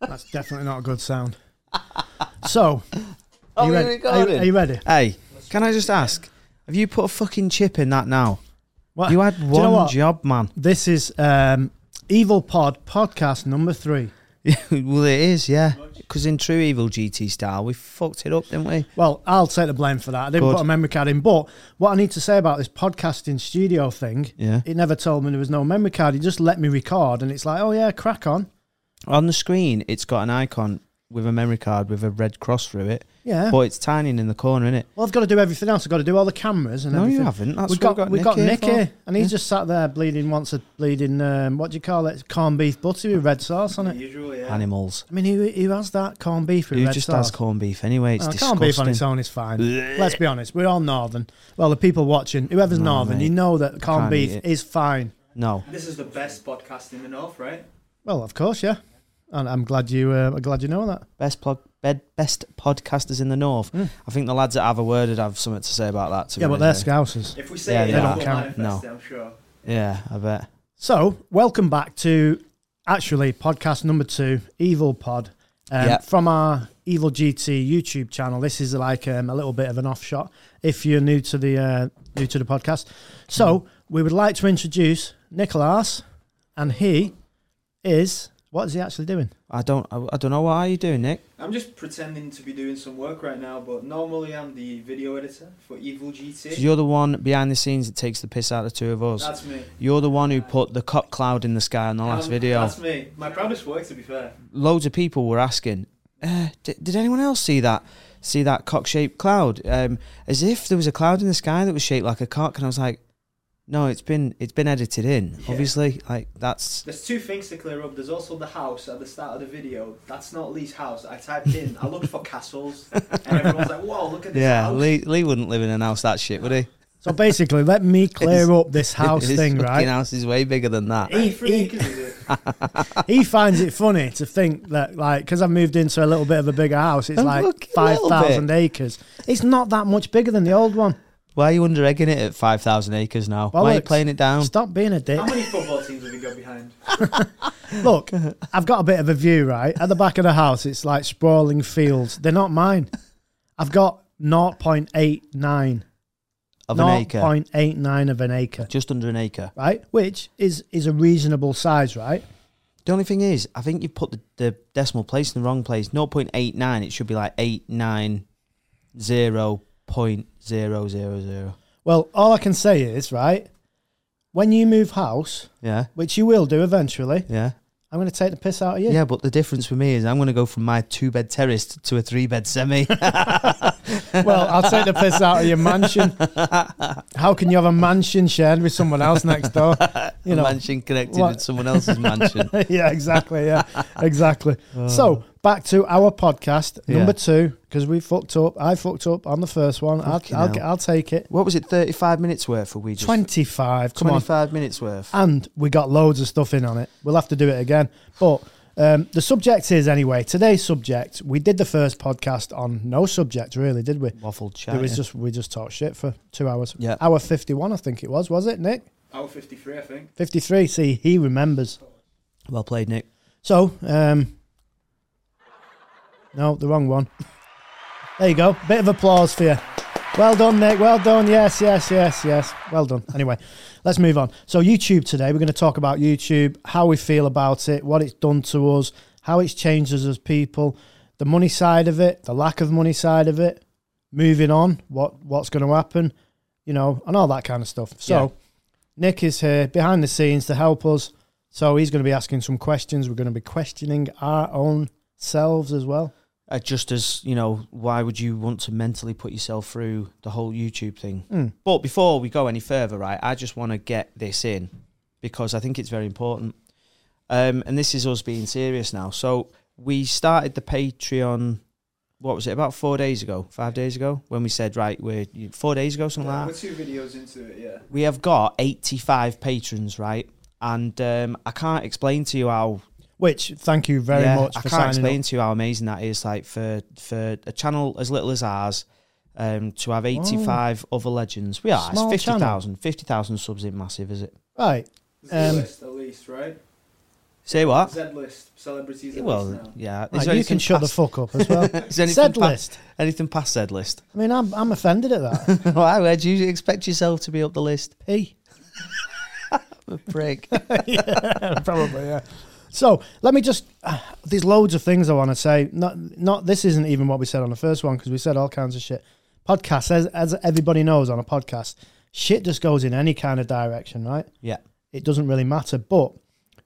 That's definitely not a good sound. So, Oh, you we're ready? Are, you- recording. are you ready? Hey, can I just ask? Have you put a fucking chip in that now? What? You had Do you one know what? job, man. This is um, Evil Pod podcast number three. well, it is, yeah. Because in true evil GT style, we fucked it up, didn't we? Well, I'll take the blame for that. I didn't Good. put a memory card in, but what I need to say about this podcasting studio thing, Yeah. it never told me there was no memory card. It just let me record, and it's like, oh yeah, crack on. On the screen, it's got an icon with a memory card with a red cross through it, Yeah. but it's tiny and in the corner, innit? well, I've got to do everything else. I've got to do all the cameras and No, everything. you haven't. That's we've what got, we've we've got Nick Nick here here, and he's Yeah. just sat there bleeding. Wants a bleeding. Um, what do you call it? Corned beef butty with red sauce on it. Usual, for. yeah. Animals. I mean, who, who has that corned beef with Who red just sauce? has corned beef anyway? It's Oh, disgusting. corned beef on its own is fine. Let's be honest, we're all northern. Well, the people watching, whoever's No, northern, mate. you know that corned can't beef eat it. is fine. No. This is the best podcast in the north, right? Well, of course, yeah. And I'm glad you, uh, I'm glad you know that. Best plug. Bed, best podcasters in the north. Mm. I think the lads at Have a Word would have something to say about that. To yeah, be but they're honest, scousers. If we say Yeah, it, they they don't don't count. manifest No. it, I'm sure. Yeah, I bet. So, welcome back to actually podcast number two, Evil Pod, um, Yeah. from our Evil GT YouTube channel. This is like um, a little bit of an offshot if you're new to the uh, new to the podcast. So, we would like to introduce Nicholas, and he is what is he actually doing? I don't. I, I don't know. What are you doing, Nick? I'm just pretending to be doing some work right now, but normally I'm the video editor for Evil So GT. you're the one behind the scenes that takes the piss out of the two of us. that's me. You're the one who put the cock cloud in the sky on the last Um, video. That's me. My proudest work, to be fair. Loads of people were asking, uh, did, did anyone else see that? See that cock-shaped cloud? Um, as if there was a cloud in the sky that was shaped like a cock, and I was like, no, it's been it's been edited in. Yeah. Obviously, like that's There's two things to clear up. There's also the house at the start of the video. That's not Lee's house. I typed in, I looked for castles, and everyone's like, whoa, look at this yeah. house. Lee, Lee wouldn't live in an house that shit, would he? So basically, let me clear up this house His thing, fucking right? house is way bigger than that. How many He- freaking he- acres is it? he finds it funny to think that, like, because I moved into a little bit of a bigger house, it's A like fucking five little thousand acres. It's not that much bigger than the old one. Why are you under egging it at five thousand acres now? Why are you Bollocks. playing it down? Stop being a dick. How many football teams have we got behind? Look, I've got a bit of a view, right? At the back of the house, it's like sprawling fields. They're not mine. I've got 0.89. Of an acre, 0.89 of an acre, just under an acre. right? Which is is a reasonable size, right? The only thing is, I think you've put the, the decimal place in the wrong place. 0.89, it should be like 890.000. Well, all I can say is, right, when you move house, Yeah, which you will do eventually, yeah. I'm going to take the piss out of you. Yeah, but the difference for me is I'm going to go from my two bed terrace to a three bed semi. Well, I'll take the piss out of your mansion. How can you have a mansion shared with someone else next door? You you know. mansion connected what- with someone else's mansion. yeah, exactly. Yeah, exactly. Uh. so back to our podcast number Oh. Yeah. two because we fucked up. I fucked up on the first one. I'll, Fucking I'll, hell. get- I'll take it. What was it, 35 minutes worth? Or we just Twenty-five. Come on. 25 minutes worth. and we got loads of stuff in on it. We'll have to do it again. But um, the subject is anyway. Today's subject. We did the first podcast on no subject, really, did we? Waffle chat. It was yeah. just we just talked shit for two hours. Yeah. hour fifty-one, I think it was. Was it Nick? Hour 53, I think. Fifty-three. See, he remembers. Well played, Nick. So, um, no, the wrong one. There you go. Bit of applause for you. Well done, Nick. Well done. Yes, yes, yes, yes. Well done. Anyway, let's move on. So, YouTube today, we're going to talk about YouTube, how we feel about it, what it's done to us, how it's changed us as people, the money side of it, the lack of money side of it, moving on, what what's going to happen, you know, and all that kind of stuff. So, Yeah. Nick is here behind the scenes to help us. So he's going to be asking some questions. We're going to be questioning our own selves as well. Uh, just as you know, why would you want to mentally put yourself through the whole YouTube thing? Mm. But before we go any further, right, I just want to get this in because I think it's very important. Um, and this is us being serious now. So we started the Patreon. What was it? About four days ago, five days ago, when we said, right, we're four days ago, something like We're that two videos into it, yeah. we have got 85 patrons, right? And um, I can't explain to you how Which thank you very yeah, much I for can't signing explain up. to you how amazing that is. Like for for a channel as little as ours, um, to have 85 other legends. We are it's Small 50,000 50,000 subs in massive, is it? Right. There's a Um, list at least, right? Say what? Z list celebrities. at least Well, now. yeah. Right, Is there you can anything shut past- the fuck up as well. Is there anything Said past- list. Anything past said list? I mean, I'm, I'm offended at that. Why? Where do you expect yourself to be up the list? P. Prick. yeah, probably, yeah. So let me just. Uh, there's loads of things I want to say. Not, not. This isn't even what we said on the first one because we said all kinds of shit. Podcasts, as, as everybody knows, on a podcast, shit just goes in any kind of direction, right? yeah. It doesn't really matter. But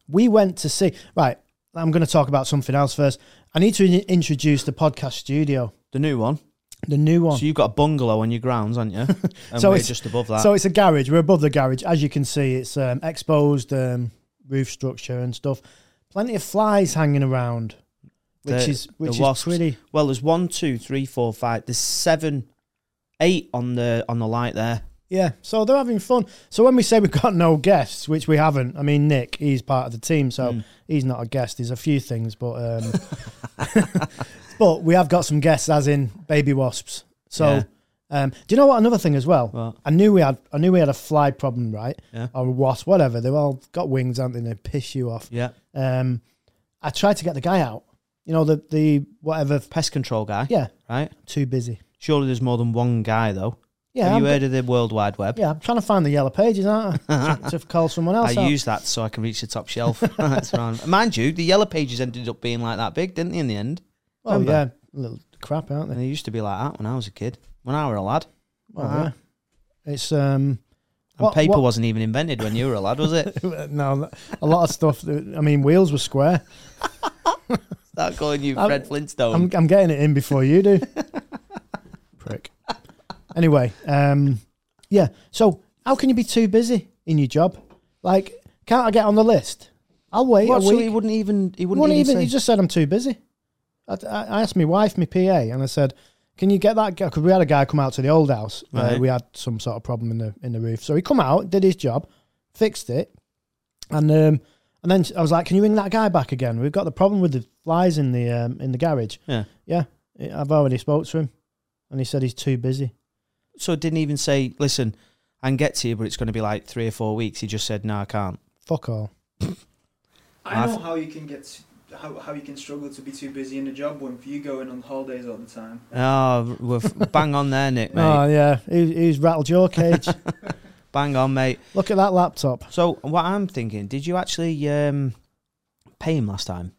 we went to see. Right. I'm going to talk about something else first. I need to in- introduce the podcast studio, The new one. the new one. So you've got a bungalow on your grounds, aren't you? And So we're it's- just above that. So it's a garage. We're above the garage, as you can see. It's um, exposed um, roof structure and stuff. Plenty of flies hanging around, which The- is the which is wasps. pretty. well, there's one, two, three, four, five. There's seven, eight on the on the light there. Yeah. So they're having fun. So when we say we've got no guests, which we haven't, I mean Nick, he's part of the team, so Hmm. he's not a guest. There's a few things, but um, but we have got some guests, as in baby wasps. So. Yeah. Um, do you know what? Another thing as well. What? I knew we had. I knew we had a fly problem, right? Yeah. Or a wasp, whatever. They've all got wings, aren't they? They piss you off. Yeah. um, I tried to get the guy out. You know, the the whatever. Pest control guy. Yeah, Right. too busy. Surely there's more than one guy though. Yeah, Have I'm, you heard of the World Wide Web? yeah. I'm trying to find the yellow pages, aren't I? to, to call someone else. I out. use that so I can reach the top shelf. That's around. Mind you, the yellow pages ended up being like that big, didn't they? In the end, oh remember? yeah, little crap, aren't and they? they used to be like that when I was a kid, when I were a lad. Well, Uh-huh. yeah. It's um. And What- paper what- wasn't even invented when you were a lad, was it? no, a lot of stuff. that- I mean, wheels were square. Start calling you I'm- Fred Flintstone. I'm I'm getting it in before you do. Prick. Anyway, um, yeah. So how can you be too busy in your job? Like, can't I get on the list? I'll wait What, a so week. he wouldn't even. He wouldn't Well, even. even, he say- just said I'm too busy. I, I I asked my wife, my PA, and I said, "Can you get that guy?" Because we had a guy come out to the old house. Uh, Right. we had some sort of problem in the in the roof, so he come out, did his job, fixed it, and um, and then I was like, "Can you ring that guy back again? We've got the problem with the flies in the um, in the garage." Yeah. yeah. I've already spoke to him, and he said he's too busy. so it didn't even say, listen, I can get to you, but it's going to be like three or four weeks. He just said, no, I can't. Fuck all. I know I've- how you can get how, how you can struggle to be too busy in a job when you go in on holidays all the time. Oh, we're f- bang on there, Nick, mate. Oh yeah, he, he's rattled your cage. Bang on, mate. Look at that laptop. So what I'm thinking, did you actually um, pay him last time?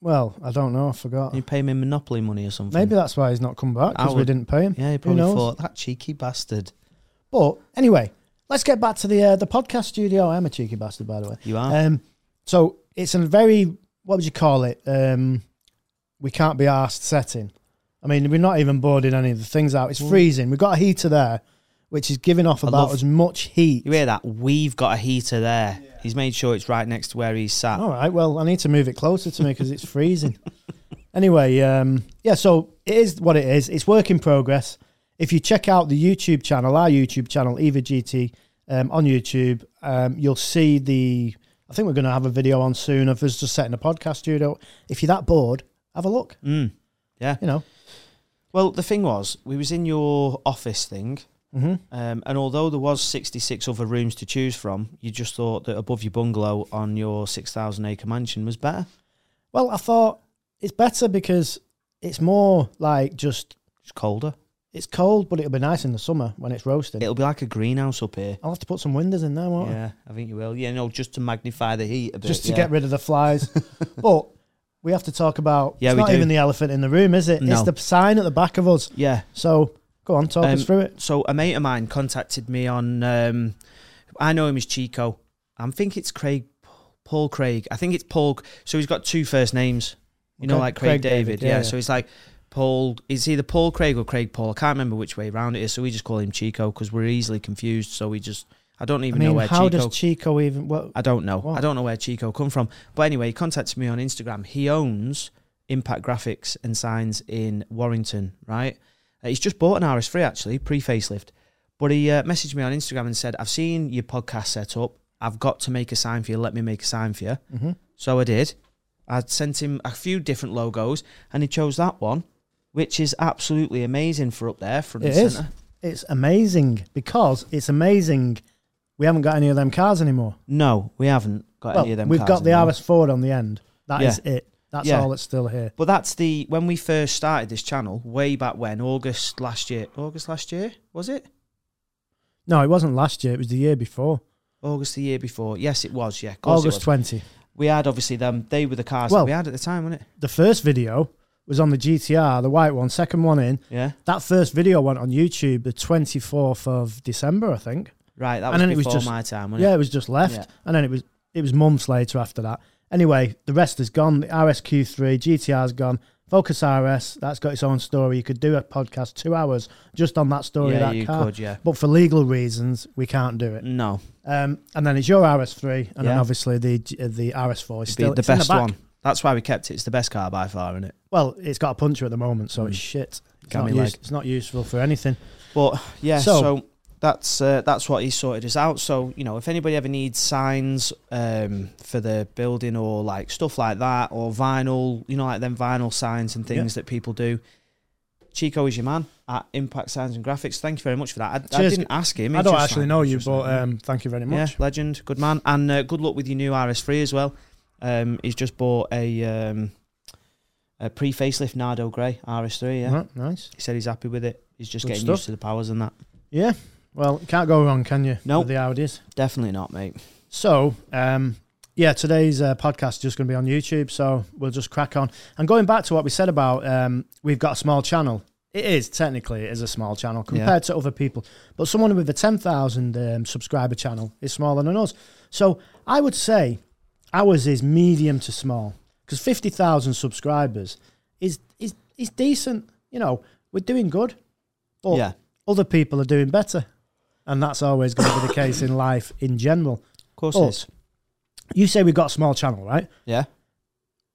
Well, I don't know. I forgot. Did you pay him in Monopoly money or something? Maybe that's why he's not come back I because we would- didn't pay him. Yeah, he probably knows? thought, that cheeky bastard. But anyway, let's get back to the uh, the podcast studio. I am a cheeky bastard, by the way. You are. Um, so it's a very what would you call it? Um, we can't be arsed setting. I mean, we're not even boarding any of the things out. It's freezing. We've got a heater there, which is giving off Mm. I about love- as much heat. you hear that? We've got a heater there. He's made sure it's right next to where he's sat. All right. Well, I need to move it closer to me because it's freezing. anyway, um, yeah. So it is what it is. It's work in progress. If you check out the YouTube channel, our YouTube channel, Eva GT, um, on YouTube, um, you'll see the. I think we're going to have a video on soon of us just setting a podcast studio. If you're that bored, have a look. Mm. You know. Well, the thing was, we was in your office thing, hmm um, and although there was 66 other rooms to choose from, you just thought that above your bungalow on your 6,000 acre mansion was better. Well, I thought it's better because it's more like just It's colder. it's cold, but it'll be nice in the summer when it's roasting. It'll be like a greenhouse up here. I'll have to put some windows in there, won't I? Yeah, I think you will. Yeah, no, just to magnify the heat a bit. Oh. just to yeah. get rid of the flies. but we have to talk about. Yeah, it's we not do. even the elephant in the room, is it? No. It's the sign at the back of us. Yeah. So go on, talk us Um, through it. So a mate of mine contacted me on. Um, I know him as Chico. I think it's Craig, Paul Craig. I think it's Paul. So he's got two first names. You know, Okay. like Craig, Craig David. David, Yeah, yeah, yeah. So he's like Paul. It's either Paul Craig or Craig Paul. I can't remember which way round it is. So we just call him Chico because we're easily confused. So we just. I don't I even know mean, where how Chico. does Chico even? What? I don't know. What? I don't know where Chico come from. But anyway, he contacted me on Instagram. He owns Impact Graphics and Signs in Warrington, right? Uh, he's just bought an RS3 actually, pre facelift. But he uh, messaged me on Instagram and said, "I've seen your podcast set up. I've got to make a sign for you. Let me make a sign for you." Mhm. So I did. I sent him a few different logos, and he chose that one, which is absolutely amazing for up there front It and is. center. It's amazing because it's amazing. We haven't got any of them cars anymore. No, we haven't got Well, any of them. we've cars got the anymore. RS4 on the end. That Yeah. is it. That's Yeah. all that's still here. But that's the when we first started this channel way back when August last year. August last year was it? No, it wasn't last year. It was the year before. August the year before. Yes, it was. Yeah, of course it August was. 20. we had obviously them. They were the cars Well- that we had at the time, wasn't it? The first video was on the GTR, the white one, second one in. Yeah. That first video went on YouTube the 24th of December, I think. Right. That And was then it before was just- my time, wasn't Yeah, it? it was just left, Yeah. and then it was it was months later after that. Anyway, the rest is gone. The RSQ3 GTR's gone. Focus RS that's got its own story. You could do a podcast two hours just on that story yeah, of that you car, could. Yeah. but for legal reasons we can't do it. No, Um, and then it's your RS3, and then Yeah. obviously the G- uh, the RS4 is it'd still be the it's in best back. one. That's why we kept it. It's the best car by far, isn't it? Well, it's got a puncher at the moment, so Mm. it's shit. It's Gammy not, leg. use- it's not useful for anything. But yeah, So- so, that's uh, that's what he sorted us out. So you know, if anybody ever needs signs um, for the building or like stuff like that, or vinyl, you know, like them vinyl signs and things that people do. Chico is your man at Impact Signs and Graphics. Thank you very much for that. I, I Cheers. didn't ask him. he I don't just actually signed- know you, just but signed it. um, thank you very much. yeah, legend, good man, and uh, good luck with your new RS3 as well. Um, he's just bought a um, a pre facelift Nardo Grey RS3. Yeah, Right, nice. he said he's happy with it. He's just Mm-hmm. Good getting stuff. used to the powers and that. Yeah. Well, can't go wrong, can you? Nope. With the Audis. Definitely not, mate. So, um, yeah, today's uh, podcast is just going to be on YouTube, so we'll just crack on. And going back to what we said about um, we've got a small channel. It is technically it is a small channel compared Yeah. to other people, but someone with a ten thousand um, subscriber channel is smaller than us. So I would say ours is medium to small because fifty thousand subscribers is is is decent. You know, we're doing good, but yeah, of other people are doing better, and that's always going to be the case in life in general course but- it is. you say we've got a small channel, right? Yeah,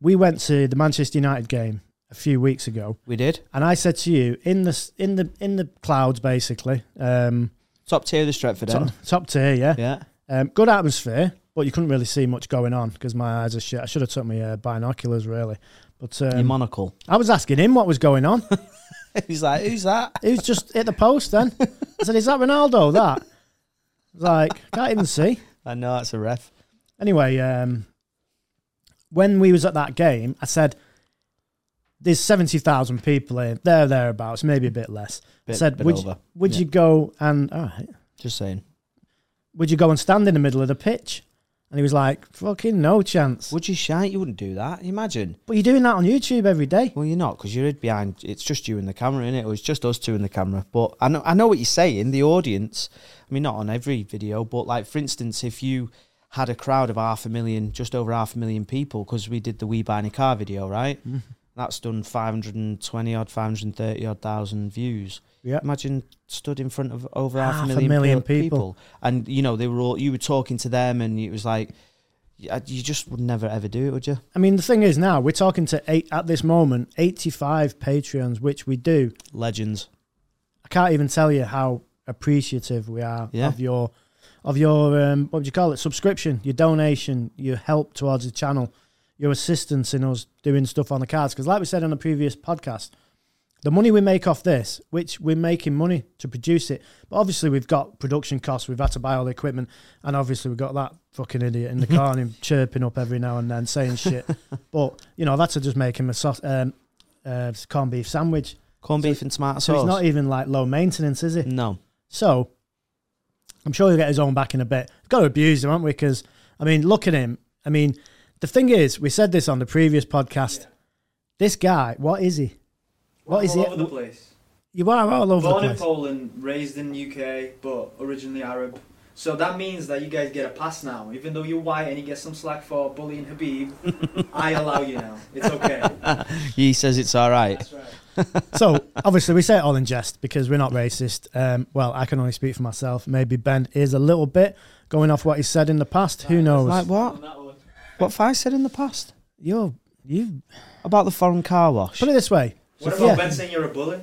We went to the Manchester United game a few weeks ago, we did. and I said to you in the s- in the in the clouds, basically, um, Top tier of the Stretford top, end. top tier, yeah, Yeah. Um, good atmosphere, but you couldn't really see much going on because my eyes are shit. I should have took my uh, binoculars, really. But Your um, monocle. I was asking him what was going on. He's like, who's that? he was just hit the post. Then I said, "Is that Ronaldo?" That I was like can't even see. I know that's a ref. Anyway, um, when we was at that game, I said, "There's seventy thousand people here, there thereabouts, maybe a bit less." Bit, said, bit would, over. would Yeah. you go and all right, Just saying. would you go and stand in the middle of the pitch?" And he was like, "Fucking no chance." Would you shout? You wouldn't do that. Imagine. but you're doing that on YouTube every day. Well, you're not because you're behind. It's just you and the camera, innit? Or it's just us two and the camera. But I know, I know what you're saying. The audience. I mean, not on every video, but like for instance, if you had a crowd of half a million, just over half a million people, because we did the We Buy in a Car video, right? That's done 520 odd, 530 odd thousand views. Yeah. Imagine stood in front of over half, Half a a million, million pe- people. and you know they were all. You were talking to them, and it was like, y- uh, you just would never ever do it, would you? I mean, the thing is now we're talking to eight at this moment, eighty-five Patreons, which we do. Legends. I can't even tell you how appreciative we are Yeah. of your of your um, what would you call it subscription, your donation, your help towards the channel, your assistance in us doing stuff on the cards. Because like we said on the previous podcast, the money we make off this, which we're making money to produce it, but obviously we've got production costs, we've had to buy all the equipment, and obviously we've got that fucking idiot in the car and him chirping up every now and then saying shit. but you know, that's to just make him a sauce, um, uh, corned beef sandwich. Corned So- beef and tomato So sauce. it's not e- even like low maintenance, is it? no. So I'm sure he'll get his own back in a bit. We've got to abuse him, haven't we? Because, I mean, look at him. I mean, the thing is, we said this on the previous podcast. Yeah. This guy, what is he? What I'm is all it? over the place. You are all over Born the in place. Poland, raised in UK, but originally Arab. So that means that you guys get a pass now. Even though you're white and you get some slack for bullying Habib, I allow you now. It's okay. He says it's all right. That's right. so, obviously, we say it all in jest because we're not racist. Um, well, I can only speak for myself. Maybe Ben is a little bit going off what he said in the past. Who knows? Like what? On that one. What Fi said in the past You're, you about the foreign car wash? put it this way. What yeah. about Ben saying you're a bully?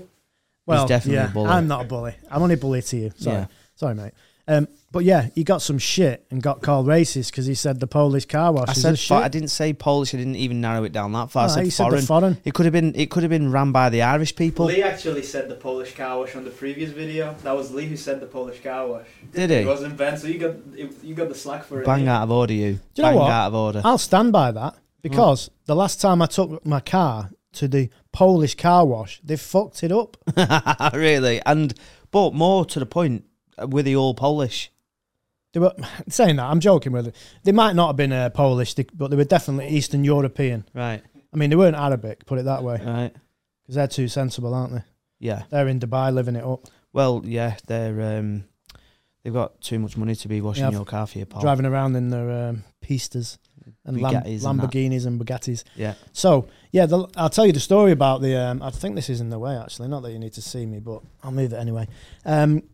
Well, definitely a yeah, bully. I'm not a bully. I'm only a bully to you. Sorry. Yeah. Sorry, mate. Um, but yeah, he got some shit and got called racist because he said the Polish car wash I is a said, shit. fo- I didn't say Polish. I didn't even narrow it down that far. No, I he said said the foreign. foreign. It could have been. It could have been ran by the Irish people. Lee actually said the Polish car wash on the previous video. That was Lee who said the Polish car wash. Did It he? wasn't Ben, so you got it- you got the slack for it. Bang yeah. out of order, you. Do you know Bang what? out of order. I'll stand by that Mm. because the last time I took my car to the Polish car wash, they fucked it up. really. And but more to the point, uh, were they all Polish? They were saying that. I'm joking with it. They might not have been uh, Polish, they, but they were definitely Eastern European. Right. I mean, they weren't Arabic, put it that way, Right. because they're too sensible, aren't they? Yeah. They're in Dubai living it up, Well, yeah. They're um, they've got too much money to be washing Yeah. your car for your pal. driving around in their um, pistas and Lam- Bugattis and that. Lamborghinis and Bugattis. Yeah. So yeah, the, I'll tell you the story about the. Um, I think this is in the way actually. Not that you need to see me, but I'll move it anyway. Um,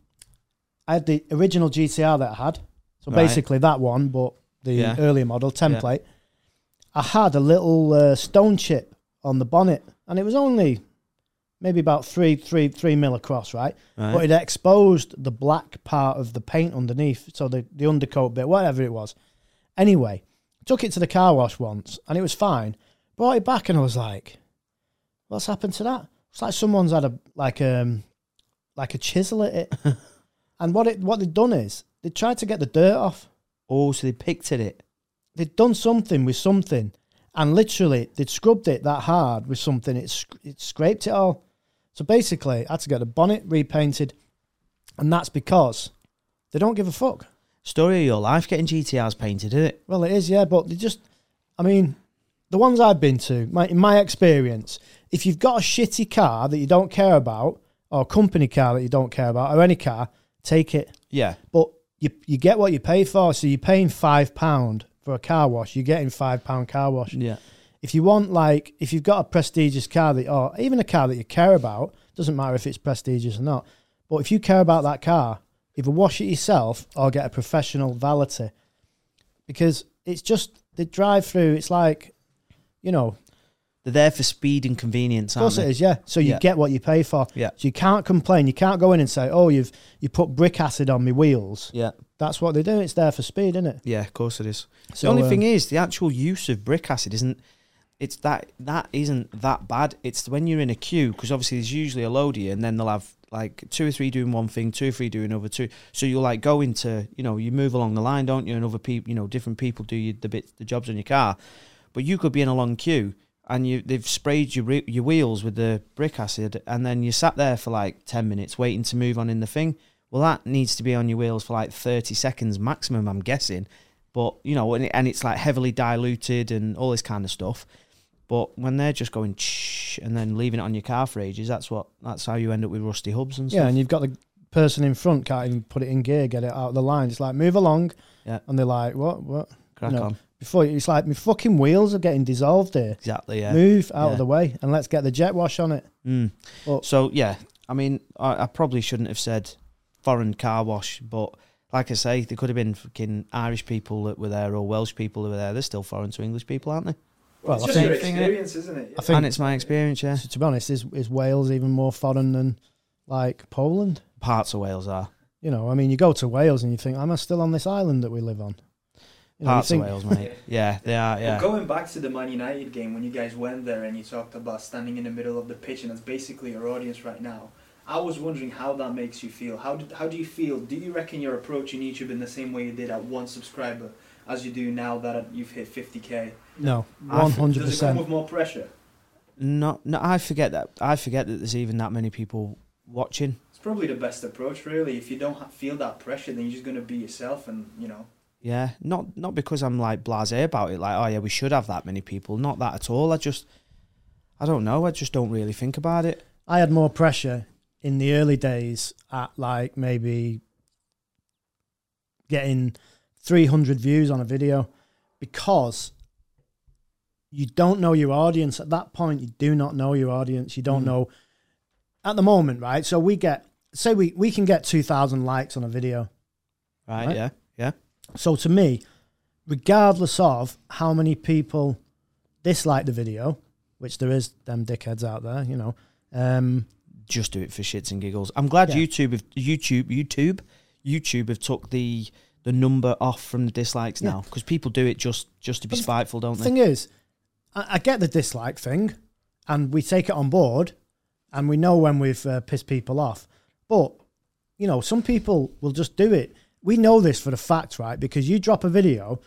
I had the original GTR that I had, so Right. basically that one, but the Yeah. earlier model template. I had a little uh, stone chip on the bonnet, and it was only maybe about three, three, three mil across, right? Right. But it exposed the black part of the paint underneath, so the, the undercoat bit, whatever it was. Anyway, took it to the car wash once and it was fine. Brought it back and I was like, What's happened to that? It's like someone's had a like um like a chisel at it. and what it what they'd done is they tried to get the dirt off. Oh, so they picked at it. They'd done something with something. And literally they'd scrubbed it that hard with something, it, sc- it scraped it all. So basically I had to get the bonnet repainted. And that's because they don't give a fuck. Story of your life getting GTRs painted, isn't it? Well, it is, yeah, but they just, I mean, the ones I've been to, my, in my experience, if you've got a shitty car that you don't care about, or a company car that you don't care about, or any car, take it. Yeah. But you, you get what you pay for. So you're paying £5 for a car wash, you're getting £5 car wash. Yeah. If you want, like, if you've got a prestigious car that, or even a car that you care about, doesn't matter if it's prestigious or not, but if you care about that car, either wash it yourself or get a professional valeter because it's just the drive through. It's like, you know, They're there for speed and convenience, of course aren't it they? is, yeah. So you Yeah. get what you pay for. Yeah. So you can't complain. You can't go in and say, oh, you've you put brick acid on my wheels. Yeah. That's what they do. It's there for speed, isn't it? Yeah, of course it is. So, the only um, thing is, the actual use of brick acid isn't. It's that that isn't that bad. It's when you're in a queue because obviously there's usually a load here, and then they'll have like two or three doing one thing, two or three doing another, two. So you're like go into you know you move along the line, don't you? And other people, you know, different people do you, the bits, the jobs on your car, but you could be in a long queue and you they've sprayed your re- your wheels with the brick acid, and then you sat there for like ten minutes waiting to move on in the thing. Well, that needs to be on your wheels for like thirty seconds maximum, I'm guessing but you know, and, it, and it's like heavily diluted and all this kind of stuff. But when they're just going shh and then leaving it on your car for ages, that's what that's how you end up with rusty hubs and Yeah, stuff. and you've got the person in front can't even put it in gear, get it out of the line. It's like, move along. Yeah. And they're like, what, what? Crack No. on, Before you- it's like, my fucking wheels are getting dissolved here. exactly. Yeah. Move out Yeah. of the way and let's get the jet wash on it. Mm. Well- so yeah, I mean, I, I probably shouldn't have said foreign car wash, but like I say, there could have been fucking Irish people that were there or Welsh people that were there. They're still foreign to English people, aren't they? Well, it's I just think, your thing, innit? experience, isn't it? I think- and it's my experience. Yeah, so to be honest, is, is Wales even more foreign than like Poland? parts of Wales are You know, I mean, you go to Wales and you think, am I still on this island that we live on? You know, you parts think- of Wales, mate. Yeah, they are. Well, Yeah, Going back to the Man United game when you guys went there and you talked about standing in the middle of the pitch and that's basically your audience right now. I was wondering how that makes you feel. How do, how do you feel? Do you reckon you're approaching YouTube in the same way you did at one subscriber as you do now that you've hit 50k? No, I one think- hundred Does it come percent. with more pressure? No, no, I forget that. I forget that there's even that many people watching. It's probably the best approach, really. If you don't ha- feel that pressure, then you're just going to be yourself and, you know. Yeah, not not because I'm like blasé about it. Like, oh yeah, we should have that many people. Not that at all. I just, I don't know. I just don't really think about it. I had more pressure in the early days at like maybe getting three hundred views on a video because you don't know your audience at that point. You do not know your audience. You don't know at the moment, right? So we get say we we can get two thousand likes on a video. Right? Right. Yeah. Yeah. So to me, regardless of how many people dislike the video, which there is them dickheads out there, you know, um, Just do it for shits and giggles. I'm glad Yeah. YouTube, have- YouTube, YouTube, YouTube have took the the number off from the dislikes Yeah. now because people do it just just to be But the th- spiteful, don't they? thing is, I, I get the dislike thing, and we take it on board, and we know when we've uh, pissed people off. But you know, some people will just do it. We know this for the fact, right? Because you drop a video,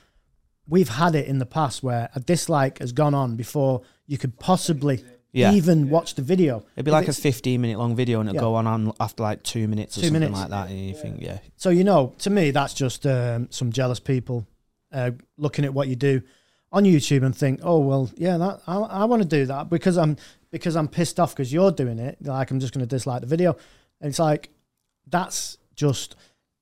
we've had it in the past where a dislike has gone on before you could possibly Yeah. even watch the video. It'd be If like a it's- 15 minute long video and it'll Yeah. go on, on after like two minutes or Two something minutes. like that. And you think, yeah, So you know, to me, that's just um, some jealous people uh, looking at what you do on YouTube and think, oh well, yeah, that, I, I want to do that because I'm because I'm pissed off because you're doing it. Like I'm just going to dislike the video. And it's like that's just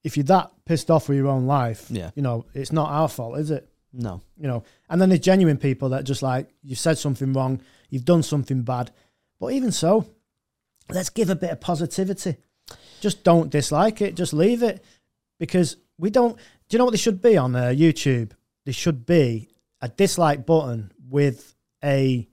if you're that pissed off with your own life, Yeah. you know, it's not our fault, is it? no. You know, and then there's genuine people that just like you've said something wrong, you've done something bad, but even so, let's give a bit of positivity. Just don't dislike it. Just leave it because we don't. Do you know what they should be on uh, YouTube? They should be a dislike button with a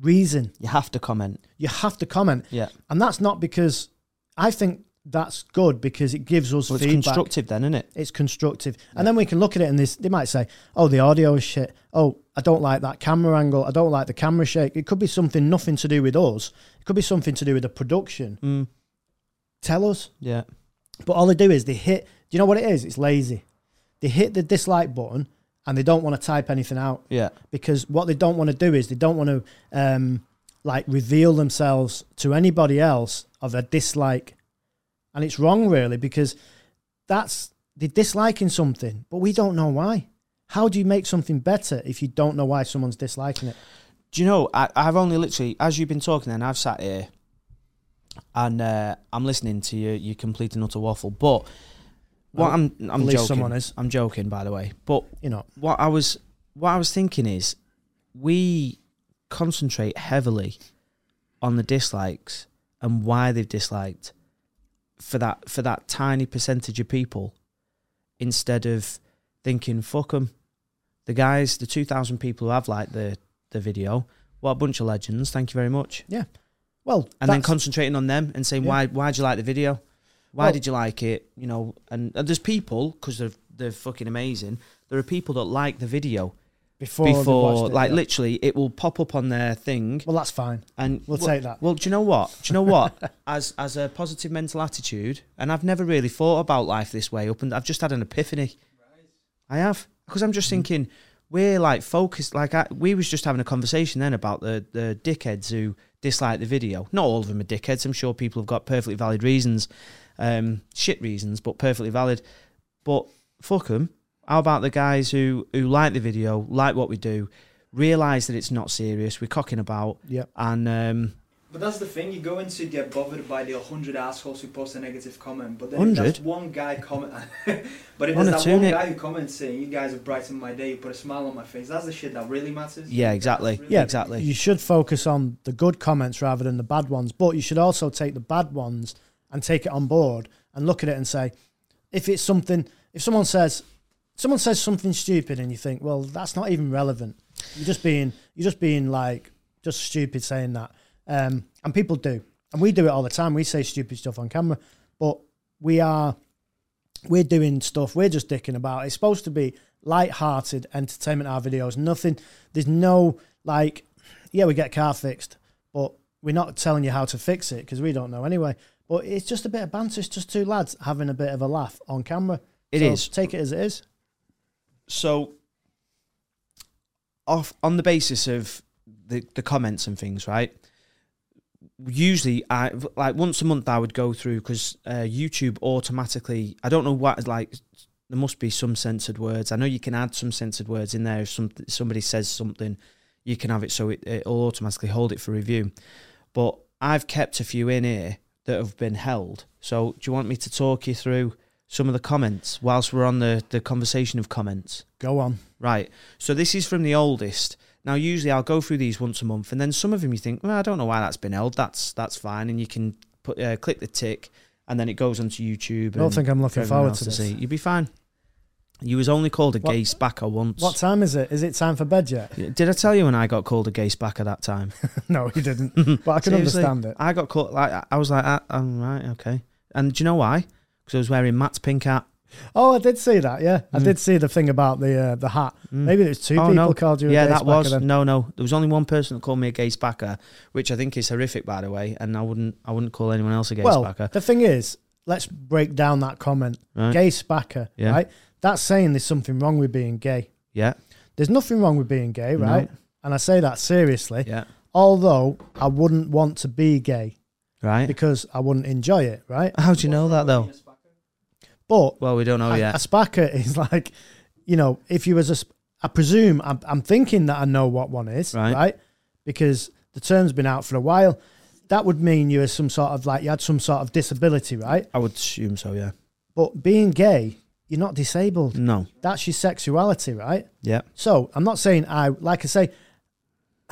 reason. You have to comment. You have to comment, Yeah. and that's not because I think that's good because it gives us Well, it's feedback. constructive then, isn't it? It's constructive. And then we can look at it and this they might say, Oh, the audio is shit. Oh, I don't like that camera angle. I don't like the camera shake. It could be something nothing to do with us. It could be something to do with the production. Mm, Tell us. yeah. But all they do is they hit do you know what it is? It's lazy. They hit the dislike button and they don't want to type anything out Yeah. because what they don't want to do is they don't want to um, like reveal themselves to anybody else of a dislike, and it's wrong really because that's they're disliking something, but we don't know why. How do you make something better if you don't know why someone's disliking it? Do you know, I, I've only literally, as you've been talking then, I've sat here and uh, I'm listening to you, you complete and utter waffle. But what Well, I'm, I'm at least joking. someone is. I'm joking, by the way. But You know, what I was what I was thinking is we concentrate heavily on the dislikes and why they've disliked for that for that tiny percentage of people instead of thinking fuck 'em. the guys the 2000 people who have liked the the video what a bunch of legends thank you very much well, and then that's- concentrating on them and saying Yeah. why why did you like the video why Well- did you like it you know and, and there's people because they're they're fucking amazing there are people that like the video before they've before watched it, like yeah. literally it will pop up on their thing well, that's fine. and We'll well, take that. well do you know what do you know what as as a positive mental attitude and i've never really thought about life this way up and i've just had an epiphany i have because i'm just thinking we're like focused like I, we was just having a conversation then about the the dickheads who dislike the video not all of them are dickheads i'm sure people have got perfectly valid reasons um shit reasons but perfectly valid but fuck 'em. How about the guys who who like the video, like what we do, realize that it's not serious, we're cocking about, Yep. and um, But that's the thing, you go in to get bothered by the 100 assholes who post a negative comment, but then if there's 100? one guy comment, but if One there's or that two, one innit? guy who comments saying, you guys have brightened my day, you put a smile on my face, that's the shit that really matters. yeah, exactly, Really? Yeah, exactly, You should focus on the good comments rather than the bad ones, but you should also take the bad ones and take it on board and look at it and say, if it's something, if someone says, someone says something stupid and you think, well, that's not even relevant. You're just being, you're just being like, just stupid saying that. Um, and people do, and we do it all the time. We say stupid stuff on camera, but we are, we're doing stuff. We're just dicking about. It's supposed to be light-hearted entertainment. Our videos, nothing. There's no like yeah, we get a car fixed, but we're not telling you how to fix it because we don't know anyway. But it's just a bit of banter. It's just two lads having a bit of a laugh on camera. It It is. is. Take it as it is. So, off on the basis of the the comments and things, right? Usually, I like once a month I would go through because uh, YouTube automatically. I don't know what like. There must be some censored words. I know you can add some censored words in there. If some, somebody says something, you can have it so it, it'll automatically hold it for review. But I've kept a few in here that have been held. So do you want me to talk you through some of the comments whilst we're on the, the conversation of comments? Go on. Right. So this is from the oldest. Now, usually I'll go through these once a month, and then some of them you think, well, I don't know why that's been held. That's that's fine, and you can put uh, click the tick, and then it goes onto YouTube. I don't and think I'm for looking everyone forward else to this. see. You'd be fine. You was only called a What- gay spacker once. What time is it? Is it time for bed yet? Did I tell you when I got called a gay spacker that time? no, you didn't. But I can Seriously, understand it. "Ah, I got caught. Like I was like, I, I'm right, okay. And do you know why? because I was wearing Matt's pink hat. Oh, I did see that. Yeah, I did see the thing about the uh, the hat. Maybe there's two Mm. Oh, people no. called you. a yeah, gay that spacker was then. no, no. There was only one person that called me a gay spacker, which I think is horrific, by the way. And I wouldn't, I wouldn't call anyone else a gay Well, spacker. the thing is, let's break down that comment. Right. Gay spacker, Yeah. right? That's saying there's something wrong with being gay. Yeah, There's nothing wrong with being gay, No. right? And I say that seriously. yeah, Although I wouldn't want to be gay right. because I wouldn't enjoy it, right? How do you know that though? But Well, we don't know a, yet. a spacker is like, you know, if you was a, sp- I presume I'm, I'm thinking that I know what one is, Right. right. Because the term's been out for a while. That would mean you as some sort of like you had some sort of disability, right? I would assume so. Yeah. But being gay, you're not disabled. No. That's your sexuality, right? Yeah. So I'm not saying I like I say.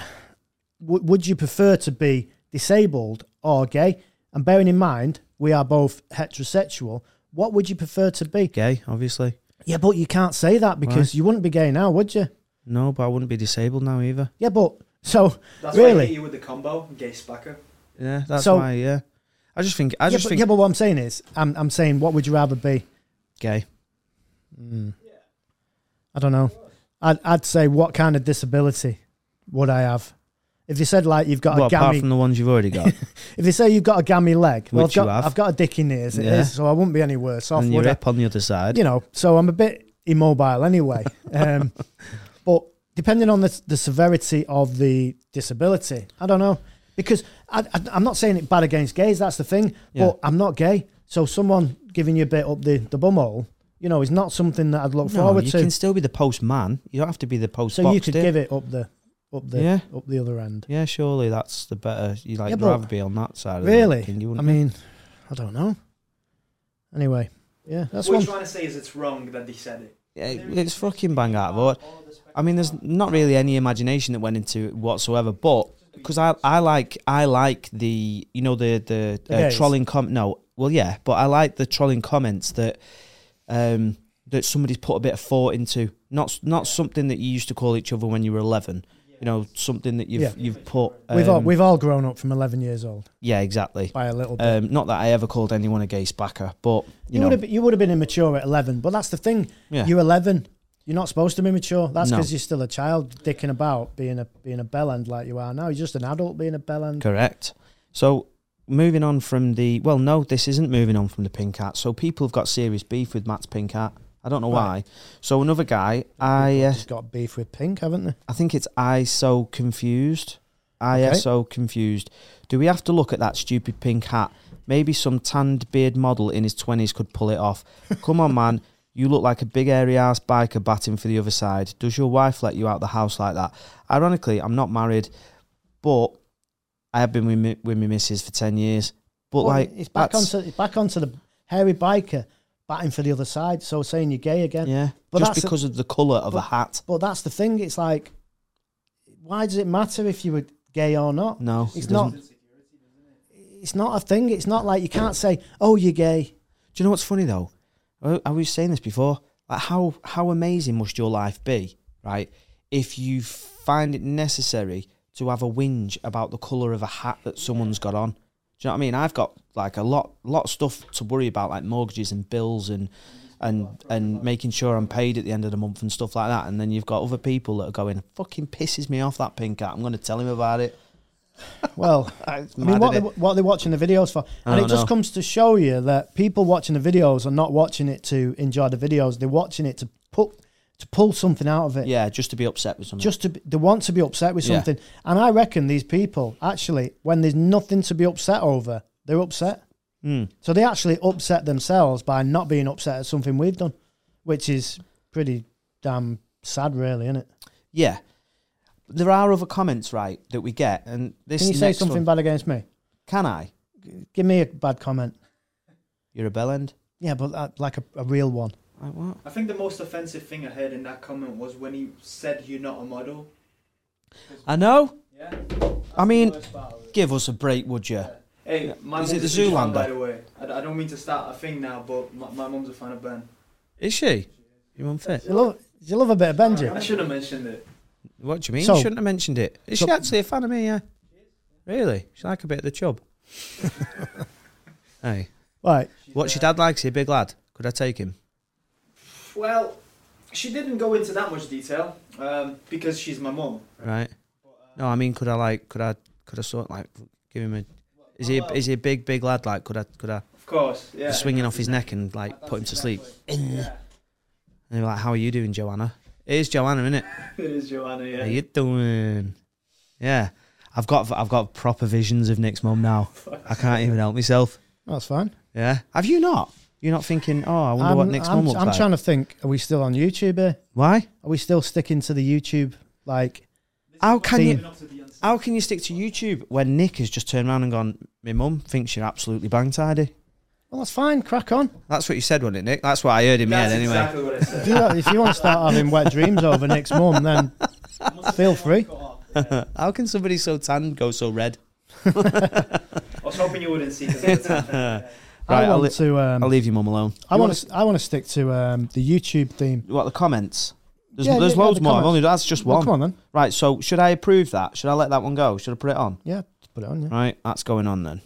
W- would you prefer to be disabled or gay? And bearing in mind we are both heterosexual, what would you prefer to be? Gay, obviously. Yeah, but you can't say that because Why? you wouldn't be gay now, would you? No, but I wouldn't be disabled now either. Yeah, but so That's really? why I hit really. you with the combo, gay spacker. Yeah, that's So- why. Yeah. I just think. I yeah, just but, think yeah, but what I'm saying is, I'm I'm saying, what would you rather be? gay. I don't know. I'd I'd say, what kind of disability would I have? If you said like you've got Well, a apart gammy, from the ones you've already got, if you say you've got a gammy leg, well, Which I've got you have. I've got a dick in here as it Yeah. is, so I wouldn't be any worse off, and your would I? hip on the other side. You know, so I'm a bit immobile anyway. um, but depending on the the severity of the disability, I don't know because I, I, I'm not saying it bad against gays. That's the thing, Yeah. but I'm not gay, so someone giving you a bit up the the bumhole, you know, is not something that I'd look No, forward you to. can still be the postman. You don't have to be the post. so you could give it up the up the Yeah. up the other end. Yeah, surely that's the better. You like Yeah, would but- rather be on that side. Really? Of the thing, you I wouldn't mean, I don't know. Anyway, yeah, that's what one. you're trying to say is it's wrong that they said it. Yeah, it- it's fucking bang out of order. I mean, there's not really any imagination that went into it whatsoever. But because I, I like, I like the, you know, the the, The uh, gays. trolling com. No, well, yeah, but I like the trolling comments that, um, that somebody's put a bit of thought into. Not s- not something that you used to call each other when you were eleven. You know, something that you've Yeah. you've put. Um, We've all we've all grown up from 11 years old yeah, exactly. by a little bit. Um, not that I ever called anyone a gay spacker, but you, you know, would have you would have been immature at 11, but that's the thing. yeah. You're 11. You're not supposed to be mature. That's No. because you're still a child, dicking about, being a being a bell end like you are now. You're just an adult being a bell end. Correct. So moving on from the well, no, this isn't moving on from the pink hat. So people have got serious beef with Matt's pink hat. I don't know why. Right. So another guy, I uh, Just got beef with pink, haven't they? I think it's ISO confused. ISO confused. Do we have to look at that stupid pink hat? Maybe some tanned beard model in his twenties could pull it off. Come on, man. You look like a big airy ass biker batting for the other side. Does your wife let you out the house like that? Ironically, I'm not married, but I have been with mi- with my missus for ten years. But Well, like, it's back that's- onto it's back onto the hairy biker batting for the other side. So saying you're gay again. yeah, But just that's a- because of the colour of a hat. But that's the thing. It's like, why does it matter if you were gay or not? No, it's it not. doesn't. It's not a thing. It's not like you can't say, "Oh, you're gay." Do you know what's funny though? I I was saying this before. Like how how amazing must your life be, right? If you find it necessary to have a whinge about the colour of a hat that someone's got on. Do you know what I mean? I've got like a lot lot of stuff to worry about, like mortgages and bills and and and making sure I'm paid at the end of the month and stuff like that. And then you've got other people that are going, fucking pisses me off that pink hat. I'm gonna tell him about it. Well, It's I mad, mean, what they, innit? what are they watching the videos for? I And it don't just know. comes to show you that people watching the videos are not watching it to enjoy the videos. They're watching it to put to pull something out of it. yeah, just to be upset with something. Just to be, they want to be upset with Yeah. something. And I reckon these people actually, when there's nothing to be upset over, they're upset. Mm. So they actually upset themselves by not being upset at something we've done, which is pretty damn sad, really, isn't it? Yeah. There are other comments, right, that we get, and this. Can you say next something one- bad against me? Can I? Give me a bad comment. You're a bellend. Yeah, but uh, like a, a real one. Like what? I think the most offensive thing I heard in that comment was when he said you're not a model. I know. Yeah. I mean, give us a break, would you? Hey, my Is it mum's the a fan, Zoolander? By the way, I, I don't mean to start a thing now, but my, my mum's a fan of Ben. Is she? Your mum fit? You love, you love a bit of Benji. I should have mentioned it. What do you mean? So- Shouldn't have mentioned it. Is So- she actually a fan of me? Yeah. Really? She like a bit of the chub. hey. Right. What's your dad like? Is he a big lad? Could I take him? Well, she didn't go into that much detail um, because she's my mum. Right. No, I mean, could I like? Could I? Could I sort like give him a? Is he? A, is he a big big lad? Like, could I? Could I Of course, yeah. swinging off his neck and like put him to sleep? Yeah, And they were like, "How are you doing, Joanna? It is Joanna, isn't it? it is Joanna. Yeah. How you doing? Yeah, I've got I've got proper visions of Nick's mum now. I can't even help myself. That's fine. Yeah, have you not? You're not thinking, oh, I wonder what Nick's I'm, mum looks I'm like. trying to think. Are we still on YouTube? Here? Why? Are we still sticking to the YouTube? Like, How can See- you? How can you stick to YouTube when Nick has just turned around and gone? My mum thinks you're absolutely bang tidy. well, that's fine. Crack on. That's what you said, wasn't it, Nick? That's what I heard in my head That's anyway. exactly what I If said. you, if you want to start having wet dreams over next mum, then feel free. How can somebody so tan go so red? I was hoping you wouldn't see. 'cause it's- yeah. Right, I I'll, want li- to. Um, I'll leave your mum alone. I want to. I want to stick to um, the YouTube theme. What the comments? There's, Yeah, there's yeah, yeah, loads the more. I've comments. only that's just Well, one. come on then. Right, so should I approve that? Should I let that one go? Should I put it on? Yeah, put it on. Yeah. Right, that's going on then.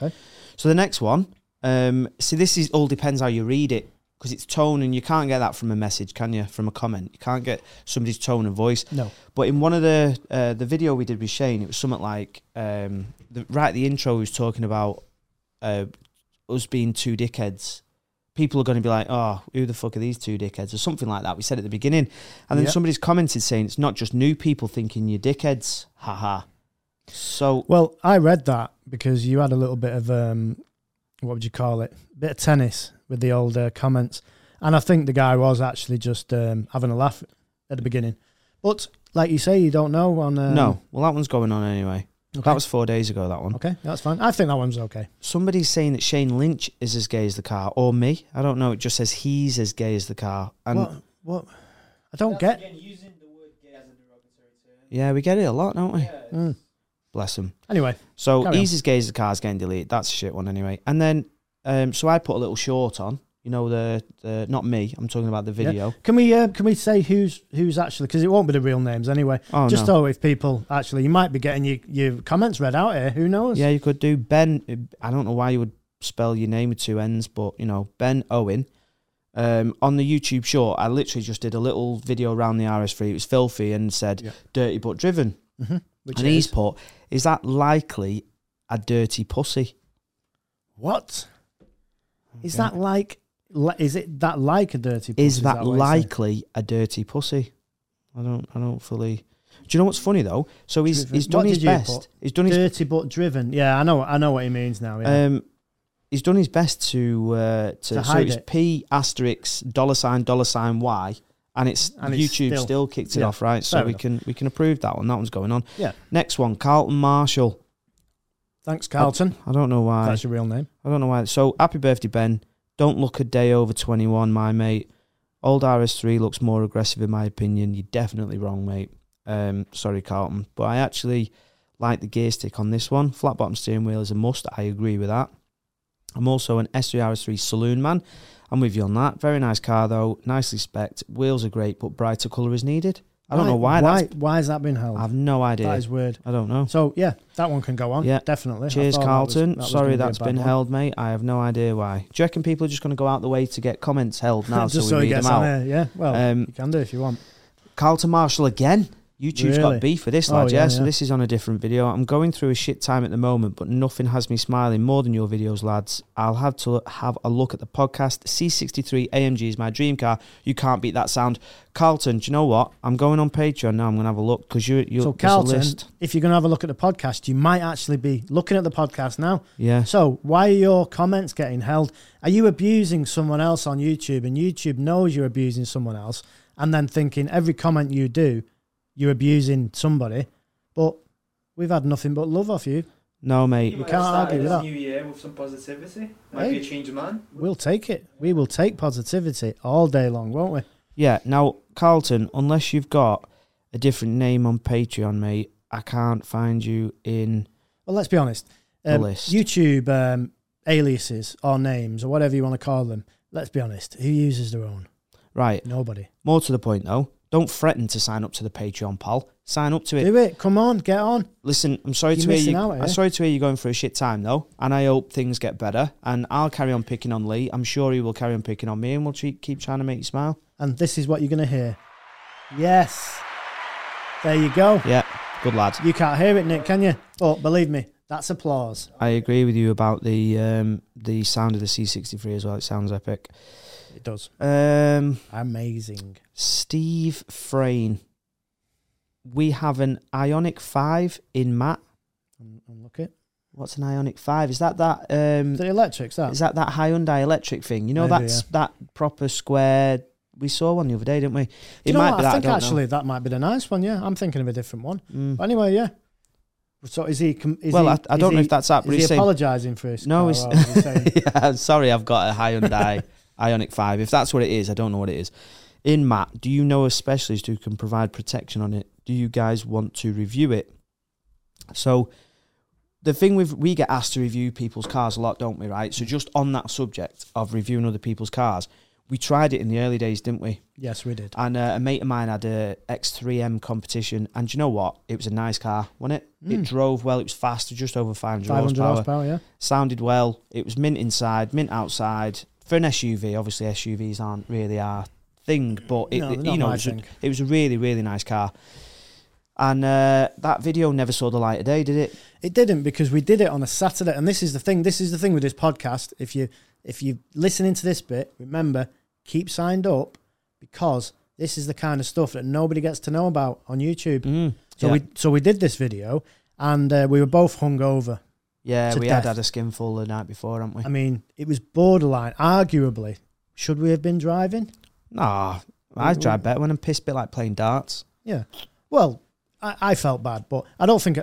Okay. So the next one, um, see, this is all depends how you read it because it's tone, and you can't get that from a message, can you? From a comment, you can't get somebody's tone and voice. No. But in one of the uh, the video we did with Shane, it was something like um, the, right at the intro. He was talking about uh, us being two dickheads. People are going to be like, "Oh, who the fuck are these two dickheads?" or something like that. We said at the beginning, and then Yeah. somebody's commented saying it's not just new people thinking you're dickheads. Haha. So Well, I read that because you had a little bit of um, what would you call it? Bit of tennis with the old uh, comments, and I think the guy was actually just um, having a laugh at the beginning. But like you say, you don't know on um, no, well that one's going on anyway. Okay. Oh. That was four days ago. That one. okay. That's fine. I think that one's okay. Somebody's saying that Shane Lynch is as gay as the car, or me. I don't know. It just says he's as gay as the car, and what? What? I don't get. yeah, we get it a lot, don't we? Mm. Bless him. Anyway, So Carry on. easy as gay as the car's getting deleted. That's a shit one anyway. And then, um, so I put a little short on. You know the, the not me. I'm talking about the video. can we uh, can we say who's who's actually? Because it won't be the real names anyway. Oh just no. so if people actually, you might be getting your, your comments read out here. Who knows? yeah, you could do Ben. I don't know why you would spell your name with two N's, but you know Ben Owen. Um, on the YouTube short, I literally just did a little video around the RS3. It was filthy and said Yeah. "dirty but driven." Mm-hmm. Which and is he's put, "Is that likely a dirty pussy?" what? Is that like? Li- is it that like a dirty? pussy? is that, what he's saying? likely a dirty pussy? I don't, I don't fully. Do you know what's funny though? So he's Driven. he's done What his did you put? best. He's done his dirty but driven? Yeah, I know. I know what he means now. Yeah. um, he's done his best to uh, to, so hide it's it. P asterisk dollar sign dollar sign Y, and it's And it's YouTube still- still, kicked it yeah, off right. So fair we enough. can we can approve that one. That one's going on. Yeah. Next one, Carlton Marshall. Thanks, Carlton. I don't know why. That's your real name. I don't know why. So happy birthday, Ben. Don't look a day over 21, my mate. Old RS3 looks more aggressive, in my opinion. You're definitely wrong, mate. Um, sorry, Carlton. But I actually like the gear stick on this one. Flat bottom steering wheel is a must. I agree with that. I'm also an S3 RS3 saloon man. I'm with you on that. Very nice car, though. Nicely specced. Wheels are great, but brighter colour is needed. I don't know why, Why? that's. Why has that been held? I've no idea. that is weird. I don't know. So yeah, that one can go on. Yeah. definitely. I Cheers, thought that was- Carlton. that was Sorry gonna be a that's bad been one. held, mate. I have no idea why. Do you reckon people are just going to go out the way to get comments held now Just so so we he read gets them on out? there. Yeah. Well, Um, you can do if you want. Carlton Marshall again. YouTube's Really? got beef for this, Oh, lad. yeah, yeah, so yeah. this is on a different video. I'm going through a shit time at the moment, but nothing has me smiling more than your videos, lads. I'll have to have a look at the podcast. C63 AMG is my dream car. You can't beat that sound, Carlton. Do you know what? I'm going on Patreon now. I'm going to have a look because you, you So there's a Carlton, list. if you're going to have a look at the podcast, you might actually be looking at the podcast now. Yeah, So why are your comments getting held? Are you abusing someone else on YouTube and YouTube knows you're abusing someone else and then thinking every comment you do, you're abusing somebody, but we've had nothing but love off you. no, You mate. might can't have argue with started this that. New year with some positivity. Might Hey. be a change of man. We'll take it. We will take positivity all day long, won't we? Yeah. Now, Carlton, unless you've got a different name on Patreon, mate, I can't find you in. Well, let's be honest. The Um, list. YouTube um, aliases or names or whatever you want to call them. Let's be honest. Who uses their own? Right. Nobody. More to the point, though. Don't threaten to sign up to the Patreon, pal. Sign up to it. Do it. Come on, get on. Listen, I'm sorry You're to hear missing you. out eh? here. I'm sorry to hear you're going through a shit time though, and I hope things get better. And I'll carry on picking on Lee. I'm sure he will carry on picking on me, and we'll tre- keep trying to make you smile. And this is what you're going to hear. Yes. There you go. Yeah, good lad. You can't hear it, Nick, can you? But believe me, that's applause. I agree with you about the um, the sound of the C63 as well. It sounds epic. It does. Um, Amazing. Steve Frayne. We have an Ionic 5 in Matt. Mm. Unlock it. What's an Ionic 5? Is that that um, Is it electrics, that? Is that that Hyundai electric thing? You know, Maybe, that's that proper square. We saw one the other day, didn't we? It Do you know might what? be that. I think don't actually that might be the nice one, yeah. I'm thinking of a different one. know. Mm. But anyway, yeah. So is he... com- Is well, he, I, I is don't know he- if that's that, but Is he's he saying, apologising for his... No, oh, he's- well, he's saying- yeah, sorry, I've got a Hyundai Ionic 5. If that's what it is, I don't know what it is. In Matt, do you know a specialist who can provide protection on it? Do you guys want to review it? So, the thing with we get asked to review people's cars a lot, don't we? Right. So, just on that subject of reviewing other people's cars, we tried it in the early days, didn't we? yes, we did. And uh, a mate of mine had a X3M competition, and do you know what? It was a nice car, wasn't it? It Mm. drove well. It was faster, just over 500, 500 horsepower. horsepower, yeah. Sounded well. It was mint inside, mint outside. For an SUV, obviously SUVs aren't really our thing, but it, No, it- they're not you know, my it was, a, thing. it was a really, really nice car. And uh, that video never saw the light of day, did it? It didn't because we did it on a Saturday, and this is the thing. This is the thing with this podcast. If you if you listening to this bit, remember keep signed up because this is the kind of stuff that nobody gets to know about on YouTube. Mm. So yeah, we so we did this video, and uh, we were both hungover. yeah, to we death. had had a skinful the night before, hadn't we? I mean, it was borderline. Arguably, should we have been driving? nah, I Mm. drive better when I'm pissed, bit like playing darts. Yeah. Well, I, I felt bad, but I don't think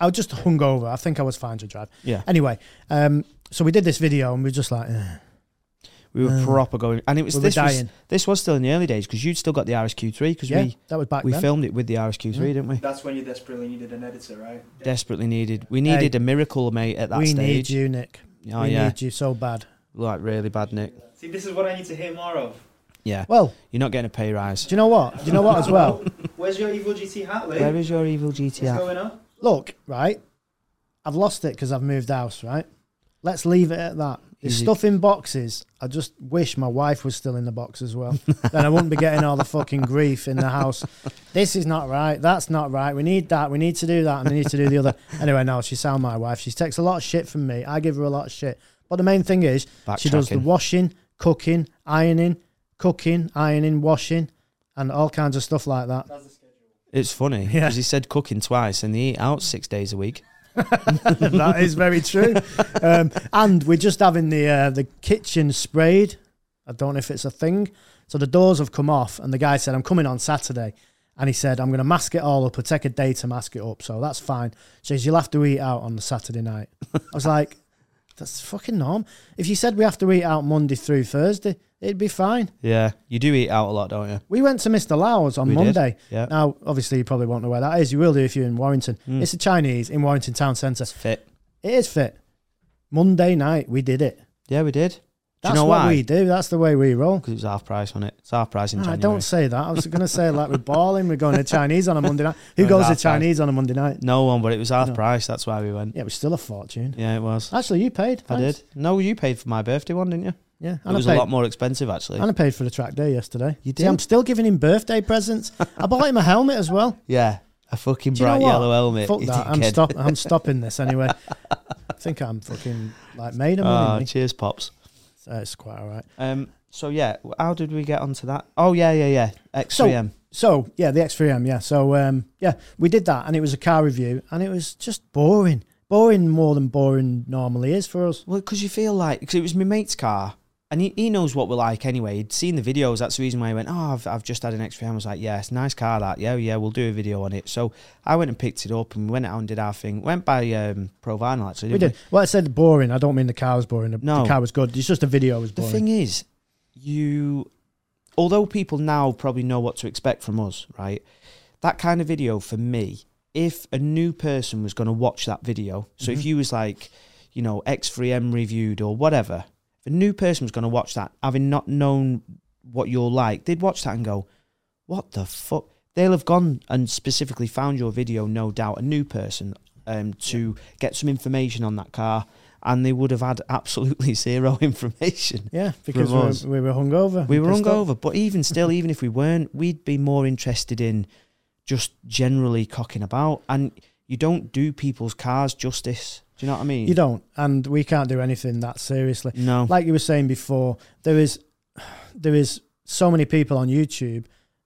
I was just hungover. I think I was fine to drive. Yeah, Anyway, um, so we did this video, and we were just like, eh, we were Mm. proper going, and it was we were this was dying. This was still in the early days because you'd still got the RSQ3 because yeah, we, that was back we then. filmed it with the RSQ3, didn't we? That's when you desperately needed an editor, right? Desperately needed. We needed a miracle, mate, at that we stage. need you, Nick. Oh, we yeah. need you so bad. Like, really bad, Nick. See, this is what I need to hear more of. Yeah. Well, You're not getting a pay rise. do you know what? Do you know what as well? Where's your Evil GT hat, Lee? Where is your evil What's GTR? going on? Look, right, I've lost it because I've moved house, right? Let's leave it at that. There's Easy. stuff in boxes. I just wish my wife was still in the box as well. then I wouldn't be getting all the fucking grief in the house. This is not right. That's not right. We need that. We need to do that. And we need to do the other. Anyway, no, she's sound my wife. She takes a lot of shit from me. I give her a lot of shit. But the main thing is, She does the Backtracking. washing, cooking, ironing, cooking, ironing, washing, and all kinds of stuff like that. That's the schedule. It's funny because Yeah. he said cooking twice and they eat out six days a week. that is very true. Um, and we're just having the uh, the kitchen sprayed. I don't know if it's a thing. So the doors have come off, and the guy said, "I'm coming on Saturday." And he said, "I'm going to mask it all up. It'll take a day to mask it up, so that's fine." She says, "You'll have to eat out on the Saturday night." I was like, "That's fucking norm. If you said we have to eat out Monday through Thursday, it'd be fine." Yeah. You do eat out a lot, don't you? We went to Mr. Lau's on We did. Monday. Yeah. Uh, Now, obviously, you probably won't know where that is. You will do if you're in Warrington. Mm. It's a Chinese in Warrington Town Centre. It's fit. It is fit. Monday night, we did it. Yeah, we did. Do That's you know what why? we do. That's the way we roll. Because it was half price on it. It's half price in Ah, January. don't say that. I was going to say, like, we're balling, we're going to Chinese on a Monday night. Who Going goes to half-price. Chinese on a Monday night? No one, but it was half No. price. That's why we went. Yeah, it was still a fortune. Yeah, it was. Actually, you paid. I Thanks. did. No, you paid for my birthday one, didn't you? Yeah, it and I was paid. a lot more expensive, actually. and I paid for the track day yesterday. You See, I'm did? still giving him birthday presents. I bought him a helmet as well. Yeah, a fucking Do you know bright what? yellow helmet. Fuck you that. I'm, dickhead. stop- I'm stopping this anyway. I think I'm fucking like made of money. Oh, cheers, pops. So Uh, it's quite all right. Um, so yeah, how did we get onto that? Oh yeah, yeah, yeah. X3M. So yeah, the X3M. Yeah. So um, yeah, we did that, and it was a car review, and it was just boring, boring more than boring normally is for us. Well, because you feel like because it was my mate's car, and he, he knows what we're like anyway. He'd seen the videos. That's the reason why he went. Oh, I've, I've just had an X3M. I was like, yeah, it's a nice car. That yeah, yeah. We'll do a video on it. So I went and picked it up, and we went out and did our thing. Went by um, Pro Vinyl actually. We Didn't we did. Well, I said boring. I don't mean the car was boring. The, the No. car was good. It's just the video was The boring. thing is, you, although people now probably know what to expect from us, right? That kind of video for me, if a new person was going to watch that video, so if Mhm. you was like, you know, X3M reviewed or whatever, if a new person was going to watch that, having not known what you're like, they'd watch that and go, what the fuck? They'll have gone and specifically found your video, no doubt, a new person um, to get some information on that car, and they would have had absolutely zero information. Yeah, because us. we were, we were hungover. We were Pissed off. hungover, but even still, even if we weren't, we'd be more interested in just generally cocking about. And you don't do people's cars justice. Do you know what I mean? You don't, and we can't do anything that seriously. No. Like you were saying before, there is there is so many people on YouTube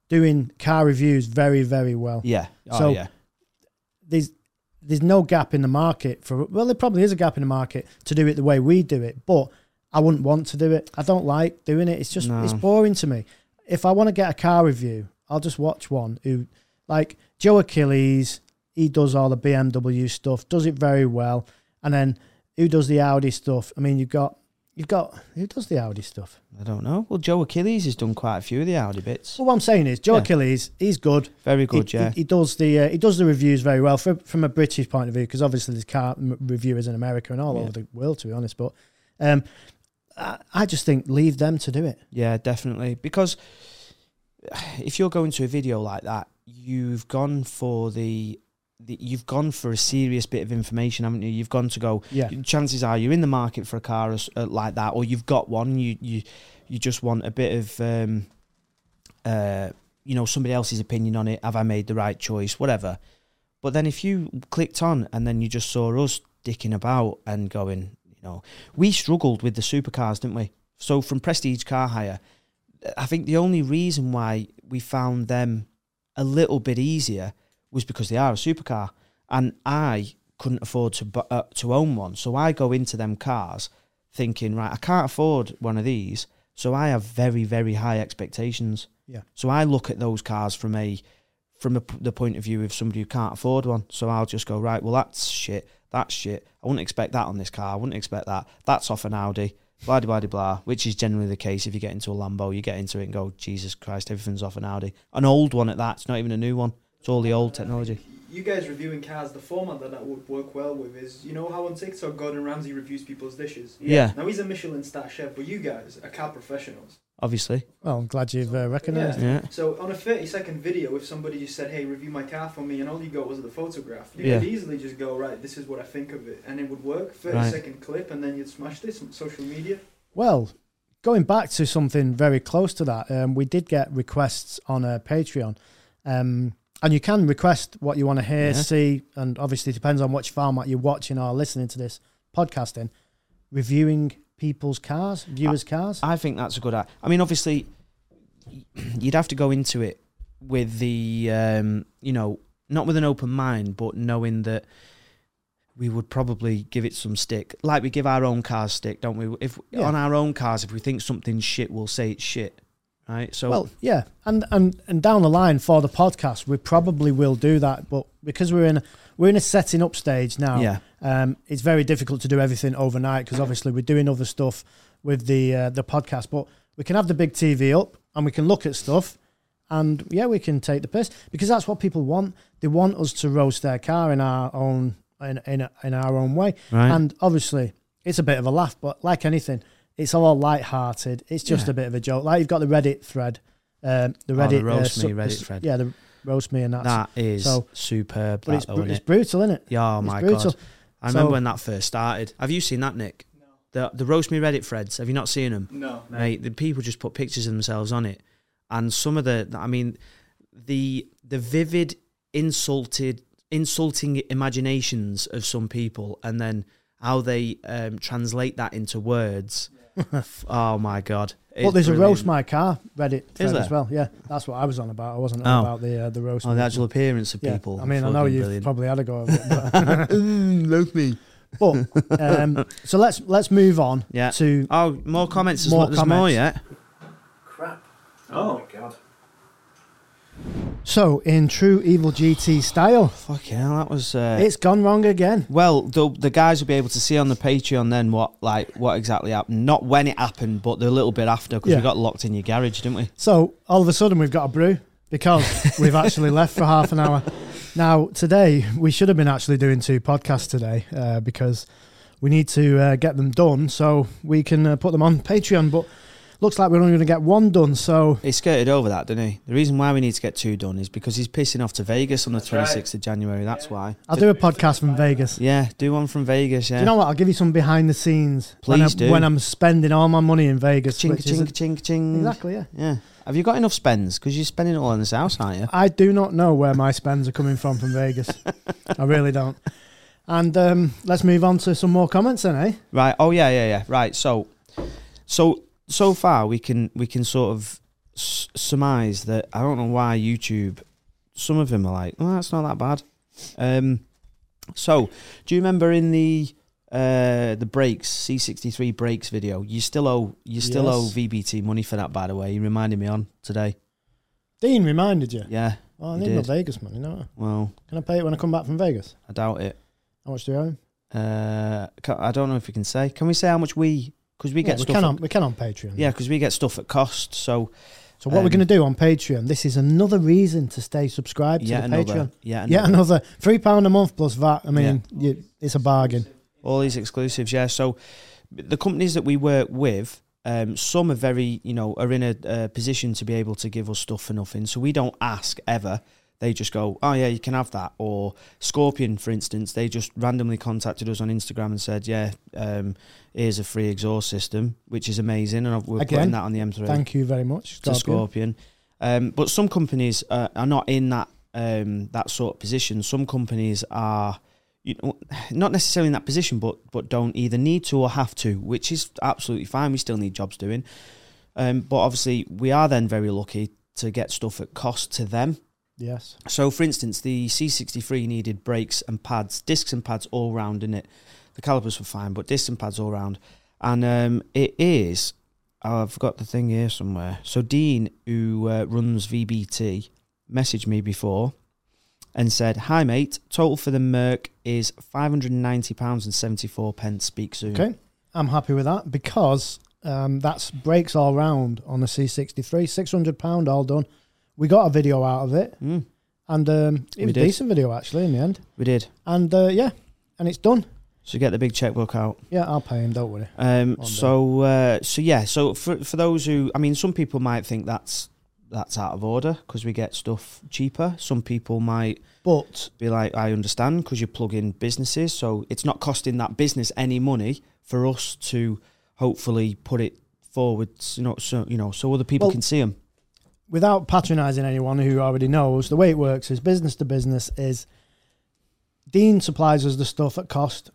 doing car reviews very, very well. yeah. Oh, So- yeah. There's there's no gap in the market for well, there probably is a gap in the market to do it the way we do it, but I wouldn't want to do it. I don't like doing it. It's just No. it's boring to me. If I want to get a car review, I'll just watch one who like Joe Achilles, he does all the BMW stuff, does it very well. And then who does the Audi stuff? I mean, you've got you've got who does the Audi stuff? I don't know. Well, Joe Achilles has done quite a few of the Audi bits. So what I'm saying is Joe Yeah. Achilles, he's good. Very He- good, he, yeah. He, does the uh, he does the reviews very well from from a British point of view because obviously there's car m- reviewers in America and all Yeah. over the world to be honest. But um, I, I just think leave them to do it. Yeah, definitely. Because if you're going to a video like that, you've gone for the, the you've gone for a serious bit of information, haven't you? You've gone to go. Yeah, Chances are you're in the market for a car as- uh, like that, or you've got one. You you you just want a bit of um, uh, you know somebody else's opinion on it. Have I made the right choice? Whatever. But then if you clicked on and then you just saw us dicking about and going, you know, we struggled with the supercars, didn't we? So from Prestige Car Hire, I think the only reason why we found them a little bit easier was because they are a supercar, and I couldn't afford to bu- uh, to own one, so I go into them cars thinking, right, I can't afford one of these, so I have very very high expectations. Yeah. So I look at those cars from a from a, the point of view of somebody who can't afford one. So I'll just go right. Well, that's shit. That's shit. I wouldn't expect that on this car. I wouldn't expect that. That's off an Audi. Blah de blah de blah. Which is generally the case if you get into a Lambo, you get into it and go, Jesus Christ, everything's off an Audi. An old one at that. It's not even a new one. It's all the old technology. You guys reviewing cars, the format that that would work well with is, you know how on TikTok Gordon Ramsay reviews people's dishes? Yeah. Now he's a Michelin star chef, but you guys are car professionals. Obviously. well, I'm glad you've uh, recognised. it. Yeah. So on a 30 second video, if somebody just said, hey, review my car for me, and all you got was the photograph, you Yeah. could easily just go, right, this is what I think of it, and it would work. Thirty second Right. clip, and then you'd smash this on social media. Well, going back to something very close to that, um, we did get requests on uh, Patreon, um, and you can request what you want to hear, Yeah. see, and obviously it depends on which format you're watching or listening to this podcast in. Reviewing people's cars, viewers' cars. I think that's a good. i- I mean, obviously, you'd have to go into it with the, um, you know, not with an open mind, but knowing that we would probably give it some stick, like we give our own cars stick, don't we? If Yeah. on our own cars, if we think something's shit, we'll say it's shit, right? So Well, yeah, and, and and down the line for the podcast, we probably will do that, but because we're in we're in a setting up stage now, yeah, um, it's very difficult to do everything overnight because obviously we're doing other stuff with the uh, the podcast, but we can have the big TV up and we can look at stuff, and yeah, we can take the piss because that's what people want. They want us to roast their car in our own in in, in our own way, right. um, and obviously, it's a bit of a laugh, but like anything, it's all light-hearted. It's just Yeah. Oh, a bit of a joke. Like you've got the Reddit thread, um, the the Reddit roast me the Reddit s- thread. Yeah, the roast me and that's. that is so- superb. but that it's though, bru- innit? it's brutal, isn't it? Yeah, oh it's my brutal. god! I remember So- when that first started. Have you seen that, Nick? No. The the roast me Reddit threads. Have you not seen them? No. mate. The people just put pictures of themselves on it, and some of the, I mean, the the vivid, insulted, insulting imaginations of some people, and then how they um, translate that into words. F- oh my god! But It's there's a brilliant. roast my car Reddit thread there? as well. Yeah, that's what I was on about. I wasn't Oh. on about the uh, the roast. Oh, me. the actual appearance of Yeah, people. I mean, I know Fucking you've brilliant. probably had a go of it, Mm, love me. but, um, so let's let's move on Yeah. to Oh, more comments. There's, More more there's more comments. yet. Crap. Oh. my god. so in true evil GT style, Fucking hell, that was. Uh, it's gone wrong again. Well, the the guys will be able to see on the Patreon then what like what exactly happened. Not when it happened, but the little bit after because Yeah. we got locked in your garage, didn't we? So all of a sudden we've got a brew because we've actually left for half an hour. Now today we should have been actually doing two podcasts today uh, because we need to uh, get them done so we can uh, put them on Patreon. But Looks like we're only going to get one done. So He skirted over that, didn't he? The reason why we need to get two done is because he's pissing off to Vegas on the That's right. 26th of January. That's Yeah. why. I'll do a podcast from Vegas. Yeah, do one from Vegas. Yeah. Do you know what? I'll give you some behind the scenes. when Please I- do. When I'm spending all my money in Vegas. ching, which ching, isn't- ching, ching. Exactly, yeah. Yeah. Have you got enough spends? Because you're spending it all in this house, aren't you? I do not know where my spends are coming from from Vegas. I really don't. And um, let's move on to some more comments then, eh? Right. Oh yeah, yeah, yeah. Right. So, so so far we can we can sort of s- surmise that I don't know why YouTube. Some of them are like, well, that's not that bad. Um, so do you remember in the uh the breaks C sixty three breaks video? You still owe you still Yes. owe VBT money for that, by the way. You reminded me on today. Dean reminded you. Yeah. Oh, I He need my did. Vegas money, don't I? Well, Can I pay it when I come back from Vegas? I doubt it. How much do you owe? him? Uh, ca- I don't know if we can say. Can we say how much we? Because we Yeah, get we stuff. can at- on we can on Patreon. yeah, because we get stuff at cost. So So what we're Um, going to do on Patreon? This is another reason to stay subscribed to yet the another, Patreon. yet another. Yeah, another three pound a month plus VAT. I mean, you, it's a bargain. All these exclusives, yeah. So the companies that we work with, um, some are very, you know, are in a, uh position to be able to give us stuff for nothing. So we don't ask ever. They just go, oh yeah, you can have that. Or Scorpion, for instance, they just randomly contacted us on Instagram and said, yeah, um, here's a free exhaust system, which is amazing, and I've- we're Again, putting that on the M3 Thank you very much, to Scorpion. Scorpion. Um, but some companies uh, are not in that um, that sort of position. Some companies are, you know, not necessarily in that position, but but don't either need to or have to, which is absolutely fine. We still need jobs doing, um, but obviously we are then very lucky to get stuff at cost to them. Yes, So, for instance, the C63 needed brakes and pads, discs and pads all round in it. The calipers were fine, but discs and pads all round. And um, it is, oh, I've got the thing here somewhere. So, Dean, who uh, runs VBT, messaged me before and said, Hi, mate, total for the Merc is £590.74. pence. Speak soon. Okay. I'm happy with that because um, that's breaks all round on the C63. Six hundred pound all done. We got a video out of it, Mm, and um, it We was a did. decent video actually in the end. we did. And uh, yeah, and it's done. So, get the big checkbook out. Yeah, I'll pay him. Don't worry. Um, Monday. so uh, so yeah. So for for those who, I mean, some people might think that's that's out of order because we get stuff cheaper. Some people might But be like, I understand because you plug in businesses, so it's not costing that business any money for us to hopefully put it forward. You know, so you know, so other people Well- can see them. without patronising anyone who already knows, the way it works is business to business is Dean supplies us the stuff at cost.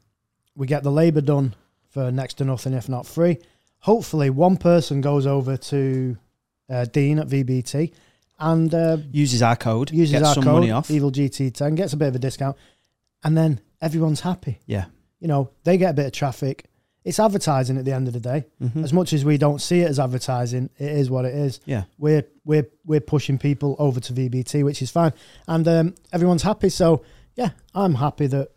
We get the labour done for next to nothing, if not free. Hopefully, one person goes over to uh, Dean at VBT and uh, Uses our code, uses gets our some code, money off. Evil GT10, gets a bit of a discount, and then everyone's happy. Yeah. You know, they get a bit of traffic. It's advertising at the end of the day. Mhm. As much as we don't see it as advertising, it is what it is Yeah. we're we're we're pushing people over to VBT, which is fine, and um, everyone's happy. So yeah, I'm happy that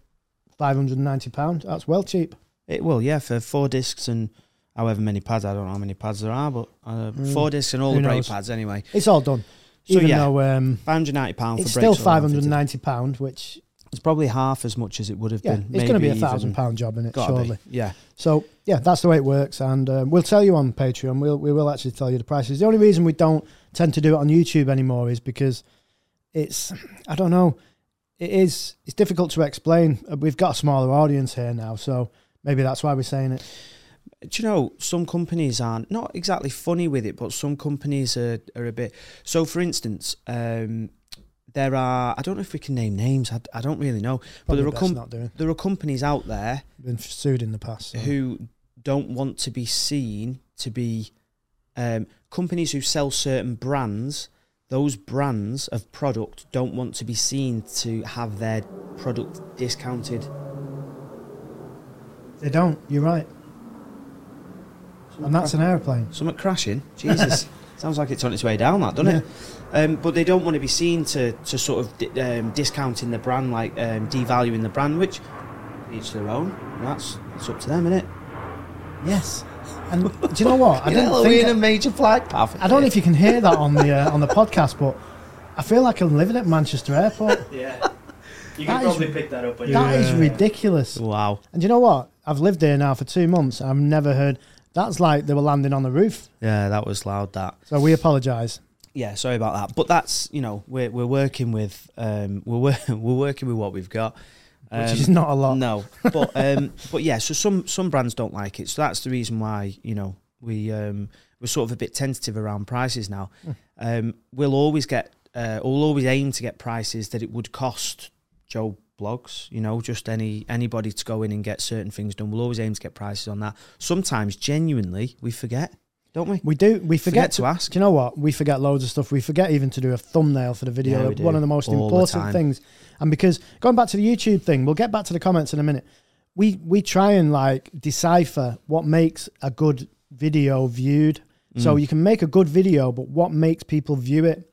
five hundred and ninety pound. That's well cheap. It will, yeah, for four discs and however many pads. I don't know how many pads there are, but uh, Mm. four discs and all Who the brake knows? pads anyway. It's all done. So Even yeah, though um, five hundred ninety pound. it's for still brakes all five around hundred fitted. and ninety pound, which It's probably half as much as it would have yeah, been. it's going to be a maybe thousand even- eh? pound job in it Gotta be, surely. Yeah. So yeah, that's the way it works, and um, we'll tell you on Patreon. We'll we will actually tell you the prices. The only reason we don't tend to do it on YouTube anymore is because it's I don't know. It is it's difficult to explain. Uh, We've got a smaller audience here now, so maybe that's why we're saying it. Do you know some companies are not exactly funny with it, but some companies are, are a bit. So, for instance, um, there are. I don't know if we can name names. I, I don't really know. But Probably there are best com- not doing. there are companies out there Been sued in the past. so. who don't want to be seen to be um, companies who sell certain brands. Those brands of product don't want to be seen to have their product discounted. They don't. You're right, and that's an aeroplane. Something crashing. Jesus. Sounds like it's on its way down, that, doesn't it? Um, but they don't want to be seen to, to sort of di- um, discounting the brand, like um, devaluing the brand, which each their own. That's it's up to them, isn't it? Yes, and do you know what? I didn't we think in a major flight path. I don't know if you can hear that on the uh, on the podcast, but I feel like I'm living at Manchester Airport. Yeah. You That can is- probably pick that up on your That is own. ridiculous. Wow. And you know what? I've lived here now for two months. I've never heard. That's like they were landing on the roof. Yeah, that was loud. That. So we apologise. Yeah, sorry about that. But that's you know we're we're working with um we're wor- we're working with what we've got. Um, Which is not a lot. No, but um, but yeah. So some some brands don't like it. So that's the reason why you know we um, we're sort of a bit tentative around prices now. Um, we'll always get uh, we'll always aim to get prices that it would cost Joe blogs. You know, just any anybody to go in and get certain things done. We'll always aim to get prices on that. Sometimes, genuinely, we forget, don't we? We do. We Forget forget, to ask. Do you know what? We forget loads of stuff. We forget even to do a thumbnail for the video. Yeah, we do. One of the most All the important time. things. And because going back to the YouTube thing, we'll get back to the comments in a minute. We we try and like decipher what makes a good video viewed. So you can make a good video, but what makes people view it?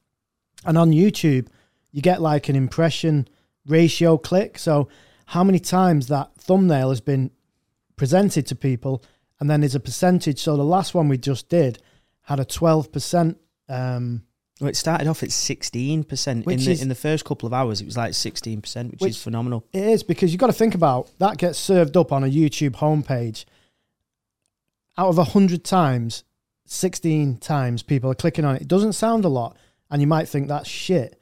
And on YouTube, you get like an impression ratio click. So how many times that thumbnail has been presented to people, and then there's a percentage. So the last one we just did had a 12%. Um, Well, it started off at sixteen percent in Which the is- in the first couple of hours. It was like sixteen percent, which, Which- is phenomenal. it is because you've got to think about that gets served up on a YouTube homepage. Out of 100 times, 16 times people are clicking on it. It doesn't sound a lot, and you might think that's shit.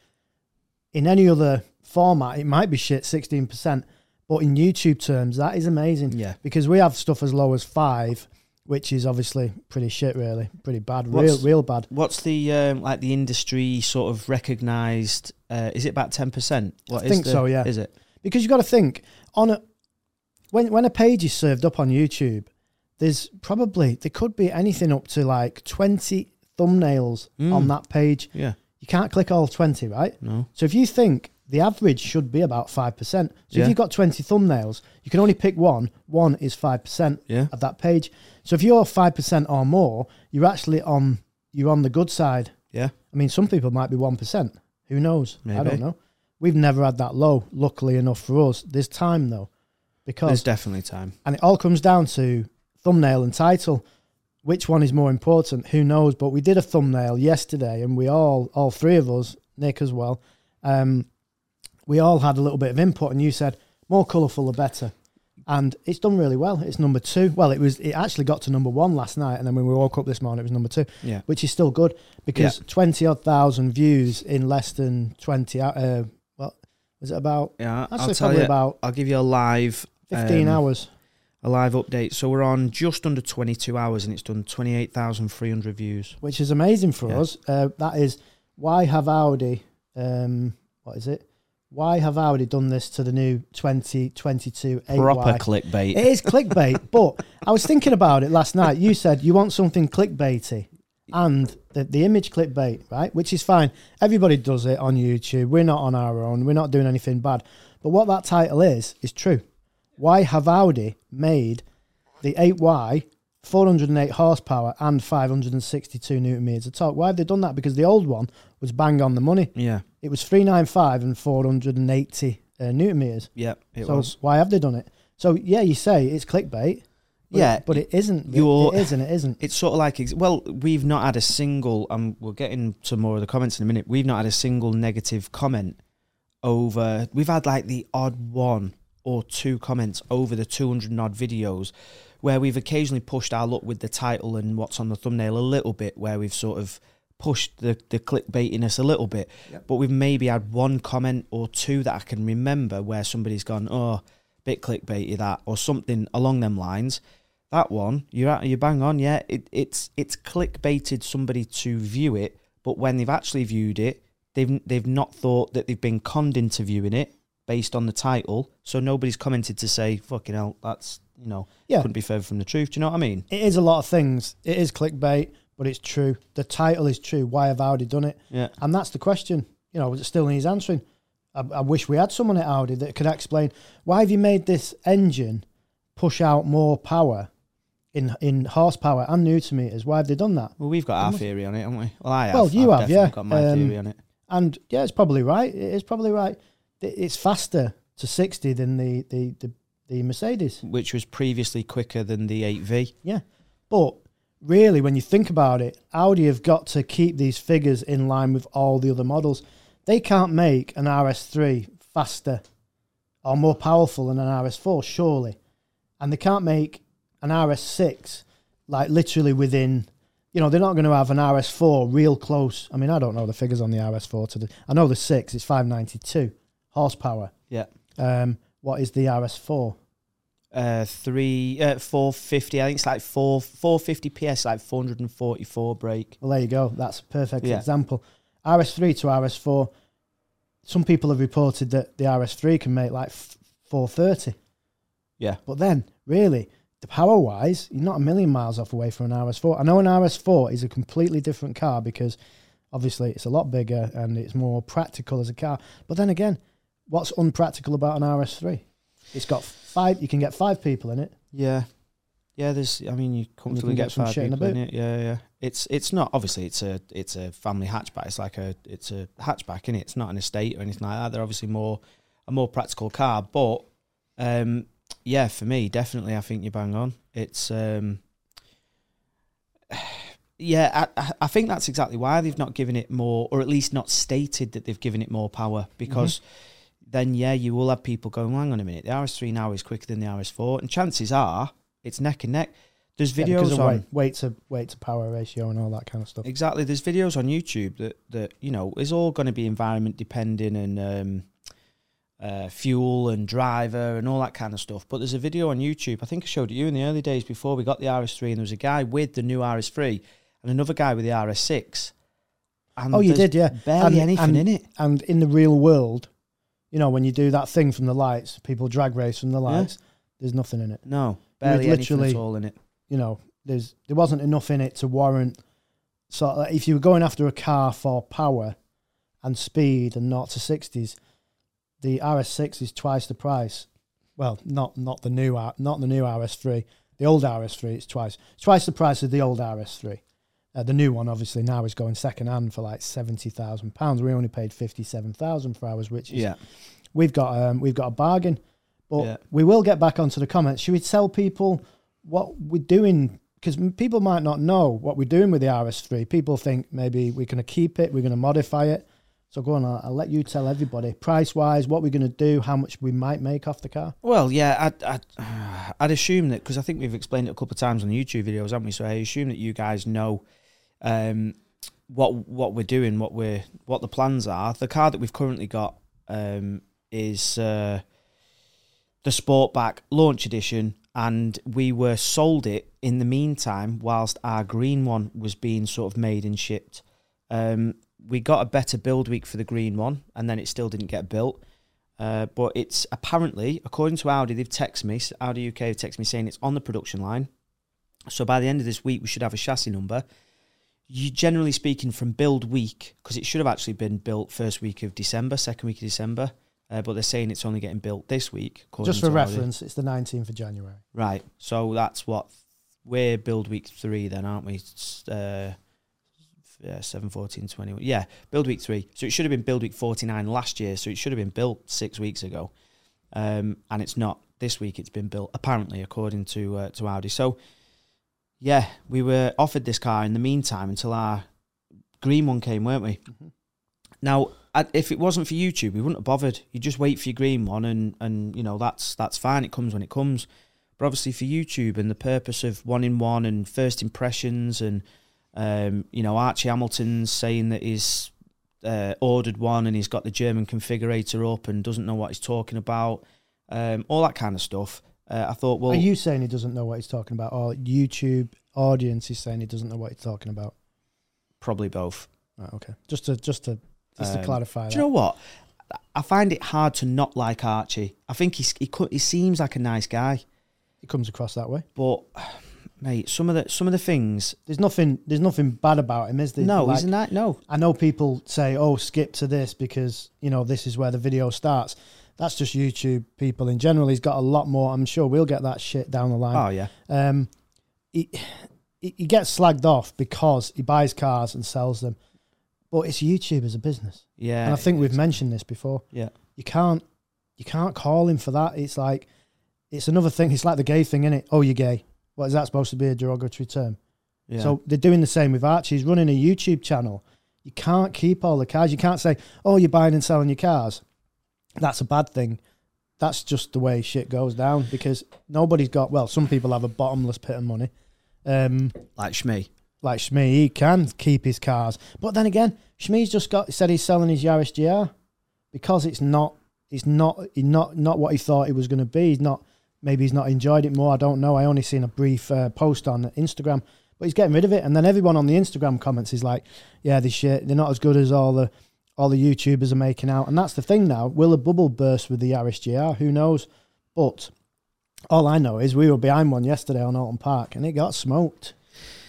In any other format, it might be shit 16%, but in YouTube terms, that is amazing. Yeah. Because we have stuff as low as five, which is obviously pretty shit, really. Pretty bad. Real, What's- real bad. What's the um, like the industry sort of recognised? Uh, is it about ten percent? What I is think the- so, yeah. Is it? because you've got to think on a when when a page is served up on YouTube, there's probably there could be anything up to like twenty thumbnails on that page. Yeah. You can't click all twenty, right? No. So if you think the average should be about five percent, so Yeah. if you've got twenty thumbnails, you can only pick one. One is five percent Yeah. of that page. So if you're five percent or more, you're actually on you're on the good side. Yeah. I mean, some people might be one percent. Who knows? I Maybe. don't know. We've never had that low. Luckily enough for us, there's time though, There's because definitely time. and it all comes down to thumbnail and title. Which one is more important? Who knows? But we did a thumbnail yesterday, and we all, all three of us, Nick as well, um, we all had a little bit of input, and you said more colourful the better, and it's done really well. It's number two. Well, it was. It actually got to number one last night, and then when we woke up this morning, it was number two Yeah. which is still good because twenty odd thousand views in less than twenty. hou- Uh, what was it about? Yeah. Actually, I'll tell probably you. about I'll give you a live fifteen um, hours. A live update. So we're on just under twenty two hours, and it's done twenty eight thousand three hundred views. which is amazing for Yeah. us. Uh, that is why have Audi? Um, what is it? Why have Audi done this to the new 2022 AY? Proper clickbait. It is clickbait, but I was thinking about it last night. You said you want something clickbaity and the, the image clickbait, right? Which is fine. Everybody does it on YouTube. We're not on our own. We're not doing anything bad. But what that title is, is true. Why have Audi made the 8Y 408 horsepower and 562 newton meters of torque? Why have they done that? Because the old one was bang on the money. yeah. It was 395 and 480 uh, newton meters Yeah. It so was. why have they done it? So yeah, you say it's clickbait. But Yeah, but it isn't. you're- It is and it isn't. Um, it's sort of like ex- well we've not had a single um we'll get into more of the comments in a minute we've not had a single negative comment over we've had like the odd one or two comments over the 200 and odd videos where we've occasionally pushed our luck with the title and what's on the thumbnail a little bit where we've sort of pushed the, the clickbaitiness a little bit but we've maybe had one comment or two that i can remember where somebody's gone oh bit clickbaity that or something along them lines that one you're at, you're bang on yeah it, it's it's clickbaited somebody to view it but when they've actually viewed it they've they've not thought that they've been conned into viewing it based on the title so nobody's commented to say fucking hell that's you know Yeah. couldn't be further from the truth do you know what i mean It is a lot of things. It is clickbait, but it's true. The title is true. Why have Audi done it? yeah And that's the question. You know, it still needs answering. I, I wish we had someone at Audi that could explain why have you made this engine push out more power in in horsepower and newton meters? Why have they done that? well we've got our theory on it haven't we well i have Well, you I've have, definitely yeah. got my Um, theory on it And yeah, it's probably right. It is probably right. It- It's faster to sixty than the the the, the Mercedes. which was previously quicker than the 8v Yeah. But really, when you think about it, Audi have got to keep these figures in line with all the other models. They can't make an RS3 faster or more powerful than an RS4, surely. And they can't make an RS6 like literally within. You know, they're not going to have an RS4 real close. I mean, I don't know the figures on the RS4 today. I know the six is 592 horsepower. Yeah. Um, what is the RS4? Uh, three, uh, 450. I think it's like four, 450 PS, like 444 brake. Well, there you go. That's a perfect Yeah. example. RS3 to RS4. Some people have reported that the RS3 can make like f- 430. Yeah. But then, really, the power wise, you're not a million miles off away from an RS4. I know an RS4 is a completely different car because obviously it's a lot bigger and it's more practical as a car. But then again, what's unpractical about an RS3? It's got five, you can get five people in it. Yeah. Yeah, there's. I mean, you comfortably get get some five shit in a people in it. Yeah, yeah. It's it's not obviously it's a it's a family hatchback. It's like a it's a hatchback, in it? It's not an estate or anything like that. They're obviously more a more practical car, but um, yeah, for me, definitely, I think you bang on. It's um, yeah, I- I, I think that's exactly why they've not given it more, or at least not stated that they've given it more power, Mm-hmm. because then yeah, you will have people going, well, hang on a minute, the RS3 now is quicker than the RS4, and chances are it's neck and neck. There's Yeah, because videos of on weight, weight to weight to power ratio and all that kind of stuff. Exactly. There's videos on YouTube that that you know is all going to be environment depending and um, uh, fuel and driver and all that kind of stuff. But there's a video on YouTube. I think I showed it you in the early days before we got the RS3, and there was a guy with the new RS3 and another guy with the RS6. And Oh, you there's did, yeah. Barely And- anything and- in it. and in the real world, you know, when you do that thing from the lights, people drag race from the lights. There's nothing in it. No, barely anything at literally- all in it. You know, there's there wasn't enough in it to warrant. So like, if you were going after a car for power and speed and not to sixties, the RS6 is twice the price. Well, not not the new R- not the new RS3. The old RS3 it's twice it's twice the price of the old RS3. Uh, the new one obviously now is going second hand for like seventy thousand pounds. We only paid fifty seven thousand for ours, which is Yeah. we've got um, we've got a bargain. But Yeah. we will get back onto the comments. Should we tell people what we're doing? Because people might not know what we're doing with the RS3. People think maybe we're going to keep it, we're going to modify it. So go on, I'll, I'll let you tell everybody price wise what we're going to do, how much we might make off the car. Well, yeah, I'd, I'd, I'd assume that because I think we've explained it a couple of times on the YouTube videos, haven't we? So I assume that you guys know um, what what we're doing, what we're what the plans are. The car that we've currently got um, is uh, the Sportback Launch Edition, and we were sold it in the meantime whilst our green one was being sort of made and shipped. Um, we got a better build week for the green one, and then it still didn't get built. Uh, but it's apparently, according to Audi, they've texted me, Audi UK have texted me saying it's on the production line. So by the end of this week, we should have a chassis number. You generally speaking, from build week, because it should have actually been built first week of December, second week of December, uh, but they're saying it's only getting built this week. according Just for to Audi. reference, it's the 19th of January. Right. So that's what we're build week three, then, aren't we? S- Uh, yeah, 7, 14, 21. Yeah, build week three. So it should have been build week 49 last year. So it should have been built six weeks ago. Um, and it's not. This week it's been built, apparently, according to, uh, to Audi. So, yeah, we were offered this car in the meantime until our green one came, weren't we? Now, I- if it wasn't for YouTube, we wouldn't have bothered. You just wait for your green one, and and you know that's that's fine. It comes when it comes. But obviously, for YouTube and the purpose of one in one and first impressions, and um, you know Archie Hamilton's saying that he's uh, ordered one and he's got the German configurator up and doesn't know what he's talking about, um, all that kind of stuff. Uh, I thought, well, Are you saying he doesn't know what he's talking about? Or YouTube audience is saying he doesn't know what he's talking about? probably both. Right, okay. Just to just to just to Um, clarify Do that. you know what? I find it hard to not like Archie. I think he's, he cou- he seems like a nice guy, it comes across that way. but mate, some of the some of the things. There's nothing there's nothing bad about him, is there? no, Like, isn't that no? I know people say, "Oh, skip to this because you know this is where the video starts." That's just YouTube people in general. He's got a lot more. I'm sure we'll get that shit down the line. Oh yeah, Um, he, he he gets slagged off because he buys cars and sells them, but it's YouTube as a business, yeah. and I think we've mentioned this before. Yeah. you can't you can't call him for that. It's like it's another thing. It's like the gay thing, is it? Oh, you're gay. What is that supposed to be a derogatory term? yeah. So they're doing the same with Archie. He's running a YouTube channel. You can't keep all the cars. You can't say, "Oh, you're buying and selling your cars." That's a bad thing. That's just the way shit goes down because nobody's got. Well, some people have a bottomless pit of money, Um, like Shmi. like Schmee, he can keep his cars. But then again, Schmee's just got said he's selling his Yaris GR because it's not it's not he not not what he thought it was going to be. He's not maybe he's not enjoyed it more. I don't know. I only seen a brief uh, post on Instagram, but he's getting rid of it. And then everyone on the Instagram comments is like, "Yeah, this shit. They're not as good as all the all the YouTubers are making out." And that's the thing now. Will a bubble burst with the Yaris GR? Who knows? But all I know is we were behind one yesterday on Alton Park, and it got smoked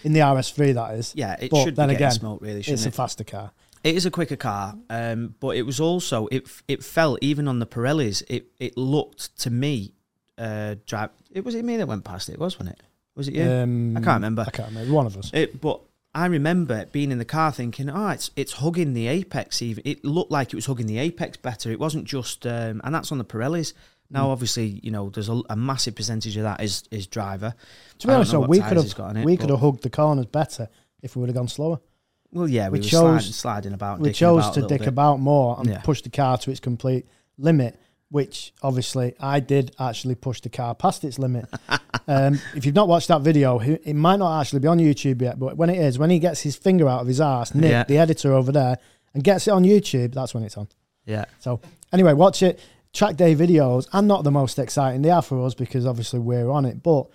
in the RS3. That is, Yeah, it But should then be again, getting smoked, really, shouldn't it's it? a faster car. It is a quicker car, um, but it was also it it felt even on the Pirellis. It it looked to me, uh, drive. It was it me that went past it, was wasn't it? Was it you? Um, I can't remember. I can't remember. One of us. It, but I remember being in the car thinking, oh, it's it's hugging the apex. Even it looked like it was hugging the apex better. It wasn't just, um, and that's on the Pirellis. Now, Hmm. obviously, you know, there's a, a massive percentage of that is is driver. To be I don't honest, know though, what we tyres could it's have got on it, we but- could have hugged the corners better if we would have gone slower. Well, yeah, we, we were chose- sliding, sliding about. we dicking chose about a to little dick bit. about more and Yeah. push the car to its complete limit, which obviously I did actually push the car past its limit. um, if you've not watched that video, he- it might not actually be on YouTube yet, but when it is, when he gets his finger out of his ass, Nick, Yeah. the editor over there, and gets it on YouTube, that's when it's on. Yeah, So anyway, watch it. Track day videos are not the most exciting. They are for us because obviously we're on it. But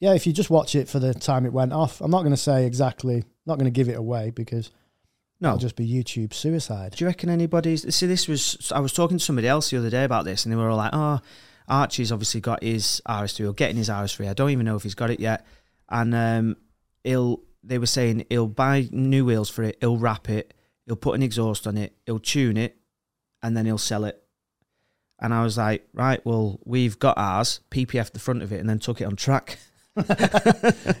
yeah, if you just watch it for the time it went off, I'm not going to say exactly. Not going to give it away because no, it'll just be YouTube suicide. Do you reckon anybody's? See, this was I was talking to somebody else the other day about this, and they were all like, "Oh, Archie's obviously got his RS3 or getting his RS3. I don't even know if he's got it yet." And um, he'll they were saying he'll buy new wheels for it, he'll wrap it, he'll put an exhaust on it, he'll tune it, and then he'll sell it. And I was like, "Right, well, we've got ours, PPF the front of it, and then took it on track."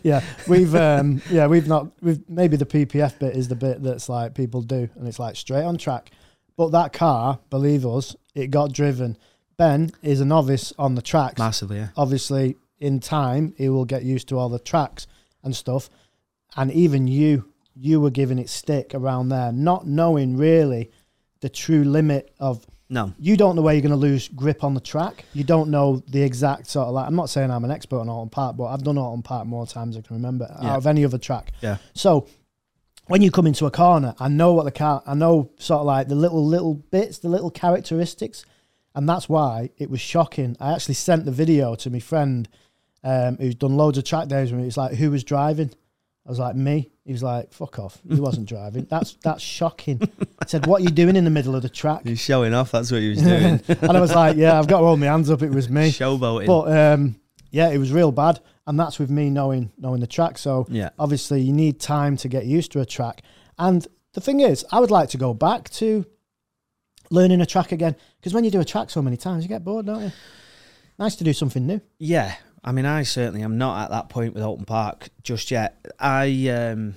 yeah, we've um, yeah we've not we've maybe the PPF bit is the bit that's like people do and it's like straight on track. But that car, believe us, it got driven. Ben is a novice on the tracks. Massively, yeah. obviously in time he will get used to all the tracks and stuff and even you you were giving it stick around there not knowing really the true limit of No, you don't know where you're going to lose grip on the track you don't know the exact sort of like i'm not saying i'm an expert on Alton Park but I've done Alton Park more times than I can remember Yeah. out of any other track yeah, so when you come into a corner, I know what the car, I know sort of like the little little bits, the little characteristics, and that's why it was shocking. I actually sent the video to my friend um, who's done loads of track days with me. It's like who was driving? I was like me. He was like fuck off. He wasn't driving. That's that's shocking. I said what are you doing in the middle of the track? he's showing off. That's what he was doing, And I was like yeah, I've got to hold my hands up. It was me. showboating. But um, yeah, it was real bad, and that's with me knowing knowing the track. So Yeah. obviously you need time to get used to a track. And the thing is, I would like to go back to learning a track again because when you do a track so many times, you get bored, don't you? Nice to do something new. Yeah, I mean, I certainly am not at that point with Alton Park just yet. I, um,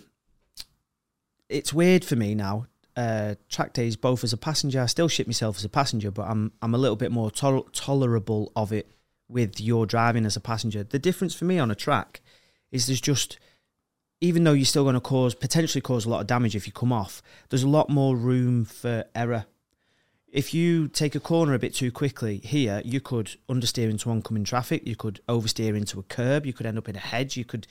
it's weird for me now. Uh, track days, both as a passenger, I still shit myself as a passenger, but I'm I'm a little bit more tol- tolerable of it with your driving as a passenger. The difference for me on a track is there's just even though you're still going to cause potentially cause a lot of damage if you come off, there's a lot more room for error. If you take a corner a bit too quickly here, you could understeer into oncoming traffic, you could oversteer into a curb, you could end up in a hedge, you could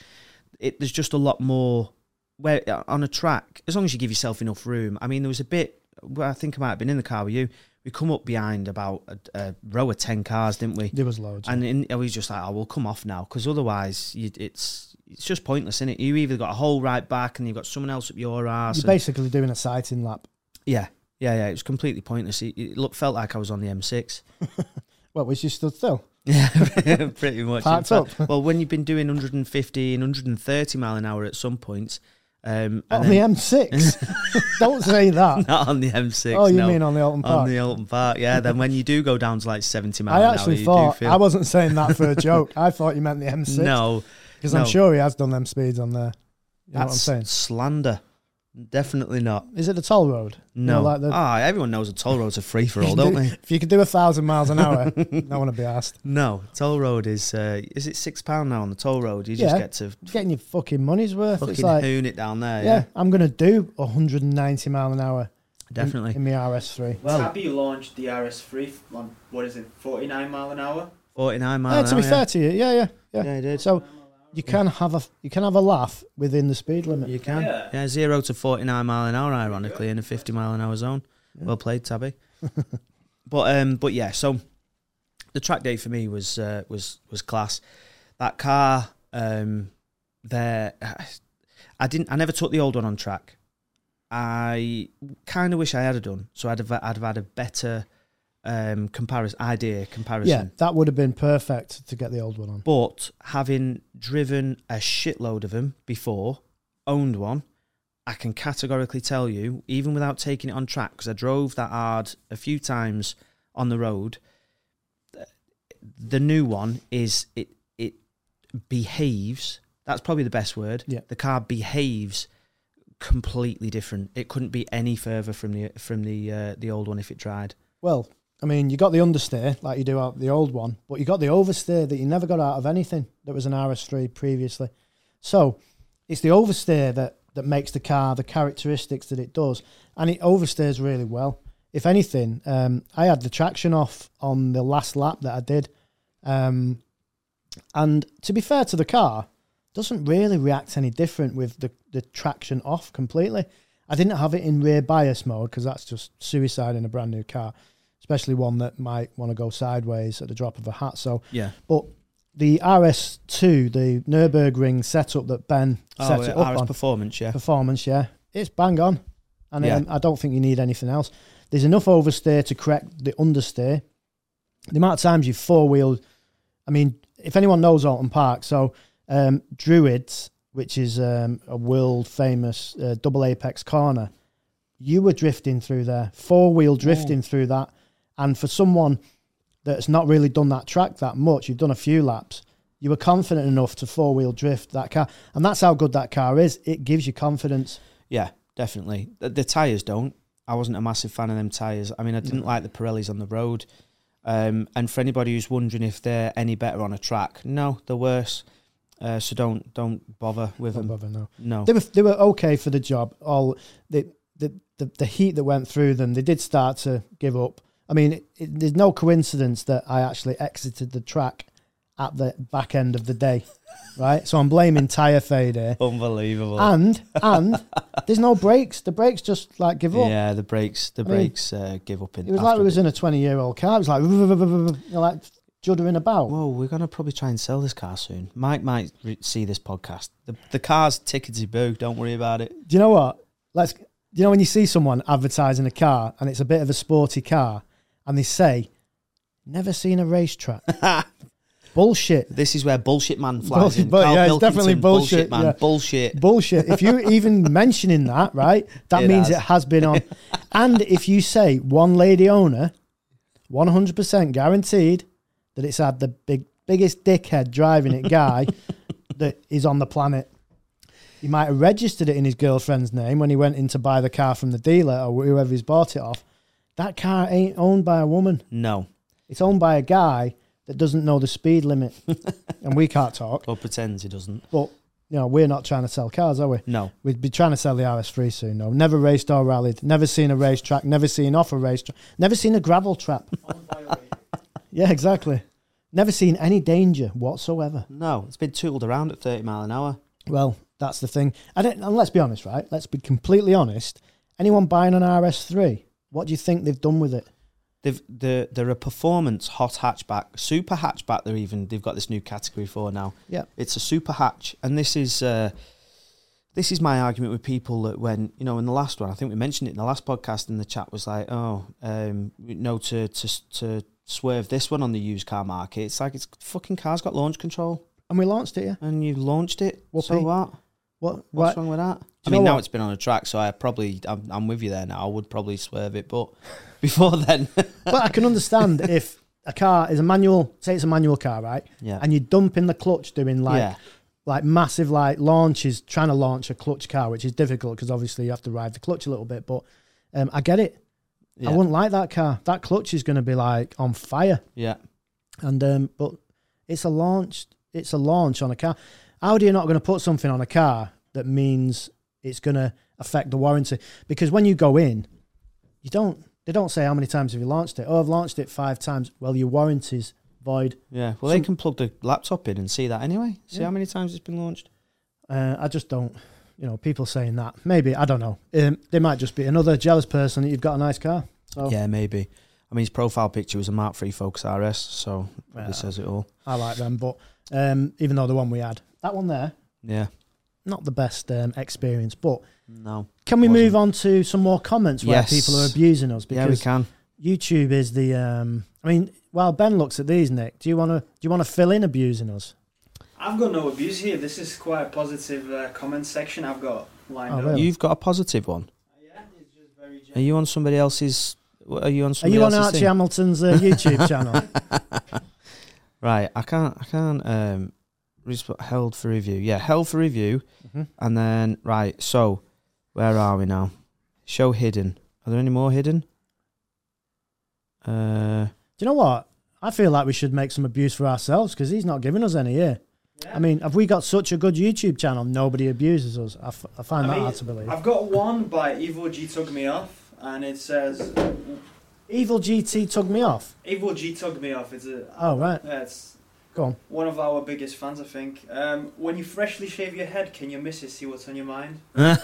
it there's just a lot more where on a track, as long as you give yourself enough room. I mean, there was a bit where I think I might have been in the car with you. We come up behind about a, a row of 10 cars, didn't we? There was loads. And in, I was just like, I will come off now because otherwise, you, it's it's just pointless, is it? You either got a hole right back and you've got someone else up your ass. You're basically doing a sighting lap. yeah, yeah, yeah. It was completely pointless. It, it looked felt like I was on the M6. What was you stood still? Yeah, pretty much. In Parked fact- well, when you've been doing 115, 130 mile an hour at some points, um, and On Oh, the then- M6. Don't say that. not on the M6. oh, you no, mean on the Alton Park? on the Alton Park? Yeah. Then when you do go down to like 70 mile I an hour, actually you thought do I feel wasn't saying that for a joke. I thought you meant the M6. no. Because I'm No. sure he has done them speeds on there. You know what I'm That's saying? slander. Definitely not. Is it the toll road? You No. know, like the, ah, everyone knows a toll road's a free for all, don't they? if you could do a thousand miles an hour, I don't want to be asked. No, toll road is uh, is it six pound now on the toll road? You just Yeah. get to Getting your fucking money's worth. fucking it's like, hoon it down there. yeah, Yeah, I'm gonna do 190 mile an hour in- definitely. in, my RS3. Well- Tabby launched the RS3 f- on what is it, 49 mile an hour? Forty nine yeah, miles. to be an fair hour, to you, yeah, yeah, yeah. yeah. yeah, it is. So you can have a you can have a laugh within the speed limit. You can. Yeah. Yeah. zero to 49 mile an hour, ironically, in a 50 mile an hour zone. Yeah. Well played, Tabby. but um, but yeah, so the track day for me was uh, was was class. That car um, there, I didn't. I never took the old one on track. I kind of wish I had have done, so I'd have I'd have had a better um, comparison idea comparison. Yeah, that would have been perfect to get the old one on. But having driven a shitload of them before, owned one, I can categorically tell you, even without taking it on track, because I drove that hard a few times on the road. th- The new one is it it behaves. That's probably the best word. Yeah. The car behaves completely different. It couldn't be any further from the from the uh, the old one if it tried. Well, I mean, you got the understeer like you do out the old one, but you got the oversteer that you never got out of anything that was an RS3 previously. So it's the oversteer that, that makes the car the characteristics that it does, and it oversteers really well. If anything, um, I had the traction off on the last lap that I did, um, and to be fair to the car, doesn't really react any different with the, the traction off completely. I didn't have it in rear bias mode because that's just suicide in a brand new car, especially one that might want to go sideways at the drop of a hat. So Yeah. but the RS2, the Nurburgring setup that Ben set Oh, it yeah, up RS on, performance, yeah. performance, yeah, it's bang on. And Yeah. um, I don't think you need anything else. There's enough oversteer to correct the understeer. The amount of times you've four wheeled, I mean, if anyone knows Alton Park, so um, Druids, which is um, a world famous uh, double apex corner, you were drifting through there, four wheel drifting through that. And for someone that's not really done that track that much, you've done a few laps, you were confident enough to four wheel drift that car. And that's how good that car is. It gives you confidence. Yeah, definitely. The, the tires don't. I wasn't a massive fan of them tires. I mean, I didn't like the Pirellis on the road. Um, and for anybody who's wondering if they're any better on a track, no, they're worse. Uh, so don't don't bother with Don't them. bother, no. No. They were they were okay for the job. All the the, the the heat that went through them, they did start to give up. I mean, it, it, there's no coincidence that I actually exited the track at the back end of the day, right? So I'm blaming tire fade here. Unbelievable. And and there's no brakes. The brakes just like give up. yeah, the brakes the I mean, brakes uh, give up in. It was like after we was a bit. in a 20 year old car. It was like you know, like juddering about. Whoa, we're gonna probably try and sell this car soon. Mike might re- see this podcast. The the car's tickety boo. Don't worry about it. do you know what? Let's. Do you know when you see someone advertising a car and it's a bit of a sporty car, and they say, "Never seen a racetrack." bullshit. This is where bullshit man Bullshit, flies in. but Carl yeah, it's Pilkington, definitely bullshit, man. yeah. Bullshit. Bullshit. If you even mentioning that, right, that It means has. it has been on. and if you say one lady owner, one hundred percent guaranteed that it's had the big biggest dickhead driving it guy that is on the planet. He might have registered it in his girlfriend's name when he went in to buy the car from the dealer or whoever he's bought it off. That car ain't owned by a woman. No. It's owned by a guy that doesn't know the speed limit, and we can't talk. Or pretends he doesn't. But you know, we're not trying to sell cars, are we? No. We'd be trying to sell the RS3 soon, though. Never raced or rallied. Never seen a racetrack. Never seen off a racetrack. Never seen a gravel trap. yeah, exactly. Never seen any danger whatsoever. No, it's been tootled around at 30 mile an hour. Well, that's the thing. I don't, and let's be honest, right? Let's be completely honest. Anyone buying an RS3, what do you think they've done with it? They've they're, they're a performance hot hatchback, super hatchback. They're even they've got this new category for now. Yeah. it's a super hatch, and this is uh, this is my argument with people that when you know in the last one, I think we mentioned it in the last podcast, and the chat was like, oh, um, no, to to to swerve this one on the used car market. It's like it's fucking car's got launch control, And we launched it, yeah? and you launched it. So Whoopee. what? What? What's what? wrong with that? I you know mean, now what? it's been on a track, so I probably I'm, I'm with you there now. I would probably swerve it, but before then, but I can understand if a car is a manual, say it's a manual car, right? yeah, And you dump in the clutch doing like yeah, like massive like launches trying to launch a clutch car which is difficult because obviously you have to ride the clutch a little bit but um, i get it yeah, i wouldn't like that car that clutch is going to be like on fire yeah. and um, but it's a launch it's a launch on a car how do you not going to put something on a car that means it's going to affect the warranty because when you go in you don't they don't say how many times have you launched it oh i've launched it five times well your warranty's void. Yeah. Well, they Some- can plug the laptop in and see that anyway. See Yeah. how many times it's been launched. Uh, I just don't, you know, people saying that. Maybe, I don't know. Um, they might just be another jealous person that you've got a nice car. So Yeah, maybe. I mean, his profile picture was a Mark Three Focus RS, so probably uh, says it all. I like them. But um, even though the one we had, that one there, Yeah. not the best um, experience. But No. can we Wasn't. move on to some more comments where Yes. people are abusing us? Yeah, we Because can. YouTube is the. Um, I mean, while Ben looks at these, Nick, do you want to do you want to fill in abusing us? I've got no abuse here. This is quite a positive uh, comment section I've got lined Oh, up. really? You've got a positive one. Yeah, it's just very Are you on somebody else's? what, Are you on Are somebody you on else's Archie thing? Hamilton's uh, YouTube channel? Right. I can't. I can't. Um, resp- held for review. Yeah, held for review. Mhm. And then right. So, where are we now? Show hidden. Are there any more hidden? Uh, Do you know what? I feel like we should make some abuse for ourselves because he's not giving us any here. I mean, have we got such a good YouTube channel? Nobody abuses us. I, f- I find I that mean, hard to believe. I've got one by Evil G took me off, and it says Evil GT tugged me off. Evil G took me off. It's a Oh, right. yeah, it's Go on. one of our biggest fans, I think. Um, when you freshly shave your head, can your missus see what's on your mind? Ah.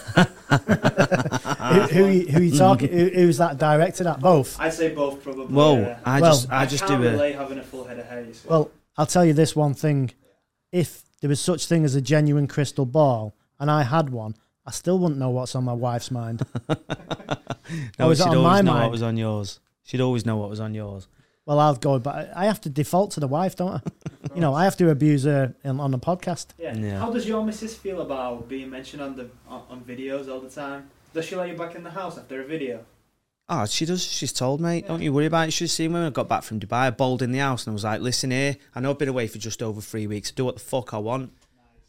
who, who, you- who you talking? who, who's that directed at? Both. I'd say both probably. whoa! yeah. I Well- just. I just can't do it. relate having a full head of hair. You see. Well, I'll tell you this one thing: if there was such thing as a genuine crystal ball, and I had one, I still wouldn't know what's on my wife's mind. No, Oh, is it she'd on always my know what mind? was on yours. She'd always know what was on yours. Well, I'll go, but I have to default to the wife, don't I? You know, I have to abuse her in, on the podcast. yeah. Yeah. How does your missus feel about being mentioned on the on, on videos all the time? Does she let you back in the house after a video? Oh, she does. She's told, mate. Don't you worry about it. She's seen me when I got back from Dubai. I bowled in the house and I was like, listen here, I know I've been away for just over three weeks. I do what the fuck I want.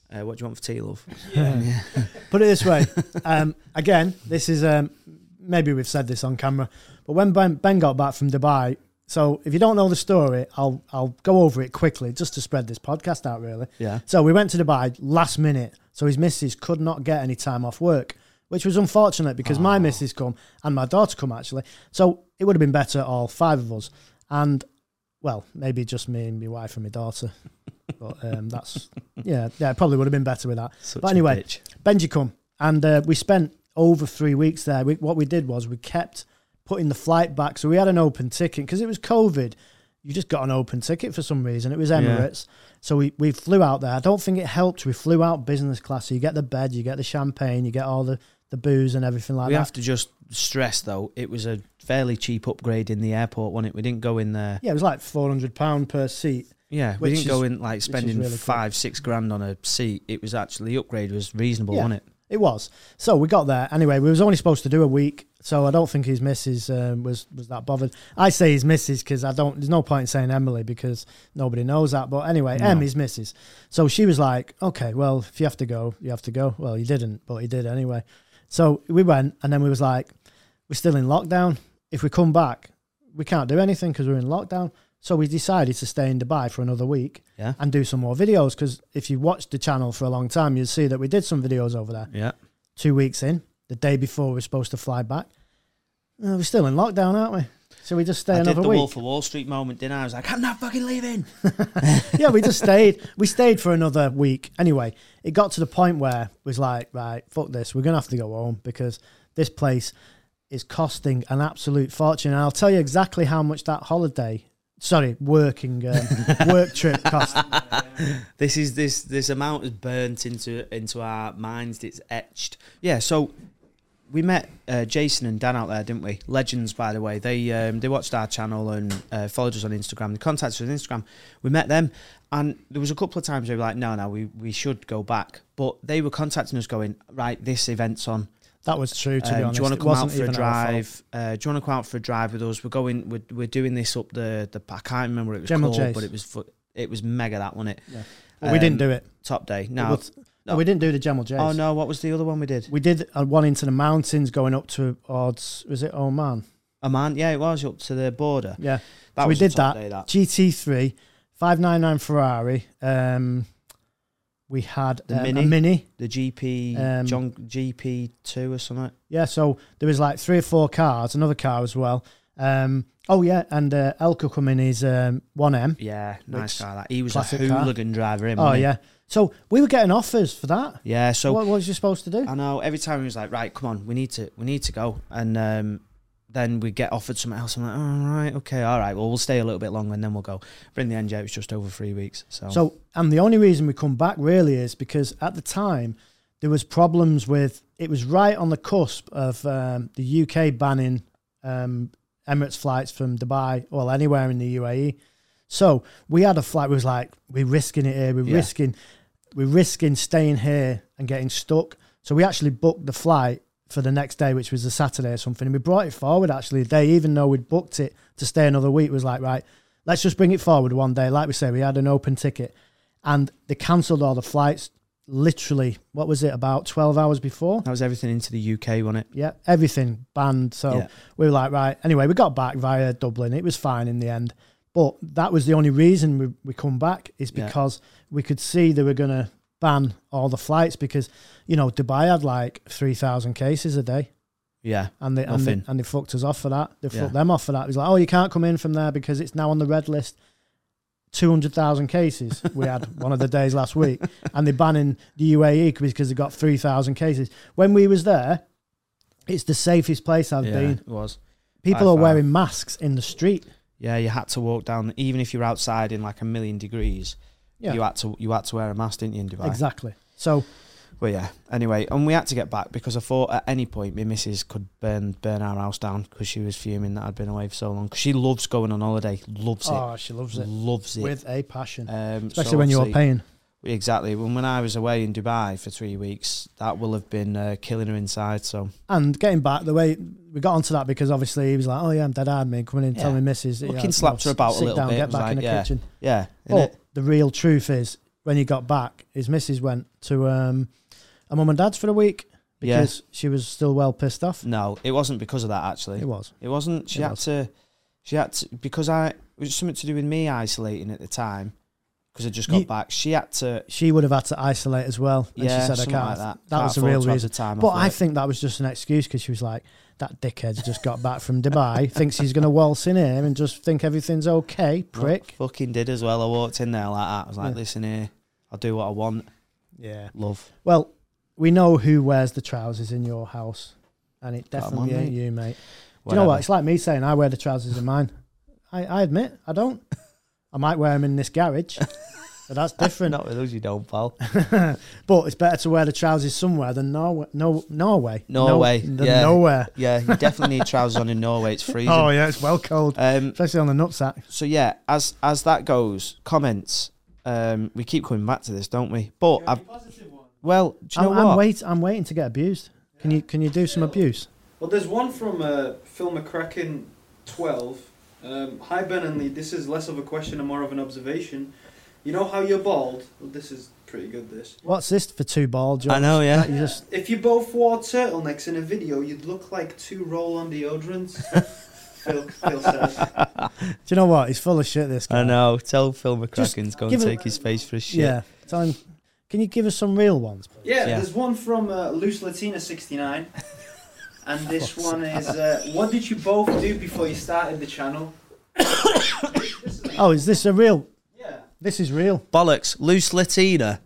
Uh, what do you want for tea, love? Put it this way. um, again, this is um, maybe we've said this on camera, but when ben, ben got back from Dubai, so if you don't know the story, I'll I'll go over it quickly just to spread this podcast out really. Yeah. So we went to Dubai last minute, so his missus could not get any time off work, which was unfortunate because my missus come and my daughter come actually. So it would have been better all five of us, and well, maybe just me and my wife and my daughter. But um, that's yeah, yeah, it probably would have been better with that. Such But anyway, a bitch. Benji come, and uh, we spent over three weeks there. We, what we did was we kept putting the flight back, so we had an open ticket because it was COVID. You just got an open ticket for some reason. It was Yeah. Emirates, so we we flew out there. I don't think it helped. We flew out business class, so you get the bed, you get the champagne, you get all the the booze and everything like we that. have to just stress, though, it was a fairly cheap upgrade in the airport, wasn't it? We didn't go in there. yeah, it was like four hundred pound per seat. Yeah, we Which didn't go is- in like is spending really cool. five, six grand on a seat. It was actually, the upgrade was reasonable, Yeah. wasn't it? It was. So we got there. Anyway, we was only supposed to do a week, so I don't think his missus um, was was that bothered. I say his missus because I don't. There's no point in saying Emily because nobody knows that. But anyway, No. Em is missus. So she was like, "Okay, well, if you have to go, you have to go." Well, he didn't, but he did anyway. So we went, and then we was like, "We're still in lockdown. If we come back, we can't do anything because we're in lockdown." So we decided to stay in Dubai for another week Yeah. and do some more videos because if you watched the channel for a long time, you'll see that we did some videos over there Yeah. two weeks in, the day before we're supposed to fly back. Uh, we're still in lockdown, aren't we? So we just stay I did another the week. Wolf of Wall Street moment, didn't I? I was like, I'm not fucking leaving. yeah, we just stayed. We stayed for another week. Anyway, it got to the point where it was like, right, fuck this. We're gonna have to go home because this place is costing an absolute fortune. And I'll tell you exactly how much that holiday, sorry, working um, work trip cost. this is this this amount is burnt into into our minds. It's etched. Yeah. So we met uh, Jason and Dan out there, didn't we? Legends, by the way. They um, they watched our channel and uh, followed us on Instagram. They contacted us on Instagram. We met them, and there was a couple of times they were like, "No, no, we we should go back." But they were contacting us, going, "Right, this event's on. That was true. To be Um, honest, do you want It to come out wasn't for a even our fault. drive? Uh, do you want to come out for a drive with us? We're going. We're, we're doing this up the the. I can't remember what it was Gemma called, Chase. but it was fu- it was mega that one. It. Um, Yeah. But we didn't do it. Top day. It No, was- no, we didn't do the Gemma Jays. Oh no, what was the other one we did? We did uh, one into the mountains going up to odds. Was it Oman? Oman, yeah, it was up to the border. Yeah. That So we was a did top that. Day, that. GT3, 599 Ferrari. Um, we had The um, Mini? a Mini. The GP, Um, John GP two or something. Yeah, so there was like three or four cars, another car as well. Um, Oh yeah, and uh, Elka come in his um, 1M. Yeah, Which- nice guy. That he was a classic car. hooligan driver. Him, Oh wasn't he? yeah. So we were getting offers for that. yeah. So what, what was you supposed to do? I know every time he was like, right, come on, we need to, we need to go, and um, then we get offered something else. I'm like, all right, okay, all right. Well, we'll stay a little bit longer, and then we'll go. But in the end, yeah, it was just over three weeks. So, So, and the only reason we come back really is because at the time there was problems with it was right on the cusp of um, the UK banning um, Emirates flights from Dubai, well anywhere in the UAE. So we had a flight. We was like, we're risking it here. We're Yeah. risking, we're risking staying here and getting stuck. So we actually booked the flight for the next day, which was a Saturday or something. And we brought it forward actually a day, even though we'd booked it to stay another week. Was like, right, let's just bring it forward one day. Like we say, we had an open ticket, and they cancelled all the flights. Literally, what was it about twelve hours before? that was everything into the UK, wasn't it? Yeah, everything banned. So Yeah. we were like, right. Anyway, we got back via Dublin. It was fine in the end. But that was the only reason we, we come back is Yeah. because we could see they were going to ban all the flights because, you know, Dubai had like 3,000 cases a day Yeah, and they, and they, Nothing. and they fucked us off for that. They Yeah. fucked them off for that. It was like, oh, you can't come in from there because it's now on the red list. 200,000 cases we had one of the days last week, and they're banning the UAE because they got 3,000 cases. When we was there, it's the safest place I've yeah, been. it was. People By are far. wearing masks in the street. Yeah, you had to walk down, even if you were outside in like a million degrees. Yeah. you had to you had to wear a mask, didn't you, in Dubai? Exactly. So, Well, yeah. Anyway, and we had to get back because I thought at any point my missus could burn burn our house down because she was fuming that I'd been away for so long. 'Cause she loves going on holiday, loves oh, she loves it, it loves it. with a passion, um, especially so when you're obviously- paying. Exactly. When when I was away in Dubai for three weeks, that will have been uh, killing her inside. So And getting back, the way we got onto that because obviously he was like, oh, yeah, I'm dead hard, man. Coming in, Yeah. telling missus. Fucking yeah, you slapped know, her about a sit little down, bit. It Get was back in like, the yeah. kitchen. yeah, But innit? the real truth is, when he got back, his missus went to um, a mum and dad's for a week Yeah. because she was still well pissed off. no, it wasn't because of that. Actually, It was. It wasn't. She It had was. to. She had to because I it was something to do with me isolating at the time because I just got You- back. She had to. She would have had to isolate as well. And Yeah, she said, I something can't. like that. That Can't was the afford real to have reason. the time But off I work. think that was just an excuse because she was like, that dickhead's just got back from Dubai, thinks he's going to waltz in here and just think everything's okay, prick. fucking did as well. I walked in there like that. I was like, Yeah. listen here, I'll do what I want. Yeah. Love. Well, we know who wears the trousers in your house, and it Got 'em definitely on, ain't mate. you, mate. Do you Whatever. know what? It's like me saying I wear the trousers in mine. I, I admit I don't. I might wear them in this garage, but that's different. Not with us, you don't, pal. But it's better to wear the trousers somewhere than Norway. No, Norway. No- Norway, than yeah. nowhere. Yeah, you definitely need trousers on in Norway. It's freezing. Oh yeah, it's well cold, Um, especially on the nutsack. so yeah, as as that goes, comments. Um, we keep coming back to this, don't we? But I've, positive one. well, do you know I'm, I'm what? wait. I'm waiting to get abused. Can you can you do some abuse? Well, there's one from uh, Phil McCracken, 12. Um, Hi, Ben and Lee. This is less of a question and more of an observation. You know how you're bald? Well, this is pretty good, this. What's this for two ball jobs? I know, yeah. You just If you both wore turtlenecks in a video, you'd look like two roll-on deodorants. Phil, Phil says. do you know what? He's full of shit. This guy. I know. Tell Phil Just McCracken's go and give it- take his face for a shit. Yeah. Tell him. Can you give us some real ones? please? Yeah, Yeah. there's one from uh, Loose Latina 69. And this one is, uh, what did you both do before you started the channel? Oh, is this a real? Yeah. This is real. Bollocks. Loose Latina.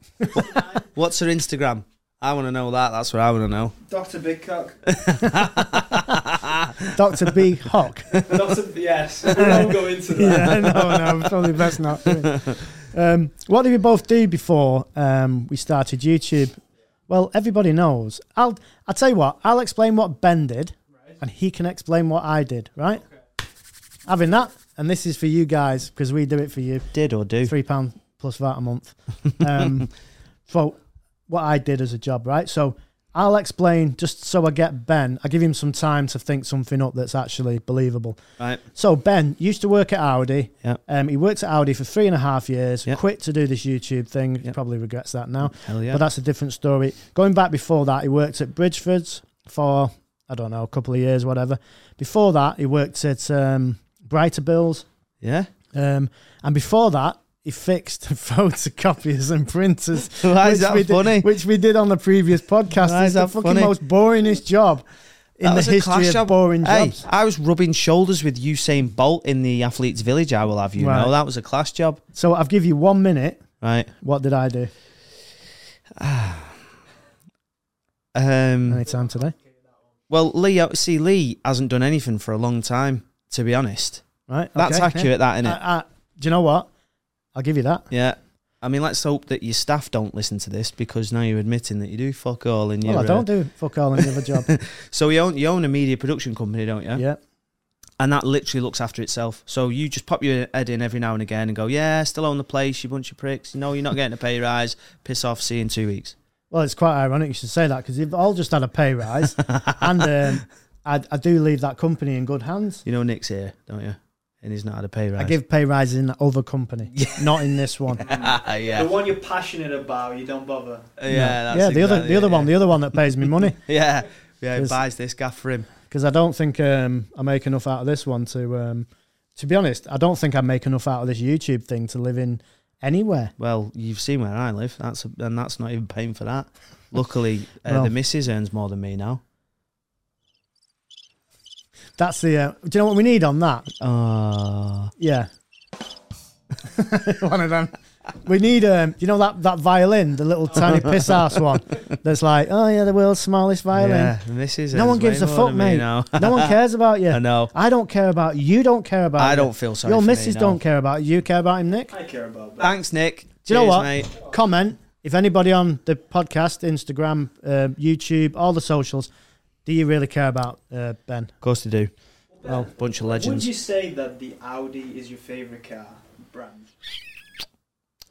What's her Instagram? I want to know that. That's what I want to know. Dr. Big Cock. Doctor B. Hock. Dr. Yes, we won't go into that. yeah, no, no, probably best not. Um, what did we both do before um, we started YouTube? Well, everybody knows. I'll I'll tell you what. I'll explain what Ben did, and he can explain what I did. Right? Having that, and this is for you guys because we do it for you. Did or do? Three pound plus VAT a month. Um, so, what I did as a job, right? So I'll explain just so I get Ben. I give him some time to think something up that's actually believable. Right. So Ben used to work at Audi. Yep. Um, he worked at Audi for three and a half years. Yep. Quit to do this YouTube thing. Yep. Probably regrets that now. Hell yeah. But that's a different story. Going back before that, he worked at Bridgeford's for I don't know a couple of years, whatever. Before that, he worked at um, Brighter Bills, yeah. um, and before that, he fixed photocopiers and printers. Why is which we that did- funny? which we did on the previous podcast. Why it's is the that fucking funny? most boringest job. in the was a history class of job. boring Hey, jobs. I was rubbing shoulders with Usain Bolt in the athletes' village. I will have you Right. know that was a class job, So I've give you one minute. right? What did I do? Um, Any time today? Well, Lee, uh, see, Lee hasn't done anything for a long time. To be honest, Right. that's okay, Uh, yeah. accurate, that isn't it? I- I- do you know what? I'll give you that. yeah. I mean, let's hope that your staff don't listen to this because now you're admitting that you do fuck all and you. Well, I don't do fuck all any other job. So you own you own a media production company, don't you? yeah. and that literally looks after itself. So you just pop your head in every now and again and go, "Yeah, still own the place, you bunch of pricks. No, you're not getting a pay rise. Piss off. See you in two weeks." Well, it's quite ironic you should say that because they've all just had a pay rise, and um, I, I do leave that company in good hands. You know Nick's here, don't you? And he's not had a pay rise. I give pay rises in that other company, not in this one. yeah, The yeah, one you're passionate about, you don't bother. that's yeah, the other, exactly the other it, one, the other one that pays me money Yeah, yeah, yeah. he There's- buys this gaff for him. because I don't think um, I make enough out of this one to. Um, to be honest, I don't think I make enough out of this YouTube thing to live in anywhere. Well, you've seen where I live. That's and that's not even paying for that. Luckily, uh, Well. the missus earns more than me now. That's the. Uh, do you know what we need on that? Uh, Yeah. one of them. We need um do you know that that violin, the little tiny piss ass one that's like, Oh yeah, the world's smallest violin. yeah, the missus. No earns one gives way a more fuck, than me mate. Now. No one cares about you. I know. I don't care about you, don't care about I you. don't feel sorry. Your for missus me, no. don't care about you, you care about him, Nick. I care about that. Thanks, Nick. Do you know what? Comment if anybody on the podcast, Instagram, uh, YouTube, all the socials, do you really care about uh, Ben? Of course they do. Well, bunch of Would legends. you say that the Audi is your favorite car brand?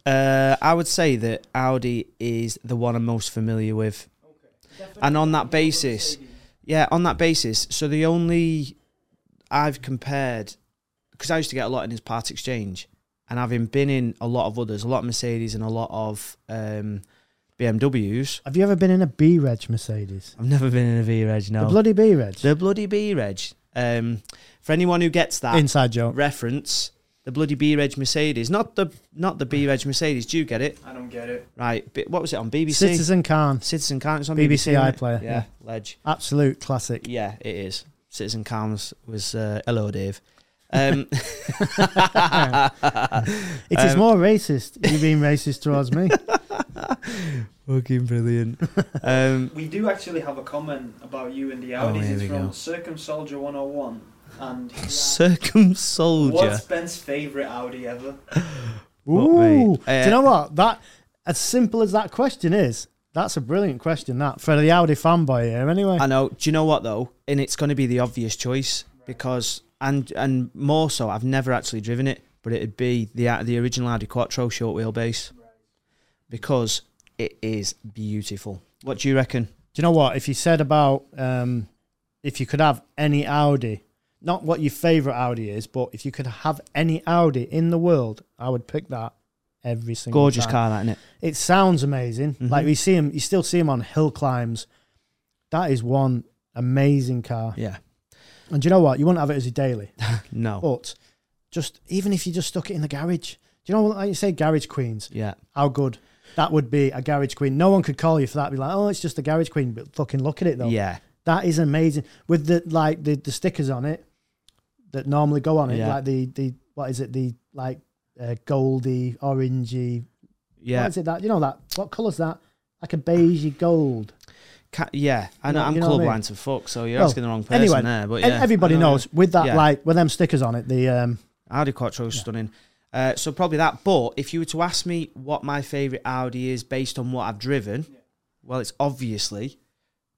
Uh, I would say that Audi is the one I'm most familiar with, and on that basis, yeah, on that basis. So the only I've compared because I used to get a lot in his part exchange, and having been in a lot of others, a lot of Mercedes and a lot of um, BMWs. Have you ever been in a B Reg Mercedes? I've never been in a V Reg. No, The bloody B Reg. the bloody B Reg. Um, for anyone who gets that, Ah. Inside joke. reference the bloody B Reg Mercedes, not the not the B Reg Mercedes. Do you get it I don't get it. right? B- What was it on BBC? Citizen Khan. Citizen Cam. It's on BBC BBC, isn't it? iPlayer, Yeah, yeah. Ledge. Absolute classic. Yeah, it is. Citizen Cam's was uh, hello, Dave. Um, It is more racist. You being racist towards me. Fucking brilliant. Um, We do actually have a comment about you and the Oh, Audis. here it's we from go. Circum Soldier 101. And he asked, Circum soldier. What's Ben's favourite Audi ever? Ooh. mate. Do Uh, you know what? That as simple as that question is. That's a brilliant question. That for the Audi fanboy here. Anyway, I know. Do you know what though? And it's going to be the obvious choice because and and more so, I've never actually driven it, but it'd be the the original Audi Quattro short wheelbase because it is beautiful. What do you reckon? do you know what? If you said about um, if you could have any Audi, not what your favorite Audi is, but if you could have any Audi in the world, I would pick that every single Gorgeous time. car, that innit? It sounds amazing. Mhm. Like we see him, you still see him on hill climbs. That is one amazing car. Yeah. And do you know what? You wouldn't have it as a daily. No. But just even if you just stuck it in the garage, do you know what? Like you say, garage queens. Yeah. How good that would be a garage queen. No one could call you for that. Be like, oh, it's just a garage queen. But fucking look at it though. Yeah. That is amazing with the like the, the stickers on it that normally go on it, Yeah. like the the what is it? The like uh, goldy, orangey. Yeah. What is it that you know that? What colour's that? Like a beigey gold. Ca- yeah. I You know, know- I'm you know what I colourblind mean? to fuck, so you're Well, asking the wrong person anyway, there. But yeah. And everybody I know, knows with that Yeah. like with them stickers on it. The um, Audi Quattro is stunning. Uh, so probably that. But if you were to ask me what my favourite Audi is based on what I've driven, well, it's obviously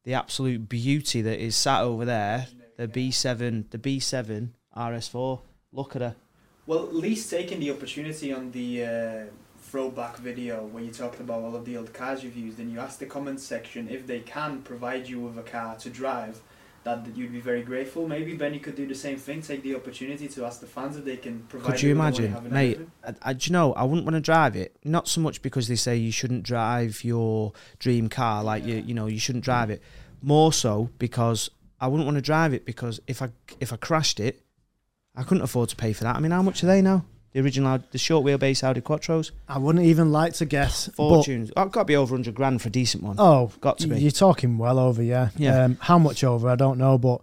the absolute beauty that is sat over there, the B7, the B7 RS4. Look at her. Well, Lee's taken the opportunity on the uh, throwback video where you talked about all of the old cars you've used, and you asked the comment section if they can provide you with a car to drive. That that you'd be very grateful. Maybe Ben, you could do the same thing. Take the opportunity to ask the fans if they can provide. Could you with the one they imagine, have in mate? Everton. I, I, do you know, I wouldn't want to drive it. Not so much because they say you shouldn't drive your dream car, like you, you know, you shouldn't drive it. More so because I wouldn't want to drive it because if I if I crashed it, I couldn't afford to pay for that. I mean, how much are they now? The original, Audi- the short wheelbase Audi Quattros, I wouldn't even like to guess. but- fortunes. I've got to be over hundred grand for a decent one. oh, got to be. You're talking well over, yeah. Yeah. Um, how much over? I don't know, but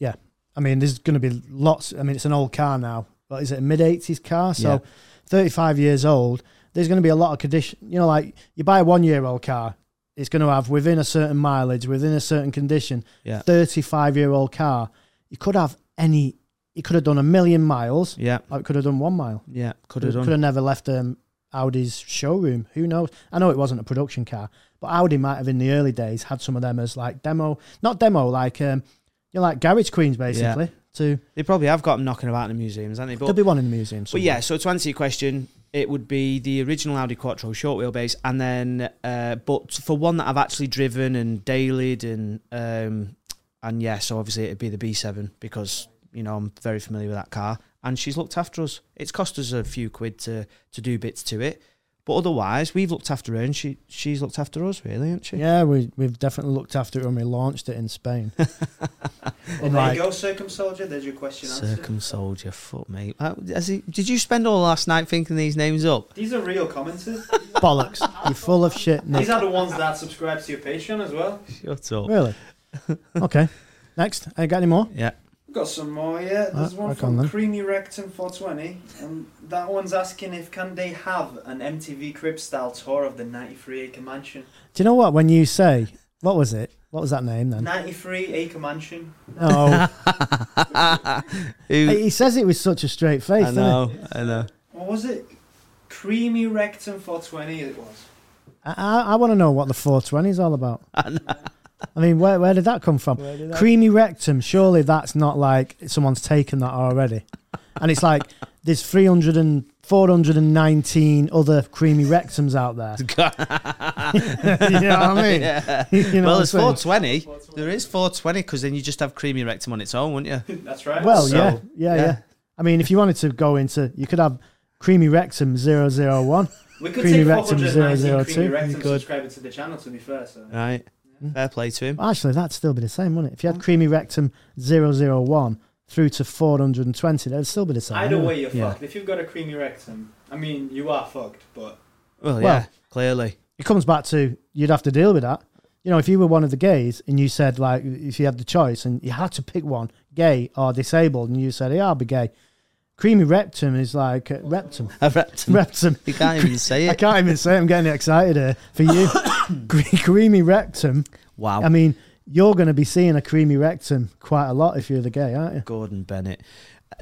yeah. I mean, there's going to be lots. I mean, it's an old car now. But is it a mid '80s car? So, Yeah. 35 years old. There's going to be a lot of condition. You know, like you buy a one-year-old car, it's going to have within a certain mileage, within a certain condition. Yeah. 35-year-old car, you could have any. You could have done a million miles. Yeah, Or it could have done one mile. yeah, Could could have have, done. never left um, Audi's showroom. Who knows? I know it wasn't a production car, but Audi might have in the early days had some of them as like demo, not demo, like um, you know, like garage queens basically. To They probably have got them knocking about in the museums, haven't they? there'll But, be one in the museum. but somewhere. yeah, so to answer your question, it would be the original Audi Quattro short wheelbase, and then uh, but for one that I've actually driven and dailied and um, and yeah, so obviously it'd be the B7 because you know I'm very familiar with that car, and she's looked after us. It's cost us a few quid to to do bits to it, but otherwise we've looked after her, and she she's looked after us, really, hasn't she? yeah, we we've definitely looked after it when we launched it in Spain. Well, there Right. you go, Circum Soldier. There's your question answered. Circum soldier, fuck mate. Uh, has he- did you spend all last night thinking these names up? These are real commenters. Bollocks! You're full of shit, Nick. These are the ones that subscribe to your Patreon as well. Shut up. Really? Okay. Next, I got any more? Yeah. We've got some more, yeah. There's Ah, rock one on from then. Creamy Rectum 420, and that one's asking if can they have an MTV Crib style tour of the 93 acre mansion. Do you know what? When you say what was it? What was that name then? 93 acre mansion. No, Who? he says it with such a straight face. I doesn't he? know, I know. What was it? Creamy Rectum 420 it was. I, I, I want to know what the 420 is all about. I mean, where, where did that come from? Creamy rectum. Surely that's not like someone's taken that already. And it's like there's 300 and 419 other creamy rectums out there. you know what I mean? Yeah. You know well, what it's I'm saying? 420. There is 420 because then you just have creamy rectum on its own, wouldn't you? That's right. Well, So, yeah, yeah, yeah, yeah. I mean, if you wanted to go into, you could have creamy rectum 001. we could Creamy take Rectum 419 Creamy 002. Rectum Good. subscriber to the channel, to be fair. So. Right. Mm. Fair play to him. Actually, that'd still be the same, wouldn't it? If you had creamy rectum 001 through to 420, that'd still be the same. Either wouldn't it? way, you're Yeah. fucked. If you've got a creamy rectum, I mean, you are fucked, but. Well, yeah, Well- clearly. it comes back to you'd have to deal with that. You know, if you were one of the gays and you said like if you had the choice and you had to pick one, gay or disabled, and you said, "Yeah, I'll be gay." Creamy rectum is like uh, rectum, A rectum. rectum. You can't even say I it. can't even say. it. I'm getting excited here for you. Cre- creamy rectum. Wow. I mean, you're going to be seeing a creamy rectum quite a lot if you're the gay, aren't you? Gordon Bennett.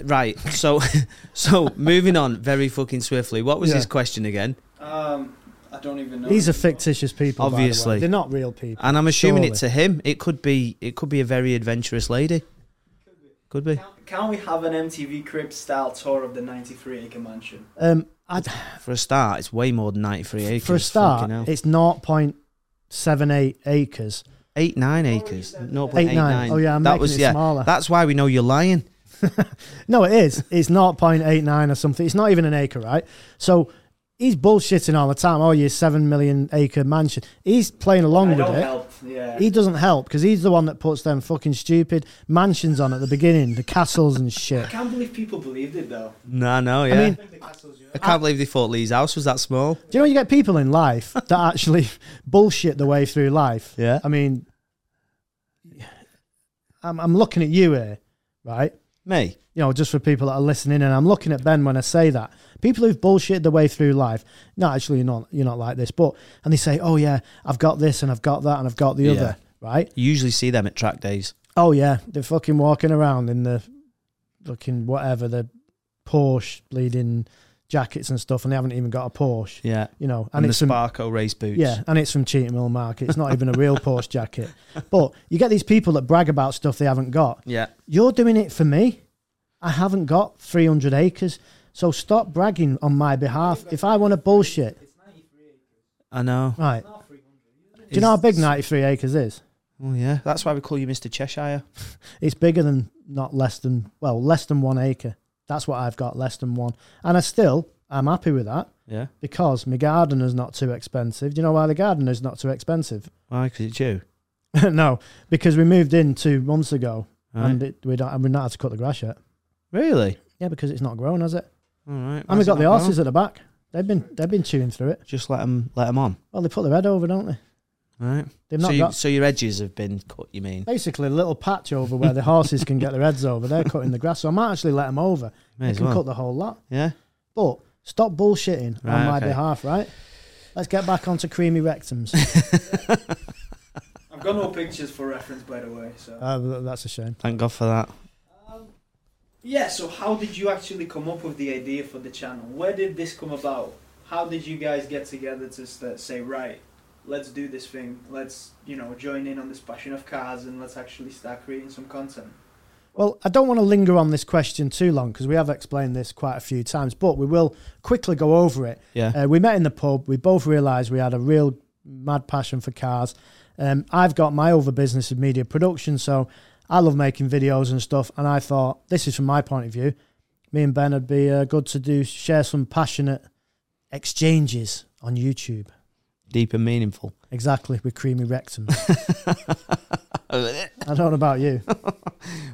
Right. So, so moving on very fucking swiftly. What was Yeah. his question again? Um, I don't even know. These are fictitious people. by the way. Obviously. they're not real people. And I'm assuming Surely. it's a him. It could be. It could be a very adventurous lady. Could be. Can we have an MTV Crib style tour of the 93 acre mansion? Um, I'd, For a start, it's way more than 93 acres. for a start, fucking hell. it's 0.78 acres. Eight nine acres. No, Eight, nine. Oh, yeah, I'm that making was it yeah. smaller. That's why we know you're lying. No, it is. It's not 0.89 or something. It's not even an acre, right? So he's bullshitting all the time. Oh, your seven million acre mansion. He's playing along I with don't it. help. Yeah. He doesn't help because he's the one that puts them fucking stupid mansions on at the beginning, the castles and shit. I can't believe people believed it though. No, no, yeah. I, mean- can't believe they thought Lee's house was that small. Do you know you get people in life that actually bullshit their way through life? Yeah. I mean, I'm, I'm looking at you here, right? Me. you know, just for people that are listening, and I'm looking at Ben when I say that. People who've bullshitted their way through life. No, actually, you're not. You're not like this, but and they say, "Oh yeah, I've got this, and I've got that, and I've got the other." Right? You usually see them at track days. Oh yeah, they're fucking walking around in the fucking whatever the Porsche bleeding jackets and stuff, and they haven't even got a Porsche. Yeah. You know, And, and the it's some Sparko race boots. yeah, and it's from Cheatham Hill Market. It's not even a real Porsche jacket. But you get these people that brag about stuff they haven't got Yeah. you're doing it for me. I haven't got 300 acres. So stop bragging on my behalf. If I want to bullshit, I know. right. Do you know how big 93 acres is? Oh yeah. That's why we call you Mr. Cheshire. It's bigger than, not less than, well, less than one acre. That's what I've got, less than one. And I still, I'm happy with that Yeah. because my gardener's not too expensive. Do you know why the gardener's not too expensive? Why? Because it's you. no, because we moved in two months ago Right. and it, we don't, and we've not had to cut the grass yet. Really? Yeah, because it's not grown, has it? All right. And we where's got it the not going? horses at the back. They've been they've been chewing through it. Just let them let them on. Well, they put their head over, don't they? All right. They've So, not you, got so your edges have been cut. You mean? basically a little patch over where the horses can get their heads over. They're cutting the grass, so I might actually let them over. May they as can well. cut the whole lot. Yeah. But stop bullshitting on Right, my okay. behalf, right? Let's get back onto creamy rectums. I've got no pictures for reference, by the way. So uh, th- that's a shame. Thank God for that. yeah. So how did you actually come up with the idea for the channel? Where did this come about? How did you guys get together to st- say right? Let's do this thing. Let's you know join in on this passion of cars and let's actually start creating some content. Well, I don't want to linger on this question too long because we have explained this quite a few times, but we will quickly go over it. Yeah. Uh, we met in the pub. We both realised we had a real mad passion for cars. Um, I've got my other business of media production, so I love making videos and stuff. And I thought this is from my point of view. Me and Ben would be uh, good to do share some passionate exchanges on YouTube. Deep and meaningful. Exactly with creamy rectums. I don't know about you.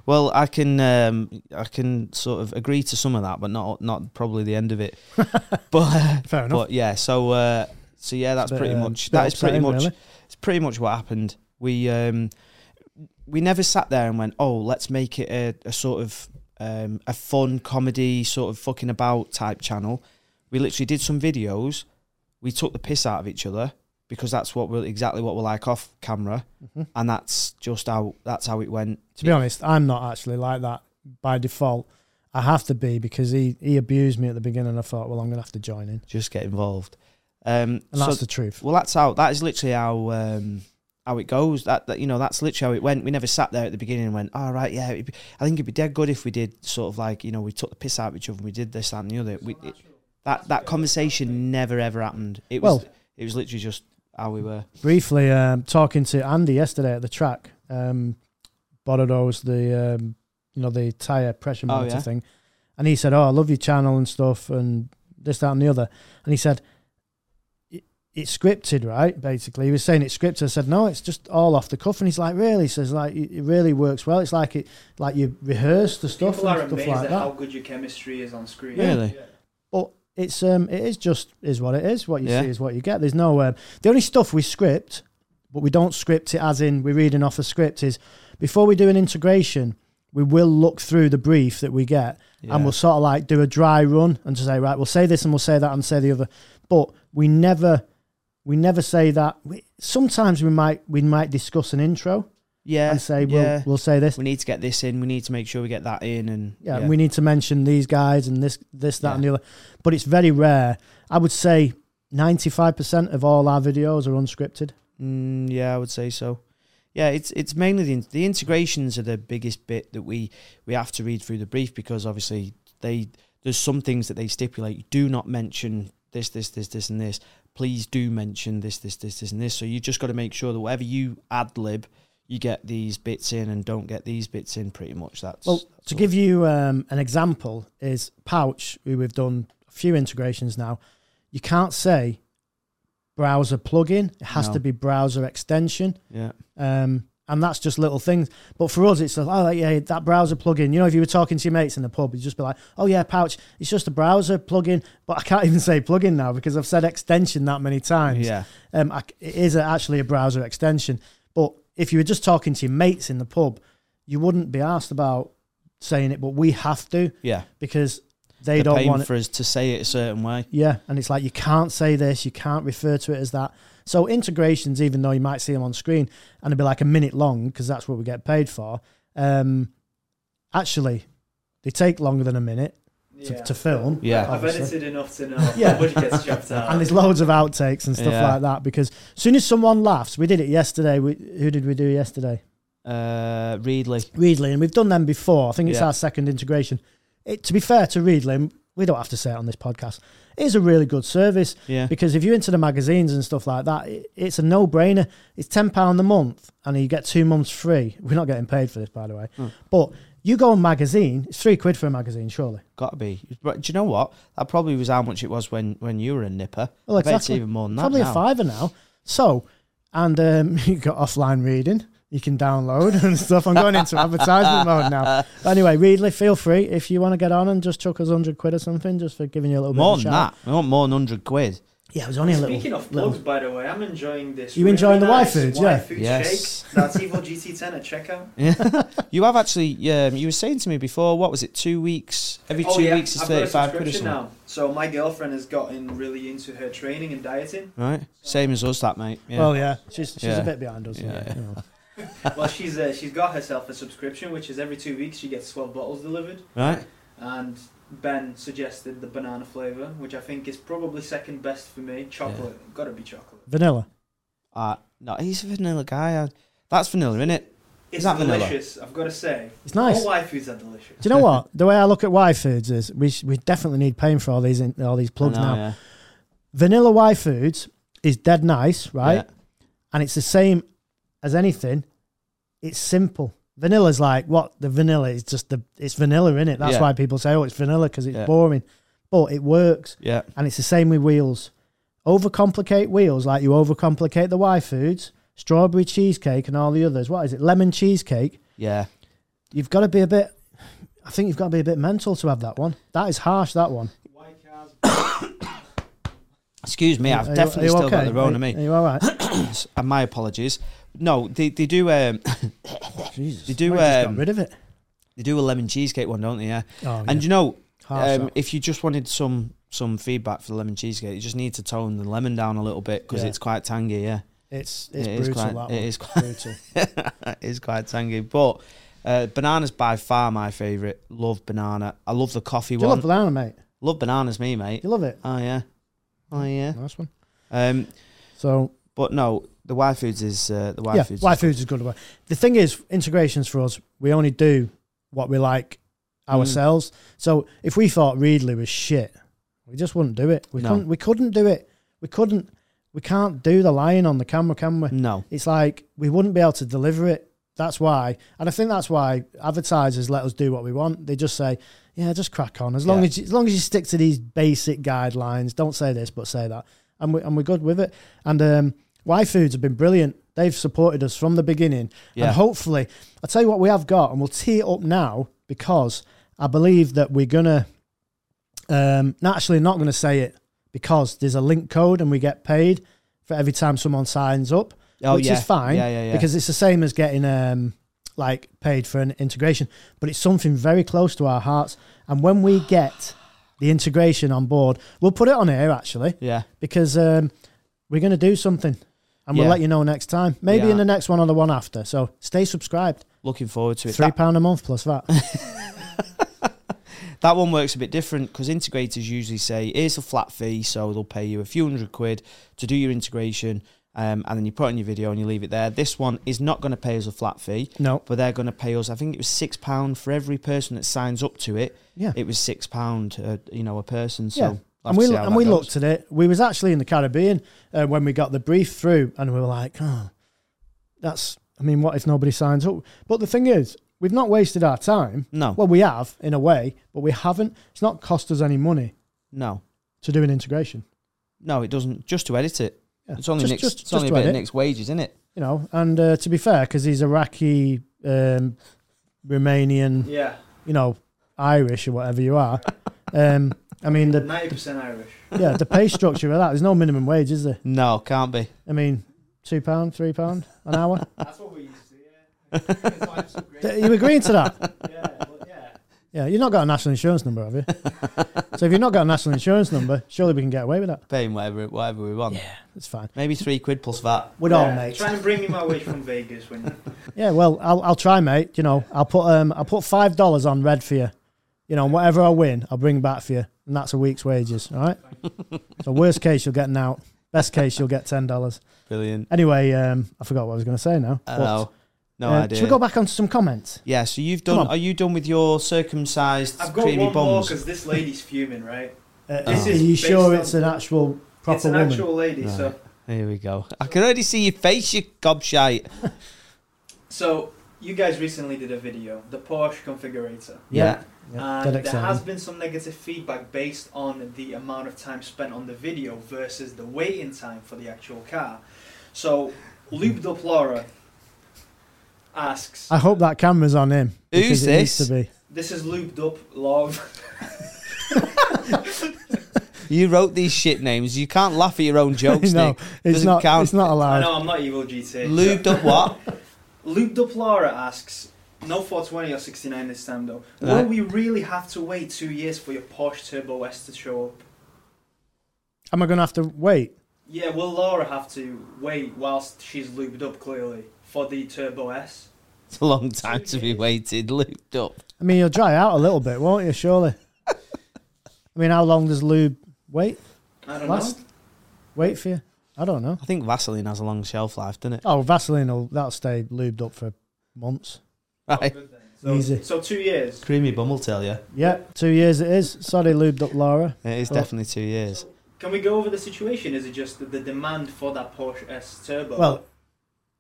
Well, I can um, I can sort of agree to some of that, but not not probably the end of it. but uh, Fair enough. but yeah, so uh, so yeah, that's Bit, pretty um, much bit that is pretty upsetting, much really. it's pretty much what happened. We um, we never sat there and went, oh, let's make it a, a sort of um, a fun comedy sort of fucking about type channel. We literally did some videos. We took the piss out of each other because that's what we're exactly what we're like off camera, Mhm. and that's just how that's how it went. To be honest, I'm not actually like that by default. I have to be because he, he abused me at the beginning. I thought, well, I'm going to have to join in. Just get involved. Um, And so- that's the truth. Well, that's how that is literally how um, how it goes. That, that you know, that's literally how it went. We never sat there at the beginning and went, "All right, yeah." It'd be, I think it'd be dead good if we did sort of like you know we took the piss out of each other, and we did this that, and the other. We, it, that that conversation never ever happened. It was Well- it was literally just how we were. Briefly, um, talking to Andy yesterday at the track, um, Borodo's the, um, you know, the tyre pressure Oh, monitor yeah. thing. And he said, oh, I love your channel and stuff and this, that and the other. And he said, "It- it's scripted, right? Basically, he was saying it's scripted. I said, no, it's just all off the cuff. And he's like, really? He says, like, it it really works well. It's like it, like you rehearse the stuff People are and stuff amazed like at that. how good your chemistry is on screen. Really? But it's um, it is just is what it is. What you Yeah. see is what you get. There's no um, the only stuff we script, but we don't script it as in we're reading off a script. Is before we do an integration, we will look through the brief that we get Yeah. and we'll sort of like do a dry run and just say right, we'll say this and we'll say that and say the other. But we never, we never say that. We, sometimes we might we might discuss an intro yeah, and say we'll yeah. we'll say this. we need to get this in. We need to make sure we get that in, and yeah, and we need to mention these guys and this, this, that, and the other. But it's very rare. I would say ninety-five percent of all our videos are unscripted. Mm, yeah, I would say so. Yeah, it's it's mainly the, in- the integrations are the biggest bit that we we have to read through the brief because obviously they there's some things that they stipulate do not mention this this this this and this. Please do mention this this this this and this. So you just got to make sure that whatever you ad lib, you get these bits in and don't get these bits in. Pretty much that's Well, to give you um, an example, is Pouch, who we've done a few integrations now. You can't say browser plugin; it has No. to be browser extension. yeah Um, and that's just little things. But for us, it's like, oh, yeah, that browser plugin. You know, if you were talking to your mates in the pub, you'd just be like, oh, yeah, pouch, it's just a browser plugin. But I can't even say plugin now because I've said extension that many times. yeah Um, I c it is a, actually a browser extension. But if you were just talking to your mates in the pub, you wouldn't be asked about saying it, but we have to yeah. because they They are don't paying want it. for us to say it a certain way. Yeah, and it's like you can't say this, you can't refer to it as that. So integrations, even though you might see them on screen and it'd be like a minute long because that's what we get paid for, um, actually they take longer than a minute to, Yeah. to film. Yeah. I've obviously. edited enough to know Yeah. nobody gets chopped out. And there's loads of outtakes and stuff Yeah. like that because as soon as someone laughs, we did it yesterday. We, who did we do yesterday? Uh, Readly, Reedley, and we've done them before. I think it's Yeah. our second integration. It, to be fair to Reedley, and we don't have to say it on this podcast, it is a really good service. yeah, Because if you're into the magazines and stuff like that, it, it's a no brainer. It's £10 a month and you get two months free. We're not getting paid for this, by the way. Hmm. But you go on magazine, it's three quid for a magazine, surely. Got to be. But do you know what? That probably was how much it was when, when you were a nipper. Well, I bet it's exactly. even more than that Probably now. a fiver now. So, and um, you got offline reading, you can download and stuff. I'm going into advertisement mode now. Anyway, Readly, feel free if you want to get on and just chuck us hundred quid or something, just for giving you a little More bit than of a shout. that. I want more than 100 quid. Yeah, it was only a little. Speaking of little- plugs, by the way, I'm enjoying this. You enjoying the Y nice foods, Y yeah? food Yes. shake. That's Evil GT10 at checkout. You have actually, um, you were saying to me before, what was it, two weeks? Every two Oh, yeah, weeks is I've got a 35 quid or subscription something. now. So my girlfriend has gotten really into her training and dieting. Right? Same as us, that, mate. Yeah. Well, yeah, she's she's Yeah. a bit behind us. Yeah. Yeah. You know. well, she's uh, she's got herself a subscription, which is every two weeks she gets 12 bottles delivered. right? And Ben suggested the banana flavour, which I think is probably second best for me. Chocolate. Gotta be chocolate. Vanilla. Uh, no, he's a vanilla guy. I- That's vanilla, isn't it? It's that vanilla? delicious, I've got to say. It's nice. All Y foods are delicious. Do you know what? the way I look at Y foods is we sh- we definitely need paying for all these in, all these plugs now. Yeah. Vanilla Y foods is dead nice, right? Yeah. And it's the same as anything. It's simple. Vanilla's like what the vanilla is just the it's vanilla in it. That's Yeah. why people say oh it's vanilla because it's Yeah. boring, but it works. Yeah. And it's the same with wheels. Overcomplicate wheels like you overcomplicate the Y foods, strawberry cheesecake, and all the others. What is it? Lemon cheesecake. Yeah. You've got to be a bit. I think you've got to be a bit mental to have that one. That is harsh. That one. White cars. Excuse me, I've Are you- definitely are you still got okay? the Rona Are- me. Are you all right? and my apologies. No, they, they do um, Jesus. They do, I just um, got rid of it. they do a lemon cheesecake one, don't they? Yeah. Oh, And yeah. you know, Harsh, um, that. if you just wanted some some feedback for the lemon cheesecake, you just need to tone the lemon down a little bit because Yeah. it's quite tangy. Yeah, it's it's it is brutal. quite- that it one. is quite- brutal. it is quite tangy. But uh, bananas by far my favorite. Love banana. I love the coffee Do you one. love Love, banana, mate? bananas, me mate. Do you love Mm. it? Oh yeah, oh yeah. Nice one. Um, So but no, the Y foods is uh, the Y yeah, foods. Y is- foods is good. The thing is, integrations for us, we only do what we like Mm. ourselves. So if we thought Readley was shit, we just wouldn't do it. We No. couldn't. We couldn't do it. We couldn't. We can't do the lying on the camera, can we? No, It's like we wouldn't be able to deliver it. That's why, and I think that's why advertisers let us do what we want. They just say, "Yeah, just crack on." As long Yeah. as you, as long as you stick to these basic guidelines, don't say this, but say that, and we and we're good with it. And um, Y Foods have been brilliant. They've supported us from the beginning, Yeah. and hopefully, I tell you what, we have got, and we'll tee it up now because I believe that we're gonna. Um, no, actually, not gonna say it because there's a link code, and we get paid for every time someone signs up oh, which yeah. is fine Yeah, yeah, yeah. because it's the same as getting um like paid for an integration but it's something very close to our hearts and when we get the integration on board we'll put it on here actually yeah. because um we're going to do something and we'll Yeah. let you know next time maybe Yeah. in the next one or the one after so stay subscribed Looking forward to it. three That- pound a month plus that That one works a bit different because integrators usually say, here's a flat fee, so they'll pay you a few hundred quid to do your integration, um, and then you put on your video and you leave it there. This one is not going to pay us a flat fee, no but they're going to pay us, I think it was £6 for every person that signs up to it. yeah It was £6, uh, you know, a person. So Yeah. we'll have and to we see how and that we goes. looked at it. We was actually in the Caribbean uh, when we got the brief through, and we were like, "Oh, that's." I mean, what if nobody signs up? But the thing is, we've not wasted our time. No, Well, we have in a way, but we haven't. It's not cost us any money no, to do an integration, no, it doesn't. Just to edit it. Yeah. It's only Just- Nick's, just- it's only just a bit to of edit. Nick's wages, isn't it? you know. And uh, to be fair, because he's Iraqi, um, Romanian, Yeah. you know, Irish or whatever you are. Um, I mean, the 90% Irish. yeah, the pay structure of that. There's no minimum wage, is there? No, can't be. I mean, two pound, three pound an hour. That's what we used to, yeah. It's like some great- Are you agreeing to that? yeah, but yeah. Yeah, you've not got a national insurance number, have you? so if you've not got a national insurance number, surely we can get away with that. Paying whatever, whatever we want. It's fine. Maybe three quid plus that. We'd yeah. all mate. Try and bring me my wage from Vegas when you Yeah, well, I'll, I'll try, mate. You know, I'll put um I'll put five dollars on red for you. You know, and whatever I win, I'll bring back for you, and that's a week's wages. All right. so worst case, you'll get an out. Best case, you'll get ten dollars. Brilliant. Anyway, um, I forgot what I was going to say now. I but, know. No uh, idea. Should we go back onto some comments? Yeah, so you've Come done. on. Are you done with your circumcised I've got creamy one more bums? because this lady's fuming, right? Uh, This are is you based sure on- it's an actual proper it's an woman? actual lady, so Here we go. I can already see your face, you gobshite. so you guys recently did a video, the Porsche configurator. Yeah. yeah, dead and there has exciting. been some negative feedback based on the amount of time spent on the video versus the waiting time for the actual car. So, Loop Del Plora asks, I hope that camera's on him. Who's because it needs this? To be. "This is looped up, love." You wrote these shit names. You can't laugh at your own jokes, no, Nick. it's Doesn't not. count. It's not I allowed. know I'm not evil GTA. Lubed up what? Looped up Laura asks, no 420 or 69 this time though. Right. Will we really have to wait two years for your Porsche Turbo S to show up? Am I going to have to wait? Yeah, will Laura have to wait whilst she's lubed up clearly for the Turbo S? It's a long time to be waited. Lubed up. I mean, you'll dry out a little bit, won't you? Surely. I mean, how long does lube wait? I don't Last- know. Wait for you? I don't know. I think Vaseline has a long shelf life, doesn't it? Oh, Vaseline will that'll stay lubed up for months. Right. So, Easy. so two years. Creamy bum will tell you. Yeah, two years it is. Sorry, lubed up Laura. It is Oh. definitely two years. Can we go over the situation? Is it just the, the demand for that Porsche S Turbo? Well,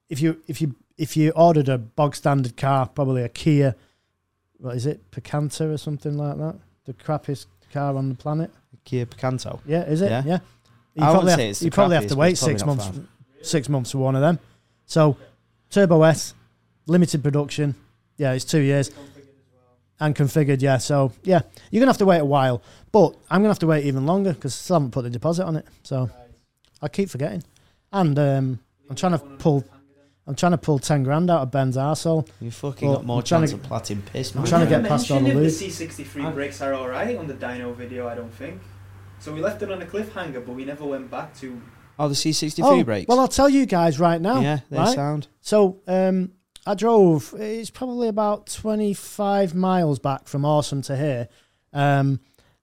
if you if you if you ordered a bog standard car, probably a Kia, what is it, Picanto or something like that? The crappiest car on the planet. Kia Picanto. Yeah, is it? Yeah. Yeah. You I wouldn't probably have, say it's the you probably have crappiest, to but wait it's probably six not months, bad. six months for one of them. So, Turbo S, limited production. Yeah, it's two years. And configured, yeah. So, yeah, you're gonna have to wait a while, but I'm gonna have to wait even longer because I still haven't put the deposit on it. So, I keep forgetting, and um, I'm trying to pull, I'm trying to pull ten grand out of Ben's arsehole. You fucking Well, got more Oh, I'm trying chance to- of platting piss, I'm man. trying to never get past all mentioned the if the C63 I- brakes are alright on the dyno video, I don't think. So we left it on a cliffhanger, but we never went back to. Oh, the C63 Oh, brakes. well, I'll tell you guys right now. yeah, they right? sound. So um, I drove. It's probably about twenty-five miles back from Awesome to here, um,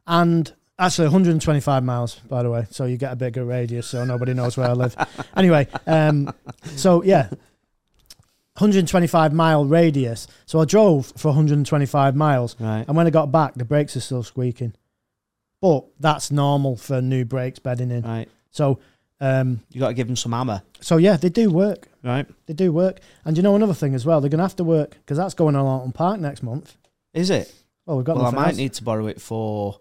and actually one hundred and twenty-five miles, by the way. So you get a bigger radius, so nobody knows where I live. Anyway, um, so yeah. 125 mile radius. So I drove for 125 miles, Right. and when I got back, the brakes are still squeaking. But that's normal for new brakes bedding in. Right. So, um, You got to give them some hammer. so yeah, they do work. Right. They do work. And you know another thing as well, they're going to have to work because that's going on Alton Park next month. Is it? Well, we've got well, I nothing might else. need to borrow it for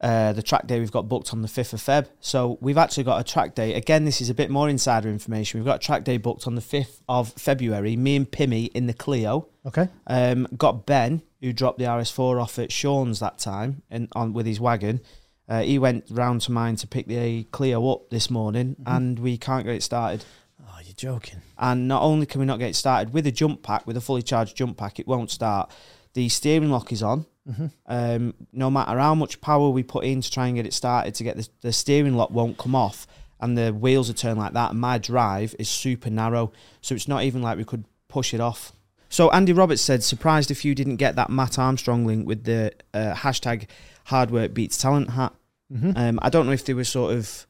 uh, the track day we've got booked on the 5th of Feb. So we've actually got a track day. Again, this is a bit more insider information. We've got a track day booked on the 5th of February. Me and Pimmy in the Clio. Okay. Um, got Ben, who dropped the RS4 off at Sean's that time and on with his wagon. Uh, he went round to mine to pick the Clio up this morning Mm-hmm. and we can't get it started. Oh, you're joking. And not only can we not get it started with a jump pack, with a fully charged jump pack, it won't start. The steering lock is on. Mm-hmm. Um, no matter how much power we put in to try and get it started, to get the, the steering lock won't come off, and the wheels are turned like that. And my drive is super narrow, so it's not even like we could push it off. So Andy Roberts said, surprised if you didn't get that Matt Armstrong link with the uh, hashtag hard work beats talent hat. Mm-hmm. Um, I don't know if they were sort of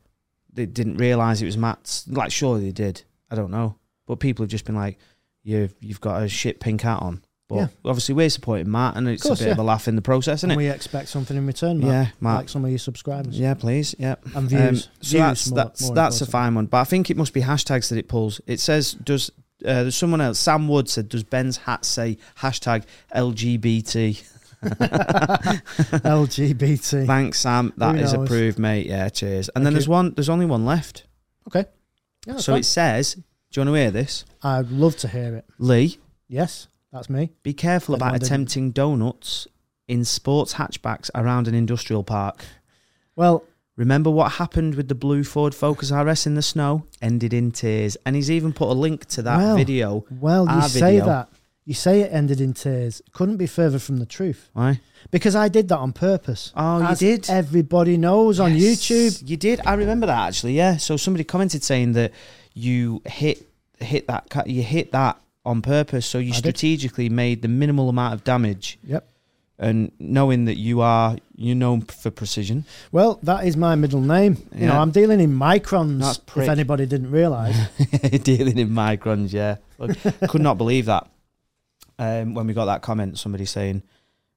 they didn't realise it was Matt's. Like, surely they did. I don't know, but people have just been like, "You've you've got a shit pink hat on." But Yeah. obviously, we're supporting Matt, and it's course, a bit of yeah. a laugh in the process, isn't And it? we expect something in return, Matt. yeah, Matt. Like some of your subscribers yeah, please. Yeah. and Um, views. so Views that's more- that's more that's a important. fine one, but I think it must be hashtags that it pulls. It says does. Uh, there's someone else. Sam Wood said, "Does Ben's hat say hashtag LGBT?" LGBT. Thanks, Sam. That Who is knows? approved, mate. Yeah, cheers. And then Thank there's you. Oh, one. There's only one left. Okay. Yeah, that's so fine. it says, "Do you want to hear this, I'd love to hear it. Lee?" Yes, that's me. Be careful about Everyone did. attempting donuts in sports hatchbacks around an industrial park. Well, Remember what happened with the blue Ford Focus RS in the snow? Ended in tears. And he's even put a link to that Well. video. well, you Our say video. that. You say it ended in tears. Couldn't be further from the truth. Why? Because I did that on purpose. Oh, you As did? Everybody knows on Yes, YouTube. You did. I remember that actually. Yeah. So somebody commented saying that you hit hit that ca- you hit that on purpose. So you I did. strategically made the minimal amount of damage. Yep. And knowing that you are you're known for precision. Well, that is my middle name. You know, Yeah. I'm dealing in microns. That's if prick. anybody didn't realise, dealing in microns. Yeah, Look, could not believe that um, when we got that comment. Somebody saying,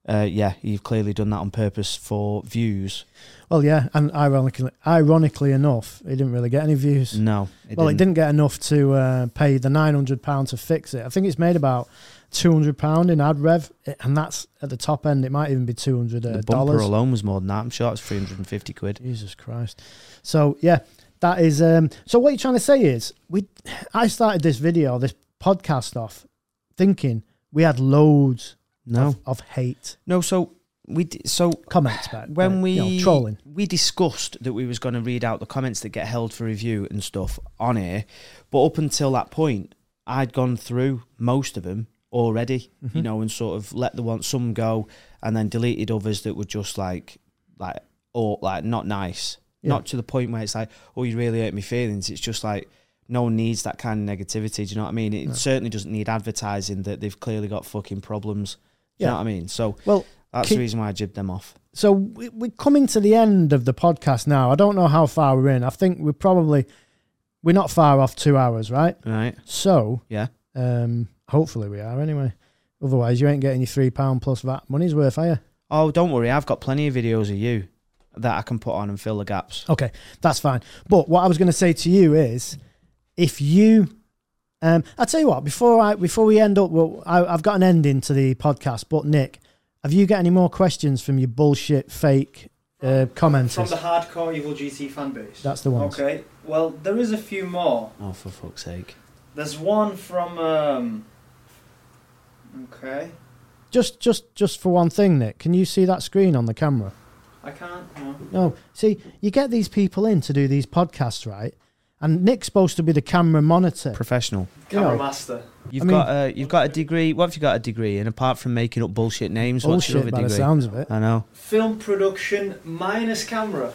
uh, "Yeah, you've clearly done that on purpose for views." well, yeah, and ironically, ironically enough, it didn't really get any views. No, it well, didn't. it didn't get enough to uh, pay the nine hundred pound to fix it. I think it's made about two hundred pound in ad rev, eh, and that's at the top end. It might even be two hundred uh, The bumper dollars. alone was more than that. I'm sure it was 350 quid. Jesus Christ! So yeah, that is. Um, so what you're trying to say is we, I started this video, this podcast off thinking we had loads No, of, of hate no. So we d- so comments back when like, we Uh, you know, trolling. we discussed that we was going to read out the comments that get held for review and stuff on here, but up until that point, I'd gone through most of them already, Mm-hmm. you Hmm. know, and sort of let the one some go, and then deleted others that were just like like or like not nice, Yeah. not to the point where it's like, oh, you really hurt my feelings. It's just like. No one needs that kind of negativity. Do you know what I mean? It certainly doesn't need advertising that they've clearly got fucking problems. Do you Yeah. know what I mean? So Well, that's Ki- the reason why I jibbed them off. so we, we're coming to the end of the podcast now. I don't know how far we're in. I think we're probably we're not far off two hours, right? Right. So Yeah. um, hopefully we are anyway. Otherwise, you ain't getting your three pound plus VAT money's worth, are you? Oh, don't worry. I've got plenty of videos of you that I can put on and fill the gaps. Okay, that's fine. But what I was going to say to you is, if you, um, I'll tell you what. Before I before we end up, well, I, I've got an ending to the podcast. But Nick, have you got any more questions from your bullshit fake uh, From commenters? the hardcore Evil GT fan base. That's the ones. Okay, well, there is a few more. Oh, for fuck's sake. There's one from. Um, okay. Just just just for one thing, Nick. Can you see that screen on the camera? I can't. No. No. See, you get these people in to do these podcasts, right? And Nick's supposed to be the camera monitor. Professional. Camera know, Master. You've I mean- got a you've got a degree. What have you got a degree in apart from making up bullshit names? what's your Bullshit other by the degree? sounds of it. I know. Film production minus camera.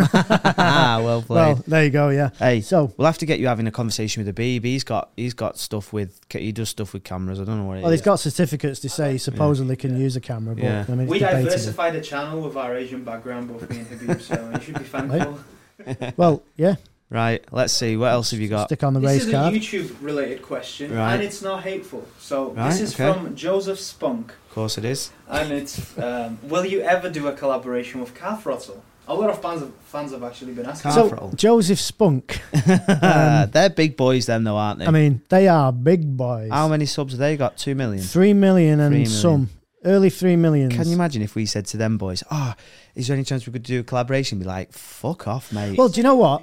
ah, well played. Well, there you go. Yeah. hey, So we'll have to get you having a conversation with the Beeb. He's got he's got stuff with he does stuff with cameras. I don't know what it Well, is. Oh, he's got certificates to say he supposedly can use a camera, but Yeah. I mean, it's We debatable. diversify the channel with our Asian background, both me and Habib, so you should be thankful. Right. Well, yeah, Right. Let's see. What else have you got? stick on the This race is card. a YouTube related question, Right. and it's not hateful. So Right, this is okay. from Joseph Spunk, Of course it is. and it's um, Will you ever do a collaboration with Calf Throttle? A lot of fans, fans have actually been asking. Calf- so, Afro. Joseph Spunk, They're big boys, them though, aren't they? Um, I mean, they are big boys. How many subs have they got? Two million. Three million and Three million. some. Early three millions. Can you imagine if we said to them boys, "Ah, oh, is there any chance we could do a collaboration?" Be like, "Fuck off, mate." well, do you know what?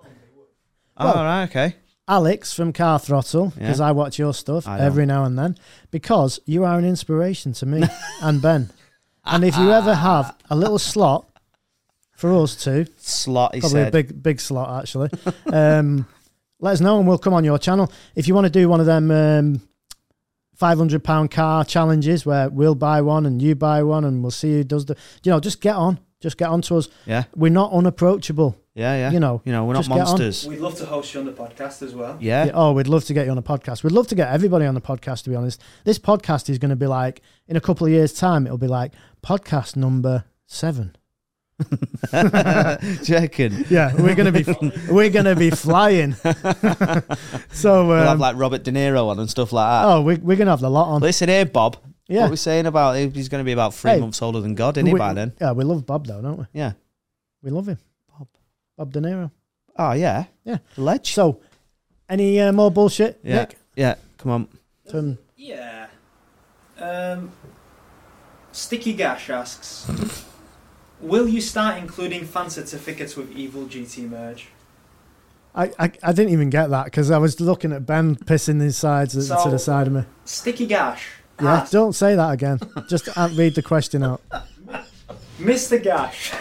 oh, well- right, okay. Alex from Car Throttle, because Yeah. I watch your stuff I know. every now and then, because you are an inspiration to me and Ben. And if you ever have a little slot for us two, Slot. He probably said. a big big slot actually. um, let us know and we'll come on your channel if you want to do one of them um, five hundred pound car challenges where we'll buy one and you buy one and we'll see who does the. You know, just get on, just get on to us. yeah, We're not unapproachable. yeah, yeah. You know, you know, we're not just get on. monsters. We'd love to host you on the podcast as well. Yeah. Yeah, Oh, we'd love to get you on a podcast. We'd love to get everybody on the podcast. To be honest, this podcast is going to be like in a couple of years' time. It'll be like podcast number seven. Do you reckon? Yeah, we're gonna be we're gonna be flying. so We'll have um, like Robert De Niro on and stuff like that. oh, we, we're gonna have the lot on. Listen here, Bob. Yeah. What we're saying about he's going to be about three Hey. months older than God, isn't he? we, By then. Yeah, we love Bob though, don't we? Yeah. We love him. Bob. Bob De Niro. Oh yeah. Yeah. Ledge. So, any uh, more bullshit, Yeah. Nick? Yeah. Come on. Turn- Yeah. Um, Sticky Gash asks Will you start including fan certificates with Evil GT merge? I, I, I didn't even get that because I was looking at Ben pissing his sides to So- the side of me. Sticky Gash Yeah, Ah. asks, don't say that again. Just uh, read the question out. Mr. Gash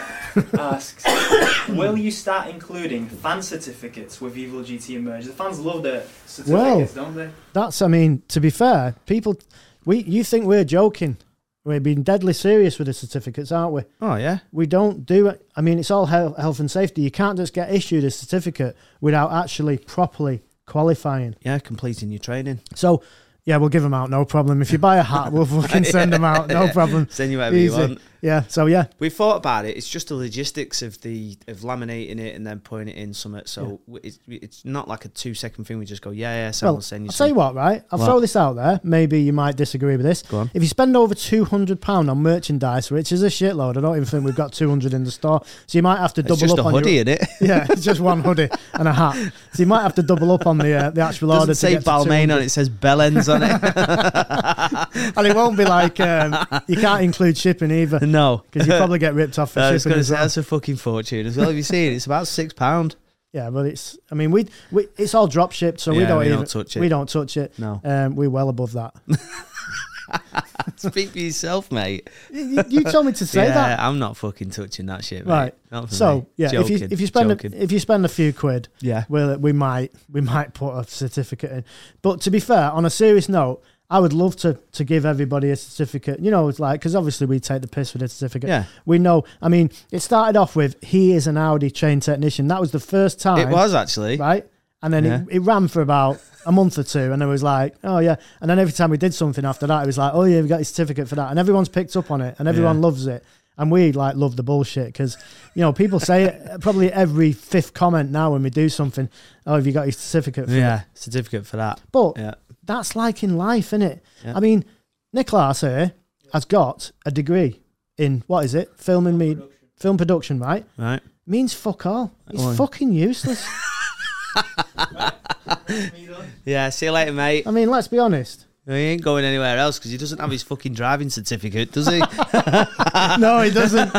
asks, will you start including fan certificates with Evil GT Merge? The fans love their certificates, don't they? That's, I mean, to be fair, people, we you think we're joking. We're being deadly serious with the certificates, aren't we? Oh yeah. we don't do it. I mean, it's all health, health and safety. You can't just get issued a certificate without actually properly qualifying. Yeah. Completing your training. So, yeah, we'll give them out, no problem. If you buy a hat, we'll fucking send them out, no problem. Send you whatever you want. Yeah, so yeah, We thought about it. It's just the logistics of the of laminating it and then putting it in summit. So w it's, it's not like a two second thing. We just go, yeah, yeah, so well, we'll send you. I'll tell you some. what, right? I'll What? throw this out there. Maybe you might disagree with this. Go on. If you spend over £200 on merchandise, which is a shitload, I don't even think we've got 200 in the store. So you might have to double It's just up a on hoodie Your, in it. yeah, it's just one hoodie and a hat. So you might have to double up on the uh, the actual order. Doesn't to say get to Balmain 200. on it. It says Bellends on it. and it won't be like um, you can't include shipping either no, because you probably get ripped off for I was shipping going to as say well. that's a fucking fortune as well. Have you seen? it? It's about six pound. Yeah, but it's. I mean, we we it's all drop shipped, so we Yeah, don't we even, don't touch it. We don't touch it. No. Um, we're well above that. Speak for yourself, mate. you, you told me to say yeah, that, I'm not fucking touching that shit, mate. right? Not for So me. yeah, if you Joking, if you spend joking. a, if you spend a few quid, yeah, well, we might we might put a certificate in. But to be fair, on a serious note, I would love to to give everybody a certificate. You know, it's like because obviously we take the piss with a certificate. Yeah. we know. I mean, it started off with he is an Audi trained technician. That was the first time it was actually. right? And then it, it ran for about a month or two, and it was like, oh yeah. And then every time we did something after that, it was like, oh yeah, we got your certificate for that, and everyone's picked up on it, and everyone Yeah. loves it. And we like love the bullshit because, you know, people say it probably every fifth comment now when we do something. Oh, have you got your certificate? For Yeah, It? certificate for that. But Yeah, that's like in life, isn't it? Yeah. I mean, Nicholas here has got a degree in what is it? Filming me, film production, right? right. Means fuck all. He's Why? fucking useless. Yeah, see you later, mate. I mean, let's be honest. He ain't going anywhere else because he doesn't have his fucking driving certificate, does he? Don't no, he doesn't.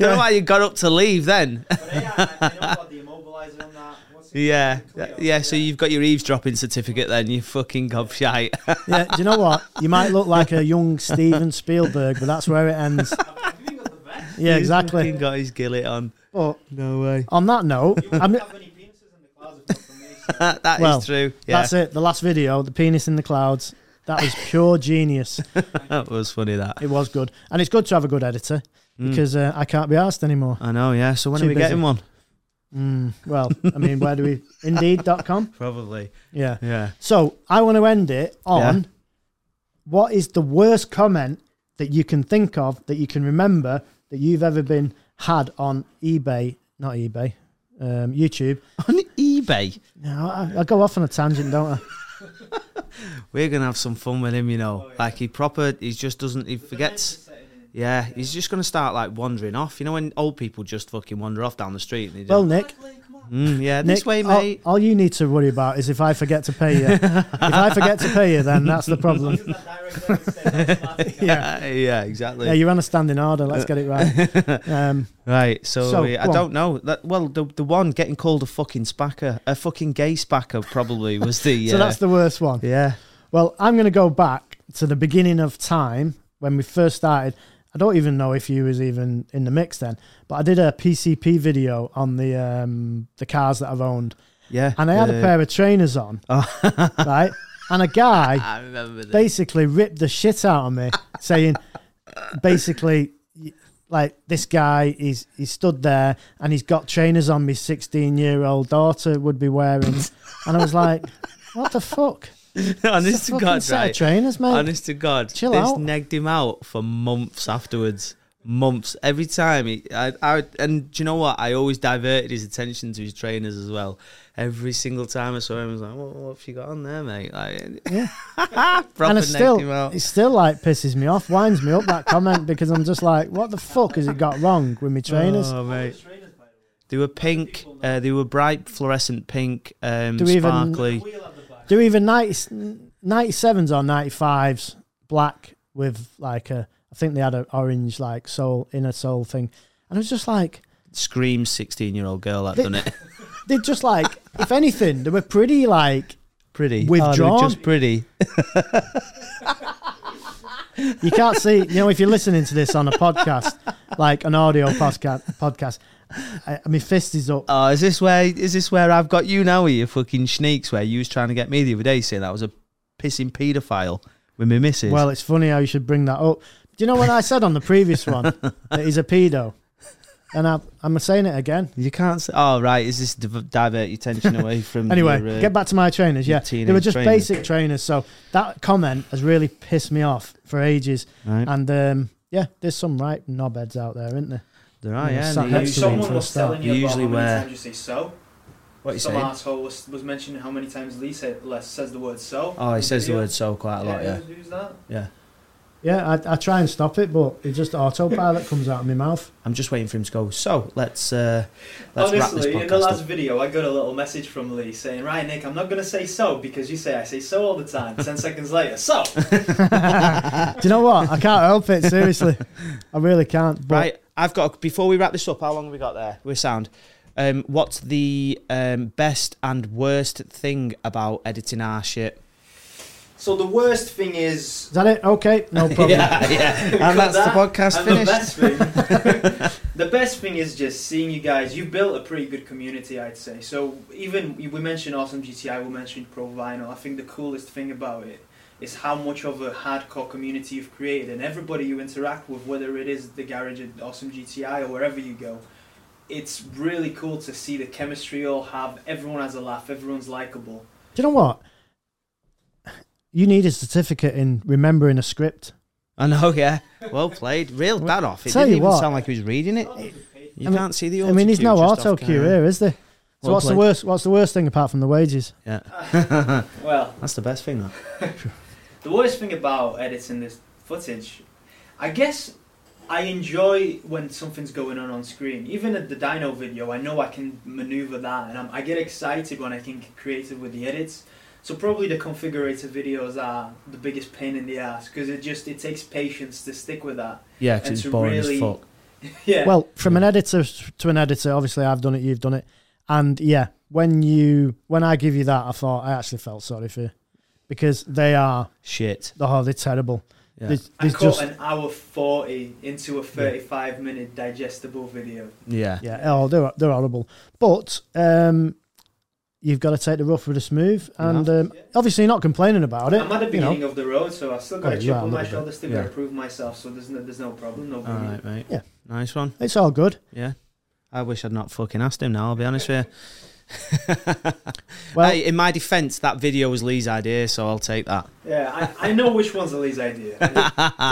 know why you got up to leave then. But hey, I, I know about the immobilizer and that. What's it Yeah, called? Clio. yeah. So you've got your eavesdropping certificate then. You fucking gobshite. Yeah, do you know what? You might look like a young Steven Spielberg, but that's where it ends. Have you got the vet? Yeah, He's exactly. fucking got his gillet on. But No way. on that note, You I'm, wouldn't have any penises in the closet if not for me. So. That is Well, true. Yeah, that's it. The last video, the penis in the clouds. That was pure genius. that was funny. That It was good, and it's good to have a good editor Mm. because uh, I can't be asked anymore. I know. Yeah. So when Too are we busy. getting one? Mm, well, I mean, where do we? Indeed.com. Probably. Yeah. Yeah. So I want to end it on Yeah. what is the worst comment that you can think of that you can remember that you've ever been had on eBay, not eBay, um, YouTube. On eBay. No, I, I go off on a tangent, don't I? We're gonna have some fun with him, you know. Like he proper, he just doesn't. He forgets. Yeah, he's just gonna start like wandering off. You know when old people just fucking wander off down the street. And they Well, don't, Nick, mm, yeah, Nick, oh, this way, all- mate. All, you need to worry about is if I forget to pay you. if I forget to pay you, then that's the problem. Because that direct line is set automatically. yeah, yeah, exactly. Yeah, you're on a standing order. Let's get it right. Um, right. So, So, we- I go on. don't know. That, well, the the one getting called a fucking spacker, a fucking gay spacker, probably was the. So uh, that's the worst one. yeah. Well, I'm going to go back to the beginning of time when we first started. I don't even know if you was even in the mix then, but I did a PCP video on the um, the cars that I've owned, Yeah. and I had a uh, pair of trainers on, right? And a guy I remember that. basically ripped the shit out of me, saying, basically, y- like this guy is he stood there and he's got trainers on. My sixteen-year-old daughter would be wearing, and I was like, what the fuck? It's honest a to fucking God, set of right? trainers, mate. Honest to God, Chill this out. negged him out for months afterwards. Months every time he, I, I, and do you know what? I always diverted his attention to his trainers as well. Every single time I saw him, I was like, "What, what have you got on there, mate?" Like, Yeah. proper and negged it's still, him out. it still like pisses me off, winds me up that comment because I'm just like, what the fuck has it got wrong with me trainers? Oh, mate. Trainers, by the They were pink. Uh, they were bright, fluorescent pink, um, Do we even- sparkly. way. Wheel at the back. Do even 90, 97s or 95s black with like a, I think they had an orange like soul, inner soul thing. And it was just like, Scream, sixteen-year-old girl, that They- done it. they just like, if anything, they were pretty like, Pretty. they Withdrawn. were just pretty. you can't see, you know, if you're listening to this on a podcast, like an audio podcast, podcast I, my fist is up. Oh, is this where is this where I've got you now? Are you fucking sneaks? Where you was trying to get me the other day, saying that I was a pissing paedophile with my missus. Well, it's funny how you should bring that up. Do you know what I said on the previous one that he's a pedo? And I, I'm saying it again. you can't. Say, oh, right. Is this div- divert your attention away from? Anyway, your, uh, get back to my trainers. your Yeah, they were teenage just trainers. basic trainers. So that comment has really pissed me off for ages. Right. And um, yeah, there's some right knobheads out there, isn't there? There are, Yeah, yeah. sat and next you- to If me someone from was the start. telling you about Usually how many where- times you say so, what you some saying? asshole was, was mentioning how many times Lee said, Les says the word so. Oh, he in says the video. word so quite a lot. Yeah. Who's, who's that? Yeah. Yeah, I, I try and stop it, but it just autopilot comes out of my mouth. I'm just waiting for him to go. So let's uh, let's wrap this Honestly, in the podcast last up. video, I got a little message from Lee saying, "Right, Nick, I'm not gonna say so because you say I say so all the time." Ten seconds later, so Do you know what? I can't help it. Seriously, I really can't. But Right. I've got before we wrap this up. How long have we got there? We're sound. Um, what's the um, best and worst thing about editing our shit? So the worst thing is. Is that it? Okay, no problem. yeah, yeah. And that's the that, podcast and finished. The best, thing, the best thing is just seeing you guys. You built a pretty good community, I'd say. So even we mentioned Awesome GTI, we mentioned Pro Vinyl. I think the coolest thing about it is how much of a hardcore community you've created, and everybody you interact with, whether it is the garage at Awesome GTI or wherever you go. It's really cool to see the chemistry you all have. Everyone has a laugh. Everyone's likable. Do you know what? You need a certificate in remembering a script. I know, yeah. Well played. Reeled that off. It Tell didn't you even what. sound like he was reading it. You I mean- can't see the I mean, there's no just auto off cue camera. here, is there? So Well what's the played. worst? What's the worst thing apart from the wages? Yeah. Well, That's the best thing, though. The worst thing about editing this footage, I guess I enjoy when something's going on on screen. Even at the dino video, I know I can maneuver that, and I'm, I get excited when I can get creative with the edits. So probably the configurator videos are the biggest pain in the ass because it just it takes patience to stick with that. Yeah, because 'cause And it's it's to boring boring as really- as fuck. fuck. yeah. Well, from an editor to an editor, obviously I've done it, you've done it, and yeah, when you when I give you that, I thought I actually felt sorry for you because they are Shit. oh they're terrible. Yeah. There's, I there's cut just an hour forty into a thirty-five minute digestible video. yeah. yeah oh they're they're horrible. But um, you've got to take the rough with the smooth, and um, obviously you're not complaining about it. I'm at the you know. beginning of the road, so I still got Oh, a you chip are a on my little bit, shoulder, still yeah. got to prove myself. So there's no there's no problem, no All boogie. right, mate. Yeah. Nice one. It's all good. Yeah. I wish I'd not fucking asked him now, I'll be honest with you. Well, hey, in my defence, that video was Lee's idea, so I'll take that. Yeah, I, I know which one's Ali's idea.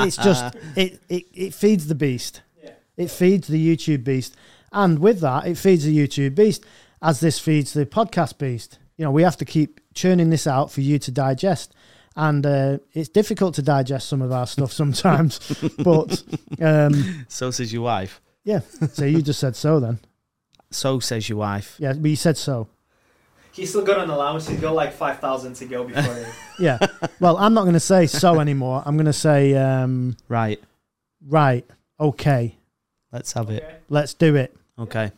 it's just it, it it feeds the beast. Yeah. It feeds the YouTube beast, and with that, it feeds the YouTube beast as this feeds the podcast beast. You know, we have to keep churning this out for you to digest, and uh, it's difficult to digest some of our stuff sometimes. but um, So says your wife. yeah, so you just said so then. So says your wife. Yeah, but you said so. He's still got an allowance. He's got like five thousand to go before. He... Yeah. Well, I'm not going to say so anymore. I'm going to say um, Right. right, okay, Let's have it. Okay. let's do it. Okay.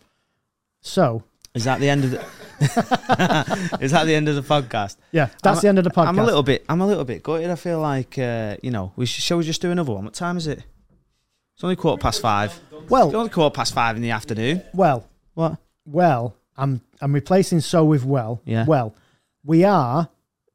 So Is that the end of the? is that the end of the podcast? yeah, that's I'm- the end of the podcast. I'm a little bit. I'm a little bit gutted. I feel like uh, you know. We should, shall we just do another one? What time is it? It's only quarter past five. It's well, only quarter past five in the afternoon. well. What? well, I'm I'm replacing so with well. Yeah. Well, we are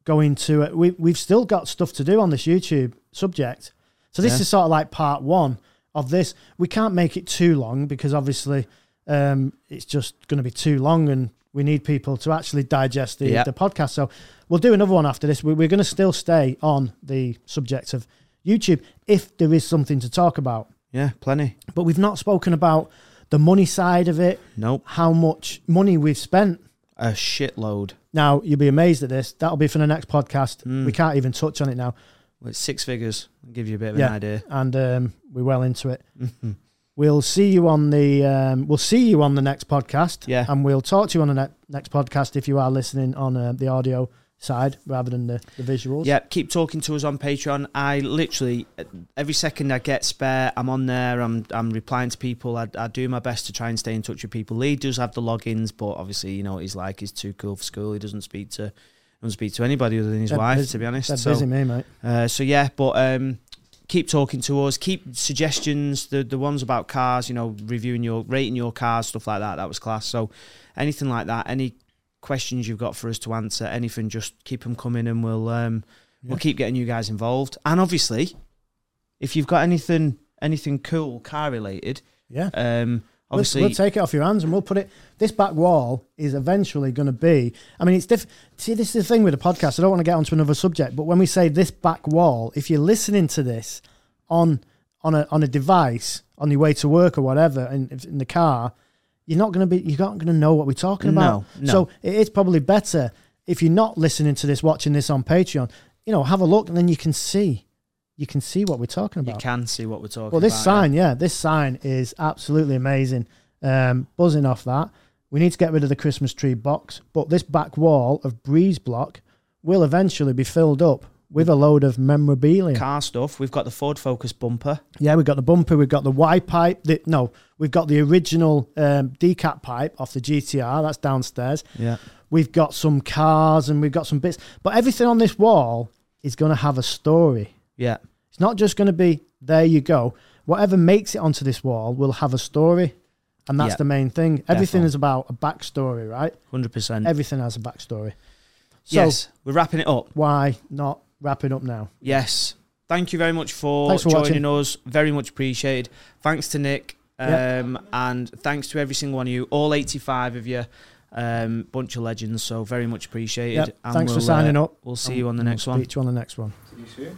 going to uh, we we've still got stuff to do on this YouTube subject. So this Yeah. is sort of like part one of this. We can't make it too long because obviously um, it's just going to be too long, and we need people to actually digest the, Yeah. the podcast. So we'll do another one after this. We, we're going to still stay on the subject of YouTube if there is something to talk about. Yeah, plenty. But we've not spoken about the money side of it Nope. how much money we've spent. A shitload. Now you'll be amazed at this. That'll be for the next podcast. Hmm. We can't even touch on it now, Well, it's six figures. I'll give you a bit of Yeah. an idea. and um, we're well into it. Mm-hmm. We'll see you on the um, we'll see you on the next podcast. Yeah. and we'll talk to you on the ne- next podcast if you are listening on uh, the audio side rather than the, the visuals. Yeah, keep talking to us on Patreon. I literally every second I get spare, I'm on there. I'm I'm replying to people. I, I do my best to try and stay in touch with people. Lee does have the logins, but obviously you know what he's like. He's too cool for school. He doesn't speak to doesn't speak to anybody other than his They're wife, busy- to be honest. They're so busy, me mate. uh, so yeah, but um, keep talking to us. Keep suggestions. The the ones about cars, you know, reviewing your rating your cars, stuff like that. That was class. So anything like that, any questions you've got for us to answer, anything, just keep them coming, and we'll um, we'll keep getting you guys involved. And obviously, if you've got anything anything cool car related, Yeah, um, We'll- obviously. we'll, take it off your hands and we'll put it. This back wall is eventually going to be. I mean, it's diff. See, this is the thing with the podcast. I don't want to get onto another subject, but when we say this back wall, if you're listening to this on on a on a device on your way to work or whatever, in in the car, you're not going to be. You're not going to know what we're talking about. No, no. So it is probably better if you're not listening to this, watching this on Patreon. You know, have a look and then you can see. You can see what we're talking you about. can see what we're talking Well, this about. sign, yeah. this sign is absolutely amazing. Um, buzzing off that. We need to get rid of the Christmas tree box, but this back wall of breeze block will eventually be filled up with a load of memorabilia. Car stuff. We've got the Ford Focus bumper. Yeah, we've got the bumper, we've got the Y pipe. The, no, we've got the original um, decat pipe off the GTR. That's downstairs. Yeah. We've got some cars and we've got some bits. But everything on this wall is going to have a story. Yeah. It's not just going to be there you go. Whatever makes it onto this wall will have a story. And that's Yeah. the main thing. Everything Definitely. is about a backstory, right? 100%. Everything has a backstory. So yes. We're wrapping it up. why not wrap it up now? Yes. Thank you very much for, Thanks for joining us. Very much appreciated. Thanks to Nick. Um, Yeah. And thanks to every single one of you, all 85 of you. Um, bunch of legends. So very much appreciated. Yep. And Thanks for we'll, signing uh, up. We'll see And you on the we'll next one. Speak to you on the next one. See you soon.